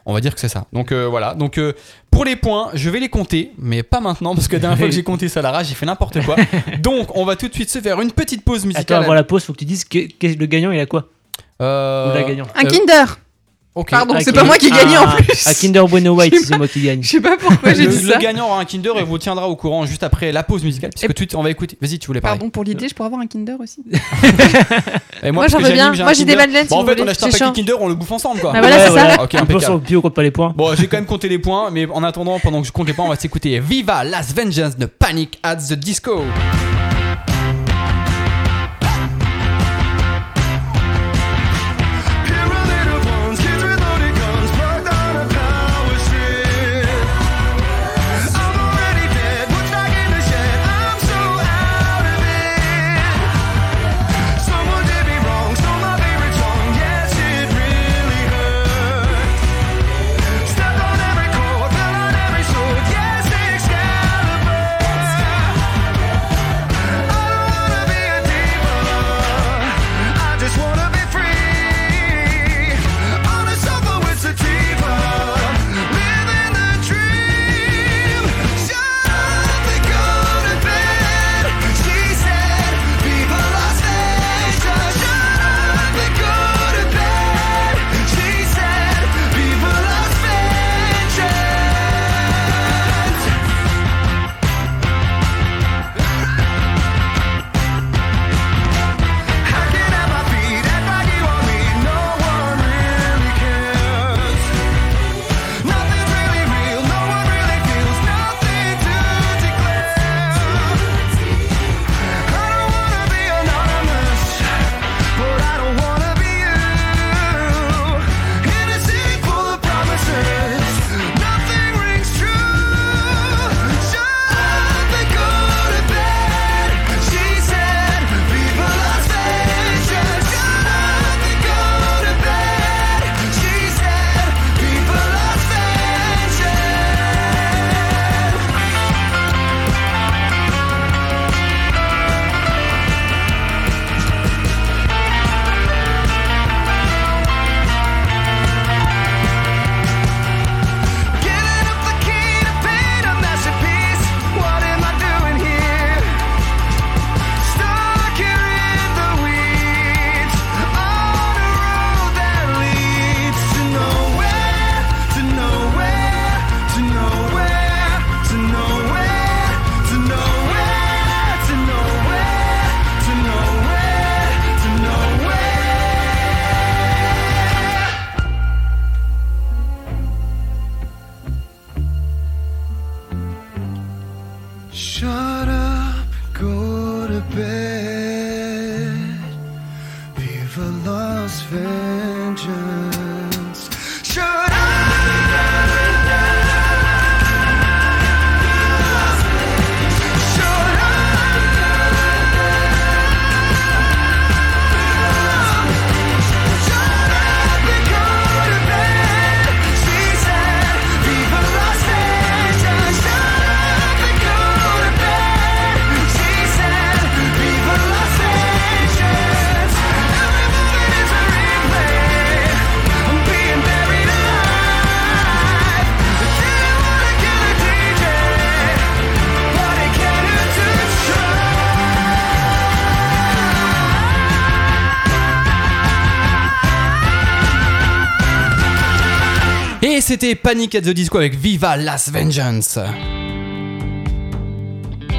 Speaker 1: On va dire que c'est ça. Donc euh, voilà. Donc euh, pour les points, je vais les compter, mais pas maintenant, parce que la dernière fois que j'ai compté ça à la rage, j'ai fait n'importe quoi. Donc on va tout de suite se faire une petite pause
Speaker 3: Attends,
Speaker 1: musicale.
Speaker 3: avant la pause, faut que tu dises que, que- le gagnant il a quoi
Speaker 1: Euh,
Speaker 3: Ou la gagnante.
Speaker 6: Un
Speaker 1: Euh,
Speaker 6: Kinder.
Speaker 1: ok.
Speaker 6: Pardon,
Speaker 3: Ah,
Speaker 6: c'est pas moi qui ai gagné en
Speaker 3: ah,
Speaker 6: plus.
Speaker 3: À Kinder Bueno White,
Speaker 6: J'ai
Speaker 3: c'est moi qui gagne.
Speaker 6: Je sais pas pourquoi j'ai
Speaker 1: le,
Speaker 6: dit
Speaker 1: le
Speaker 6: ça.
Speaker 1: gagnant aura un Kinder et vous tiendra au courant juste après la pause musicale, puisque
Speaker 6: Et-
Speaker 1: tout de suite, on va écouter. Vas-y, tu voulais parler.
Speaker 6: Pardon pour l'idée, je pourrais avoir un Kinder aussi.
Speaker 1: Et
Speaker 2: Moi,
Speaker 1: parce
Speaker 2: j'en
Speaker 1: que
Speaker 2: veux bien.
Speaker 1: j'anime, un
Speaker 2: Moi, j'ai des
Speaker 1: Kinder.
Speaker 2: madeleines, si
Speaker 1: Bon, en
Speaker 2: vous
Speaker 1: fait, on
Speaker 2: voulez.
Speaker 1: achète un
Speaker 2: C'est
Speaker 1: paquet
Speaker 2: chiant.
Speaker 1: Kinder, on le bouffe ensemble, quoi.
Speaker 2: Bah voilà,
Speaker 3: Ouais,
Speaker 2: c'est ça.
Speaker 3: voilà.
Speaker 1: Ok,
Speaker 3: On peut
Speaker 1: impeccable.
Speaker 3: s'en plus on compte pas les points.
Speaker 1: Bon, j'ai quand même compté les points, mais en attendant, pendant que je compte les points, on va s'écouter Viva Las Vengeance de Panic at the Disco.
Speaker 7: Yes, Excalibur.
Speaker 1: Et c'était Panic at the Disco avec Viva Las Vengeance.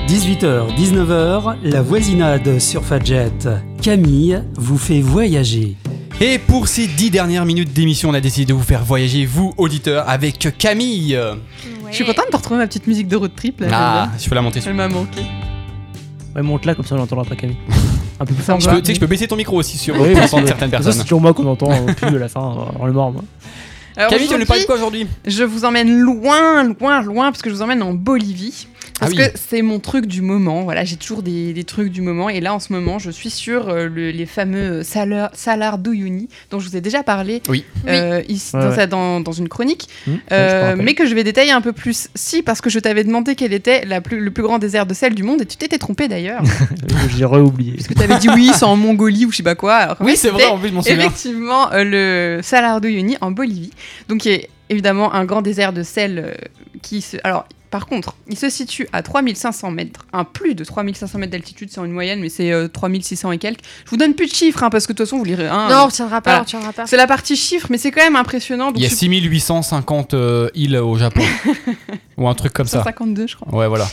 Speaker 4: 18h, 19h, la voisinade sur Fadjet. Camille vous fait voyager.
Speaker 1: Et pour ces 10 dernières minutes d'émission, on a décidé de vous faire voyager, vous auditeurs, avec Camille.
Speaker 2: Bah,
Speaker 6: Je suis contente de retrouver ma petite musique de road trip là.
Speaker 1: Ah,
Speaker 6: j'aime bien.
Speaker 1: je peux la monter. sur-
Speaker 6: Elle m'a manqué.
Speaker 3: Ouais, monte là, comme ça on l'entendra pas, Camille. Un peu plus fort.
Speaker 1: Je peux, tu sais que je peux baisser ton micro aussi sur
Speaker 3: Oui,
Speaker 1: pour
Speaker 3: parce
Speaker 1: entendre
Speaker 3: que-
Speaker 1: certaines
Speaker 3: Comme ça, c'est
Speaker 1: personnes.
Speaker 3: toujours moi qu'on entend euh, plus de la fin, euh, on le mort. Moi.
Speaker 6: Alors,
Speaker 1: Camille, tu vas nous parles
Speaker 6: aujourd'hui,
Speaker 1: de quoi aujourd'hui
Speaker 6: Je vous emmène loin, loin, loin, parce que je vous emmène en Bolivie. Parce
Speaker 1: Ah oui.
Speaker 6: que c'est mon truc du moment. Voilà, j'ai toujours des, des trucs du moment. Et là, en ce moment, je suis sur euh, le- les fameux salar, salar d'Uyuni, dont je vous ai déjà parlé
Speaker 1: Oui.
Speaker 6: euh, ici,
Speaker 3: Ouais,
Speaker 6: dans,
Speaker 3: ouais.
Speaker 6: sa- dans- dans une chronique.
Speaker 3: Hmm
Speaker 6: Euh,
Speaker 3: Ouais, je me
Speaker 6: mais que je vais détailler un peu plus. Si, parce que je t'avais demandé quel était la plus- le plus grand désert de sel du monde. Et tu t'étais trompé d'ailleurs. parce
Speaker 3: rappelle. J'ai re-oublié.
Speaker 6: que t'avais dit oui, c'est en Mongolie ou je sais pas quoi. alors qu'en
Speaker 1: Oui,
Speaker 6: fait,
Speaker 1: c'est vrai,
Speaker 6: c'était
Speaker 1: en plus, je m'en souviens.
Speaker 6: Effectivement, euh, le Salar de Uyuni en Bolivie. Donc, il y a évidemment un grand désert de sel euh, qui se. Alors, par contre, il se situe à 3500 mètres, un plus de 3500 mètres d'altitude, c'est en une moyenne, mais c'est euh, 3600 et quelques. Je vous donne plus de chiffres, hein, parce que de toute façon, vous lirez. hein,
Speaker 2: Non, on
Speaker 6: euh,
Speaker 2: retiendra pas,
Speaker 6: Voilà.
Speaker 1: Ah.
Speaker 2: on retiendra pas.
Speaker 6: c'est la partie chiffres, mais c'est quand même impressionnant.
Speaker 1: Il
Speaker 6: Donc,
Speaker 1: y a
Speaker 6: je suis
Speaker 1: 6850 euh, îles au Japon. Ou un truc comme ça.
Speaker 6: 152, je crois.
Speaker 1: Ouais, voilà.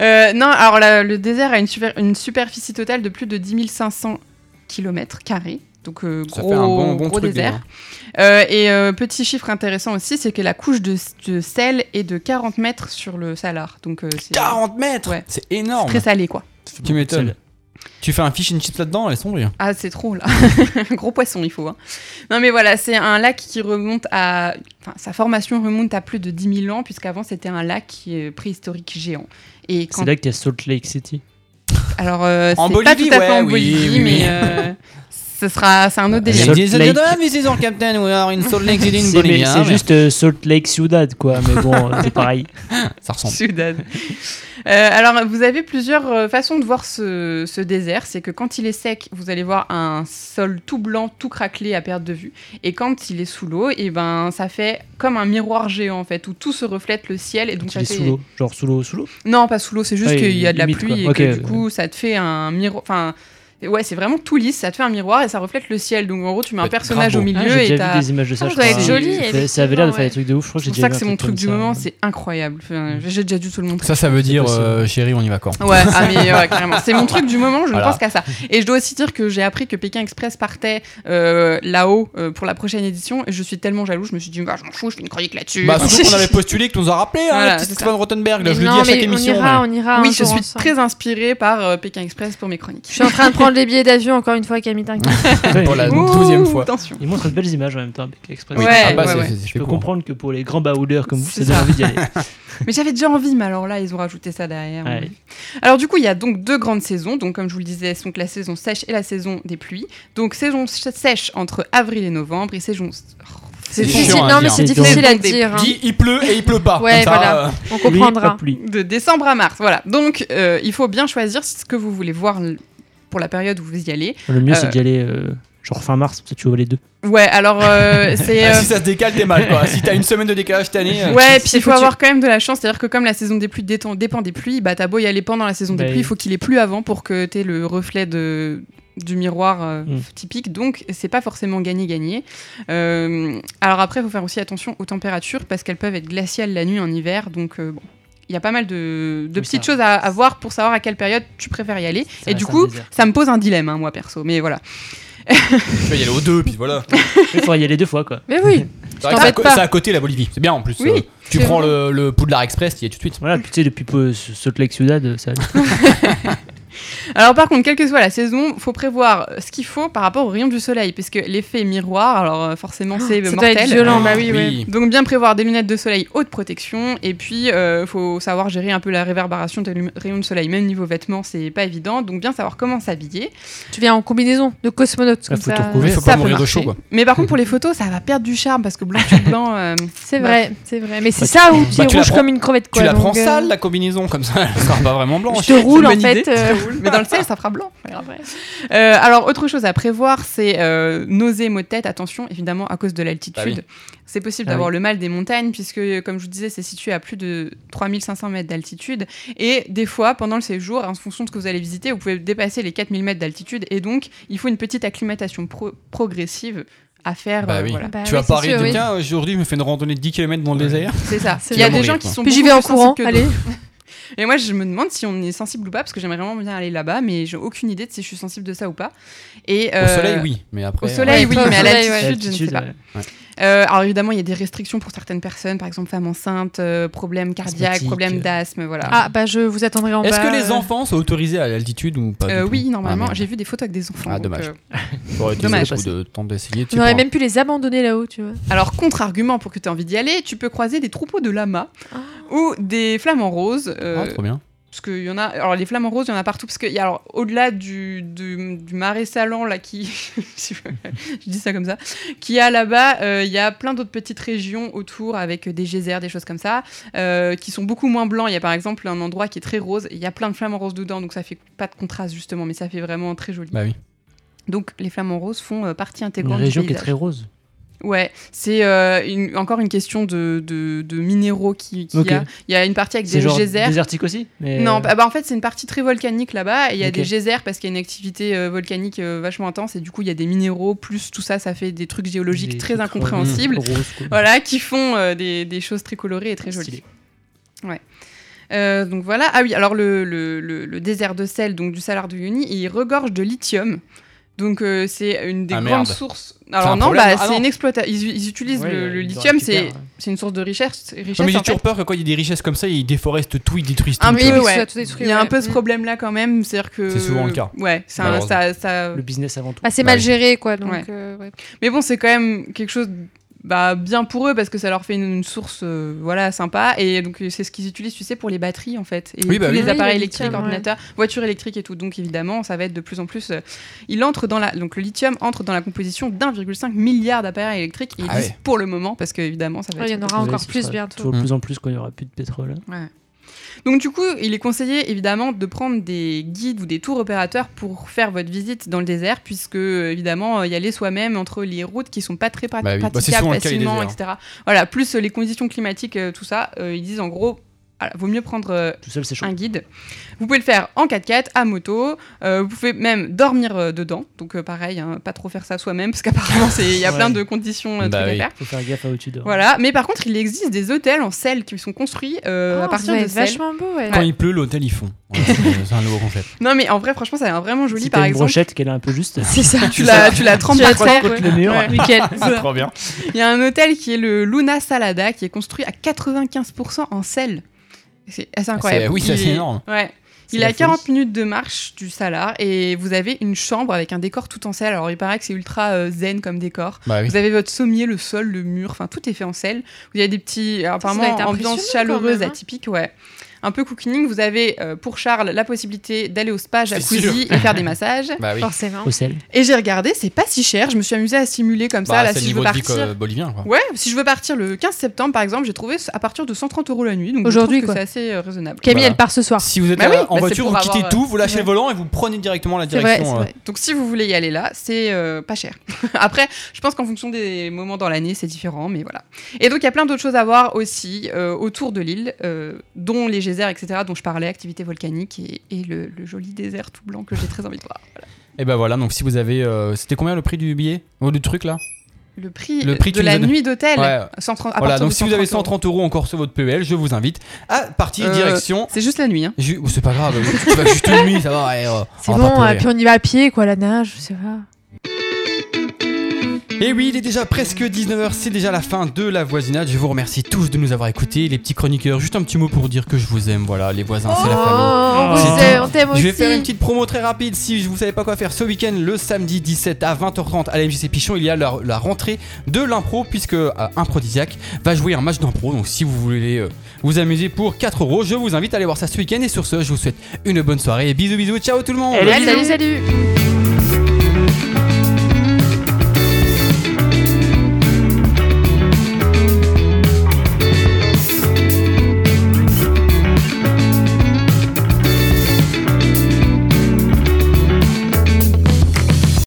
Speaker 6: Euh, non, alors la- le désert a une, super- une superficie totale de plus de 10 500 km. Donc, euh,
Speaker 1: Ça
Speaker 6: gros,
Speaker 1: fait un bon, bon
Speaker 6: gros
Speaker 1: truc.
Speaker 6: désert.
Speaker 1: déjà.
Speaker 6: Euh, et euh, petit chiffre intéressant aussi, c'est que la couche de, de sel est de 40 mètres sur le salar. Donc euh, c'est
Speaker 1: 40 mètres
Speaker 6: Ouais.
Speaker 1: C'est
Speaker 6: c'est
Speaker 1: énorme
Speaker 6: très salé quoi.
Speaker 1: Tu m'étonnes.
Speaker 3: Seul.
Speaker 1: Tu fais un fish and chips là-dedans, elles sont bien.
Speaker 6: Ah, c'est trop là. Gros poisson, il faut. hein. Non, mais voilà, c'est un lac qui remonte à. Enfin, sa formation remonte à plus de 10 000 ans, puisqu'avant c'était un lac qui est préhistorique géant. Et quand...
Speaker 3: C'est là qu'il y a Salt Lake City.
Speaker 6: Alors, euh,
Speaker 1: En
Speaker 6: c'est pas
Speaker 1: Bolivie,
Speaker 6: tout à fait
Speaker 1: ouais,
Speaker 6: en
Speaker 1: oui,
Speaker 6: Bolivie,
Speaker 1: oui, oui.
Speaker 6: mais euh, ce sera. C'est un autre délire.
Speaker 3: Salt Lake.
Speaker 1: saison, Captain, we are in Salt Lake City in
Speaker 3: C'est mais
Speaker 1: Bolivia,
Speaker 3: c'est
Speaker 1: hein, mais-
Speaker 3: juste euh, Salt Lake Ciudad, quoi. Mais bon, euh, c'est pareil.
Speaker 1: Ça ressemble.
Speaker 6: Ciudad. Euh, alors, vous avez plusieurs euh, façons de voir ce, ce désert. C'est que quand il est sec, vous allez voir un sol tout blanc, tout craquelé à perte de vue. Et quand il est sous l'eau, et ben, ça fait comme un miroir géant en fait, où tout se reflète le ciel. Et donc
Speaker 3: Tu
Speaker 6: ça
Speaker 3: dis
Speaker 6: fait-
Speaker 3: sous l'eau. Genre sous l'eau, sous l'eau.
Speaker 6: Non, pas sous l'eau. C'est juste
Speaker 3: Ah,
Speaker 6: qu'il y a de la
Speaker 3: limite,
Speaker 6: pluie et
Speaker 3: quoi.
Speaker 6: que
Speaker 3: Ok,
Speaker 6: du
Speaker 3: ouais.
Speaker 6: coup, ça te fait un miroir. Enfin, ouais, c'est vraiment tout lisse. Ça te fait un miroir et ça reflète le ciel. Donc en gros, tu mets
Speaker 1: Ouais,
Speaker 6: un personnage
Speaker 1: grave
Speaker 6: au
Speaker 1: beau.
Speaker 6: milieu
Speaker 3: J'ai
Speaker 6: et
Speaker 3: déjà vu
Speaker 6: t'as
Speaker 3: des images de ça.
Speaker 2: Ah,
Speaker 3: je
Speaker 2: ça doit
Speaker 3: crois.
Speaker 2: être joli,
Speaker 3: Ça- Ça avait l'air de faire
Speaker 2: effectivement,
Speaker 3: des trucs de ouf. je crois que
Speaker 6: C'est
Speaker 3: j'ai
Speaker 6: pour
Speaker 3: déjà
Speaker 6: ça que
Speaker 3: vu
Speaker 6: c'est
Speaker 3: un
Speaker 6: mon truc du
Speaker 3: comme ça.
Speaker 6: moment. C'est incroyable. Enfin, J'ai déjà dû tout le montrer.
Speaker 1: Ça, ça veut dire,
Speaker 3: possible.
Speaker 1: euh, chérie, on y va quand
Speaker 6: Ouais, ah mais ouais, carrément. C'est mon truc du moment, je
Speaker 1: Voilà.
Speaker 6: ne pense qu'à ça. Et je dois aussi dire que j'ai appris que Pékin Express partait euh, là-haut euh, pour la prochaine édition. Et je suis tellement jaloux, je me suis dit, bah, je m'en fous, je fais une chronique là-dessus.
Speaker 1: Bah, surtout qu'on avait postulé, que tu nous as rappelé, hein,
Speaker 6: Voilà,
Speaker 1: la petite
Speaker 6: c'est ça.
Speaker 1: Stéphane Rottenberg, là,
Speaker 2: Mais
Speaker 1: je le dis
Speaker 2: non,
Speaker 1: à chaque
Speaker 2: mais on
Speaker 1: émission.
Speaker 2: ira,
Speaker 1: mais-
Speaker 2: on ira. un
Speaker 6: oui, je
Speaker 2: jour
Speaker 6: suis
Speaker 2: ensemble.
Speaker 6: très inspirée par euh, Pékin Express pour mes chroniques.
Speaker 2: Je suis en train de prendre les billets d'avion encore une fois, Camille, t'inquiète.
Speaker 3: Ouais,
Speaker 1: Pour la
Speaker 3: il-
Speaker 6: Ouh,
Speaker 1: douzième fois.
Speaker 6: Attention.
Speaker 3: Il montre de belles images en même temps avec Express.
Speaker 6: Oui.
Speaker 1: ah bah,
Speaker 6: ouais,
Speaker 1: c'est-
Speaker 6: ouais.
Speaker 1: c'est-
Speaker 3: Je
Speaker 1: c'est
Speaker 3: peux
Speaker 1: court.
Speaker 3: comprendre que pour les grands baouleurs comme vous,
Speaker 6: C'est
Speaker 3: ça donne
Speaker 6: ça.
Speaker 3: envie d'y aller.
Speaker 6: Mais j'avais déjà envie, mais alors là, ils ont rajouté ça derrière.
Speaker 3: Ouais.
Speaker 6: Alors du coup, il y a donc deux grandes saisons. Donc comme je vous le disais, sont la saison sèche et la saison des pluies. Donc saison ch- sèche entre avril et novembre et saison... oh,
Speaker 1: C'est
Speaker 2: difficile-
Speaker 1: chiant à
Speaker 2: non, mais
Speaker 1: dire.
Speaker 2: c'est
Speaker 3: C'est
Speaker 2: difficile à
Speaker 6: donc des
Speaker 2: dire. hein.
Speaker 1: Dis, il pleut et il pleut pas.
Speaker 2: Ouais,
Speaker 1: Comme ça,
Speaker 2: voilà.
Speaker 1: euh,
Speaker 2: On
Speaker 3: Pluie,
Speaker 2: comprendra.
Speaker 3: pas pluie.
Speaker 6: De décembre à mars, voilà. Donc, euh, il faut bien choisir ce que vous voulez voir l- pour la période où vous y allez.
Speaker 3: Le mieux,
Speaker 6: Euh,
Speaker 3: c'est d'y aller euh, genre fin mars, peut-être tu vois les deux.
Speaker 6: Ouais, alors, euh, c'est...
Speaker 1: ah,
Speaker 6: euh,
Speaker 1: Si ça se décale, t'es mal, quoi. Si t'as une semaine de décalage cette année. euh,
Speaker 6: Ouais, puis il faut
Speaker 2: foutu.
Speaker 6: avoir quand même de la chance, c'est-à-dire que comme la saison des pluies détend- dépend des pluies, bah t'as beau y aller pendant la saison des
Speaker 3: Bah,
Speaker 6: pluies,
Speaker 3: il-
Speaker 6: il faut qu'il ait plu avant pour que t'aies le reflet de du miroir euh,
Speaker 3: Mm.
Speaker 6: typique, donc c'est pas forcément gagné-gagné. Euh, alors après, il faut faire aussi attention aux températures parce qu'elles peuvent être glaciales la nuit en hiver, donc euh, bon, il y a pas mal de, de
Speaker 3: Oui,
Speaker 6: petites
Speaker 3: ça-
Speaker 6: choses à, à voir pour savoir à quelle période tu préfères y aller.
Speaker 3: Ça
Speaker 6: Et
Speaker 3: reste
Speaker 6: du
Speaker 3: un
Speaker 6: coup,
Speaker 3: désert.
Speaker 6: ça me pose un dilemme, hein, moi perso, mais voilà.
Speaker 1: Tu vas y aller aux deux, puis voilà.
Speaker 3: Il faudrait y aller deux fois quoi.
Speaker 2: Mais oui,
Speaker 1: C'est vrai que
Speaker 2: t'embête
Speaker 1: C'est à, co-
Speaker 2: pas.
Speaker 1: c'est à côté, la Bolivie. C'est bien en plus.
Speaker 6: Oui,
Speaker 1: euh, tu
Speaker 6: c'est
Speaker 1: prends
Speaker 6: vrai.
Speaker 1: le, le Poudlard Express, tu y es tout de suite.
Speaker 3: Voilà, puis tu sais, depuis peu, ce- Salt Lake Ciudad, euh, ça.
Speaker 6: Alors par contre, quelle que soit la saison, faut prévoir euh, ce qu'il faut par rapport aux rayons du soleil, puisque l'effet miroir, alors euh, forcément c'est
Speaker 2: Oh, ça
Speaker 6: mortel.
Speaker 2: doit être violent, bah oui, ouais.
Speaker 1: Ah oui.
Speaker 6: Donc bien prévoir des lunettes de soleil haute protection et puis euh, faut savoir gérer un peu la réverbération des lum- rayons de soleil. Même niveau vêtements, c'est pas évident. Donc bien savoir comment s'habiller.
Speaker 2: Tu viens en combinaison de cosmonaute
Speaker 3: La
Speaker 2: comme
Speaker 3: photo
Speaker 2: ça.
Speaker 3: couverte.
Speaker 1: faut
Speaker 6: ça
Speaker 1: pas
Speaker 6: peut
Speaker 1: mourir de
Speaker 6: marcher.
Speaker 1: chaud, quoi.
Speaker 6: Mais par contre pour les photos, ça va perdre du charme parce que blanc sur blanc. euh,
Speaker 2: C'est
Speaker 6: Bah,
Speaker 2: vrai, c'est vrai. Mais c'est ça où tu
Speaker 1: bah,
Speaker 2: es
Speaker 1: tu la
Speaker 2: rouge
Speaker 1: prends-
Speaker 2: comme une crevette
Speaker 1: Tu
Speaker 2: quoi.
Speaker 1: la
Speaker 2: donc,
Speaker 1: prends
Speaker 2: euh,
Speaker 1: sale, la combinaison, comme ça, elle sera pas vraiment blanche.
Speaker 2: Je te roule en
Speaker 6: bonne idée.
Speaker 2: fait. euh,
Speaker 6: mais dans le sel, ça fera blanc. Euh, alors, autre chose à prévoir, c'est euh, nausées, maux de tête. Attention, évidemment, à cause de l'altitude.
Speaker 1: Bah oui.
Speaker 6: C'est possible
Speaker 3: Ah
Speaker 6: d'avoir le mal des montagnes, puisque, comme je vous disais, c'est situé à plus de 3500 mètres d'altitude. Et des fois, pendant le séjour, en fonction de ce que vous allez visiter, vous pouvez dépasser les 4000 mètres d'altitude. Et donc, il faut une petite acclimatation pro- progressive à faire.
Speaker 1: Bah
Speaker 6: euh,
Speaker 1: oui.
Speaker 6: voilà.
Speaker 2: Bah
Speaker 1: tu
Speaker 2: oui,
Speaker 1: vas à
Speaker 2: c'est
Speaker 1: Paris,
Speaker 2: sûr,
Speaker 1: de-
Speaker 2: oui.
Speaker 1: tiens, aujourd'hui, je me fais une randonnée de 10 km dans le désert.
Speaker 6: C'est ça.
Speaker 2: C'est
Speaker 6: Il y a
Speaker 1: vrai.
Speaker 6: des
Speaker 1: Mourir,
Speaker 6: gens qui
Speaker 1: quoi.
Speaker 6: sont.
Speaker 2: Puis j'y
Speaker 6: beaucoup
Speaker 2: vais en
Speaker 6: plus sensibles
Speaker 2: courant,
Speaker 6: que d'autres.
Speaker 2: allez.
Speaker 6: Et moi, je me demande si on est sensible ou pas, parce que j'aimerais vraiment bien aller là-bas, mais j'ai aucune idée de si je suis sensible de ça ou pas. Et,
Speaker 1: Au
Speaker 6: euh,
Speaker 1: soleil, oui. Mais après.
Speaker 6: Au soleil,
Speaker 2: Ouais,
Speaker 6: oui,
Speaker 2: pas au
Speaker 6: mais à
Speaker 2: soleil, ouais.
Speaker 6: l'altitude, je ne sais
Speaker 3: L'altitude,
Speaker 6: pas.
Speaker 3: ouais.
Speaker 6: Euh, alors évidemment, il y a des restrictions pour certaines personnes, par exemple femmes enceintes, euh, problèmes cardiaques,
Speaker 3: Asthmatique.
Speaker 1: euh.
Speaker 6: problèmes d'asthme, voilà.
Speaker 2: Ah, bah je vous attendrai en
Speaker 1: Est-ce
Speaker 2: bas.
Speaker 1: que les
Speaker 2: euh,
Speaker 1: enfants sont autorisés à l'altitude ou pas du
Speaker 6: Euh,
Speaker 1: tout
Speaker 6: oui, normalement,
Speaker 1: Ah, merde.
Speaker 6: j'ai vu des photos avec des enfants.
Speaker 1: Ah,
Speaker 6: donc,
Speaker 1: dommage.
Speaker 6: euh,
Speaker 1: J'aurais été
Speaker 6: Dommage.
Speaker 1: au bout de temps d'essayer. tu
Speaker 2: On aurait
Speaker 1: sais,
Speaker 2: même pu les abandonner là-haut, tu vois.
Speaker 6: Alors, contre-argument pour que tu aies envie d'y aller, tu peux croiser des troupeaux de lamas ou des flamants roses.
Speaker 1: pour-
Speaker 6: euh,
Speaker 1: Ah, trop bien.
Speaker 6: Parce qu'il y en a. Alors, les flamants roses, il y en a partout. Parce que, alors, au-delà du, du, du marais salant, là, qui. je dis ça comme ça. Qui a là-bas, euh, il y a plein d'autres petites régions autour avec des geysers, des choses comme ça, euh, qui sont beaucoup moins blancs. Il y a par exemple un endroit qui est très rose. et Il y a plein de flamants roses dedans, donc ça fait pas de contraste, justement, mais ça fait vraiment très joli.
Speaker 1: Bah oui.
Speaker 6: Donc, les flamants roses font euh, partie
Speaker 3: Une
Speaker 6: intégrante
Speaker 3: région
Speaker 6: du
Speaker 3: qui est
Speaker 6: paysage.
Speaker 3: très rose.
Speaker 6: Ouais, c'est euh, une- encore une question de, de, de minéraux qui, qui
Speaker 3: Ok.
Speaker 6: y a. Il y a une partie avec
Speaker 3: C'est
Speaker 6: des
Speaker 3: genre
Speaker 6: geysers.
Speaker 3: désertique aussi mais
Speaker 6: Non, bah, bah, en fait, c'est une partie très volcanique là-bas. et Il y a
Speaker 3: Ok.
Speaker 6: des geysers parce qu'il y a une activité euh, volcanique euh, vachement intense. Et du coup, il y a des minéraux, plus tout ça, ça fait des trucs géologiques
Speaker 3: Des
Speaker 6: très
Speaker 3: trucs
Speaker 6: incompréhensibles.
Speaker 3: roses, quoi.
Speaker 6: Voilà, qui font euh, des, des choses très colorées et très jolies.
Speaker 3: Stylé.
Speaker 6: Euh, donc voilà. Ah oui, alors le, le, le- le désert de sel, donc du Salar de Uyuni, il regorge de lithium. Donc euh, c'est une des
Speaker 1: Ah,
Speaker 6: grandes
Speaker 1: merde.
Speaker 6: sources.
Speaker 1: un
Speaker 6: Alors non,
Speaker 1: problème,
Speaker 6: bah,
Speaker 1: hein. Ah,
Speaker 6: c'est
Speaker 1: non.
Speaker 6: une exploitation. Ils, ils utilisent
Speaker 3: Ouais,
Speaker 6: le, le
Speaker 3: ils en
Speaker 6: lithium, c'est
Speaker 3: récupèrent, ouais.
Speaker 6: c'est une source de richesse. richesse
Speaker 1: Non, mais j'ai
Speaker 6: en fait.
Speaker 1: toujours peur que quand il y a des richesses comme ça, ils déforestent tout, ils détruisent tout.
Speaker 6: Un
Speaker 1: tu
Speaker 6: peu,
Speaker 1: vois.
Speaker 6: ouais.
Speaker 2: Ça, tout détruit,
Speaker 6: Il y a un
Speaker 2: ouais.
Speaker 6: peu ce
Speaker 2: Mm.
Speaker 6: problème là quand même, c'est-à-dire que
Speaker 1: C'est souvent le cas.
Speaker 6: Ouais, c'est un-
Speaker 1: Malheureusement.
Speaker 6: ça, ça-
Speaker 3: Le business avant tout.
Speaker 2: Bah, c'est
Speaker 1: Bah
Speaker 2: mal
Speaker 1: oui.
Speaker 2: géré, quoi. Donc,
Speaker 6: Ouais.
Speaker 2: euh, ouais.
Speaker 6: Mais bon, c'est quand même quelque chose bah, bien pour eux parce que ça leur fait une, une source euh, voilà sympa et donc euh, c'est ce qu'ils utilisent tu sais pour les batteries en fait et
Speaker 1: Oui, bah
Speaker 6: tous
Speaker 1: oui.
Speaker 6: les
Speaker 2: Oui,
Speaker 6: appareils
Speaker 2: le
Speaker 6: électriques,
Speaker 2: lithium,
Speaker 6: ordinateurs, voitures électriques et tout. Donc évidemment, ça va être de plus en plus. euh, il entre dans la donc le lithium entre dans la composition d'1,5 milliard d'appareils électriques. Et ils
Speaker 1: Ah ouais.
Speaker 6: disent pour le moment parce que évidemment ça va.
Speaker 2: Ouais, il y
Speaker 6: être-
Speaker 2: en aura
Speaker 3: Vous savez,
Speaker 2: encore
Speaker 3: ce
Speaker 2: plus
Speaker 3: sera
Speaker 2: bientôt.
Speaker 3: Toujours de plus en plus quand il n'y aura plus de pétrole.
Speaker 6: Donc du coup, il est conseillé évidemment de prendre des guides ou des tours opérateurs pour faire votre visite dans le désert, puisque euh, évidemment euh, y aller soi-même entre les routes qui sont pas très prat-
Speaker 1: Bah oui, bah, c'est
Speaker 6: praticables
Speaker 1: souvent le cas des
Speaker 6: facilement,
Speaker 1: déserts.
Speaker 6: etc. Voilà, plus euh, les conditions climatiques, euh, tout ça, euh, ils disent en gros, voilà, vaut mieux prendre euh,
Speaker 3: Tout seul, c'est chaud.
Speaker 6: un guide. Vous pouvez le faire en 4x4, à moto, euh, vous pouvez même dormir euh, dedans, donc euh, pareil, hein, pas trop faire ça soi-même, parce qu'apparemment c'est- il y a
Speaker 3: Ouais.
Speaker 6: plein de conditions euh,
Speaker 1: Bah
Speaker 6: trucs à
Speaker 1: oui.
Speaker 6: faire.
Speaker 3: Faut faire gaffe à où tu dors.
Speaker 6: Voilà, mais par contre, il existe des hôtels en sel qui sont construits euh,
Speaker 2: Ah,
Speaker 6: à
Speaker 2: ça
Speaker 6: partir
Speaker 2: va
Speaker 6: de
Speaker 2: être
Speaker 6: sel.
Speaker 2: vachement beau, ouais.
Speaker 1: Quand il pleut, l'hôtel, ils font. Voilà, c'est c'est un nouveau concept.
Speaker 6: Non, mais en vrai, franchement, ça a l'air vraiment joli,
Speaker 3: Si
Speaker 6: par
Speaker 3: t'as une
Speaker 6: exemple.
Speaker 3: brochette qu'elle est un peu juste,
Speaker 2: C'est ça.
Speaker 6: Tu la, tu la trempes
Speaker 2: Tu la
Speaker 6: par terre.
Speaker 2: trempes
Speaker 3: contre le mur.
Speaker 6: Ouais.
Speaker 2: Nickel.
Speaker 1: Trop bien.
Speaker 6: Il y a un hôtel qui est le Luna Salada, qui est construit à 95% en sel. C'est
Speaker 3: Ah,
Speaker 6: assez incroyable.
Speaker 1: C'est- oui, ça,
Speaker 6: Il
Speaker 1: c'est
Speaker 6: est-
Speaker 1: énorme.
Speaker 6: Ouais.
Speaker 3: C'est
Speaker 6: Il
Speaker 3: la
Speaker 6: a 40
Speaker 3: folie.
Speaker 6: minutes de marche du Salar et vous avez une chambre avec un décor tout en sel. Alors il paraît que c'est ultra euh, zen comme décor.
Speaker 1: Bah oui.
Speaker 6: Vous avez votre sommier, le sol, le mur, enfin tout est fait en sel. Il y a des petits,
Speaker 2: doit
Speaker 6: apparemment,
Speaker 2: être
Speaker 6: ambiance
Speaker 2: impressionnant quand
Speaker 6: chaleureuse,
Speaker 2: même, hein.
Speaker 6: atypique, ouais. Un peu cooking. Vous avez euh, pour Charles la possibilité d'aller au spa,
Speaker 1: C'est
Speaker 6: jacuzzi et faire des massages.
Speaker 1: Bah oui.
Speaker 2: Forcément.
Speaker 3: au sel.
Speaker 6: Et j'ai regardé, c'est pas si cher. Je me suis amusée à simuler comme ça.
Speaker 1: Bah,
Speaker 6: Là,
Speaker 1: c'est le
Speaker 6: si je
Speaker 1: niveau
Speaker 6: veux
Speaker 1: de vie
Speaker 6: partir.
Speaker 1: euh, bolivien. quoi.
Speaker 6: Ouais, si je veux partir le 15 septembre par exemple, j'ai trouvé à partir de 130 euros la nuit. Donc je
Speaker 2: Aujourd'hui,
Speaker 6: trouve que
Speaker 2: quoi.
Speaker 6: c'est assez euh, raisonnable.
Speaker 2: Camille,
Speaker 1: Voilà.
Speaker 2: elle part ce soir.
Speaker 1: Si vous êtes
Speaker 6: Bah
Speaker 1: euh,
Speaker 6: oui,
Speaker 1: en
Speaker 6: bah, c'est
Speaker 1: voiture,
Speaker 6: pour
Speaker 1: vous quittez
Speaker 6: avoir,
Speaker 1: tout, vous lâchez
Speaker 6: ouais.
Speaker 1: le volant et vous prenez directement la
Speaker 2: C'est vrai,
Speaker 1: direction.
Speaker 2: c'est
Speaker 1: euh,
Speaker 2: vrai.
Speaker 6: Donc si vous voulez y aller là, c'est euh, pas cher. Après, je pense qu'en fonction des moments dans l'année, c'est différent, mais voilà. Et donc il y a plein d'autres choses à voir aussi euh, autour de l'île, euh, dont les geysers, etc., dont je parlais, activité volcanique et, et le, le joli désert tout blanc que j'ai très envie de voir.
Speaker 1: Et bah voilà, donc si vous avez. euh, C'était combien le prix du billet Ou du truc là
Speaker 6: Le prix,
Speaker 1: Le
Speaker 6: euh,
Speaker 1: prix que
Speaker 6: de
Speaker 1: tu
Speaker 6: la
Speaker 1: nous as donné.
Speaker 6: nuit d'hôtel,
Speaker 1: Ouais.
Speaker 6: 130 à
Speaker 1: Voilà,
Speaker 6: partir
Speaker 1: donc
Speaker 6: de
Speaker 1: si vous avez
Speaker 6: 130 euros.
Speaker 1: 130 euros encore sur votre PEL, je vous invite à partir
Speaker 6: Euh,
Speaker 1: direction.
Speaker 6: C'est juste la nuit, hein.
Speaker 1: Ju- oh, c'est pas grave, tu vas juste une nuit, ça va. et, euh,
Speaker 2: C'est
Speaker 1: on va pas
Speaker 2: bon,
Speaker 1: pleurer.
Speaker 2: euh, puis on y va à pied, quoi, la nage, je sais pas.
Speaker 1: Et oui, il est déjà presque 19h, c'est déjà la fin de la voisinade. Je vous remercie tous de nous avoir écoutés, les petits chroniqueurs. Juste un petit mot pour dire que je vous aime, voilà, les voisins, c'est la
Speaker 6: Oh,
Speaker 2: Oh,
Speaker 1: famille. Ah.
Speaker 2: on
Speaker 3: C'est
Speaker 2: vous
Speaker 1: tout.
Speaker 2: aime, on t'aime aussi.
Speaker 1: Je vais faire une petite promo très rapide. Si vous savez pas quoi faire ce week-end, le samedi 17 à 20h30 à la MJC Pichon, il y a la, la rentrée de l'impro, puisque euh, Improdisiac va jouer un match d'impro. Donc si vous voulez euh, vous amuser pour 4 euros, je vous invite à aller voir ça ce week-end. Et sur ce, je vous souhaite une bonne soirée. Et bisous, bisous, ciao tout le monde!
Speaker 3: Allez,
Speaker 2: Salut, salut.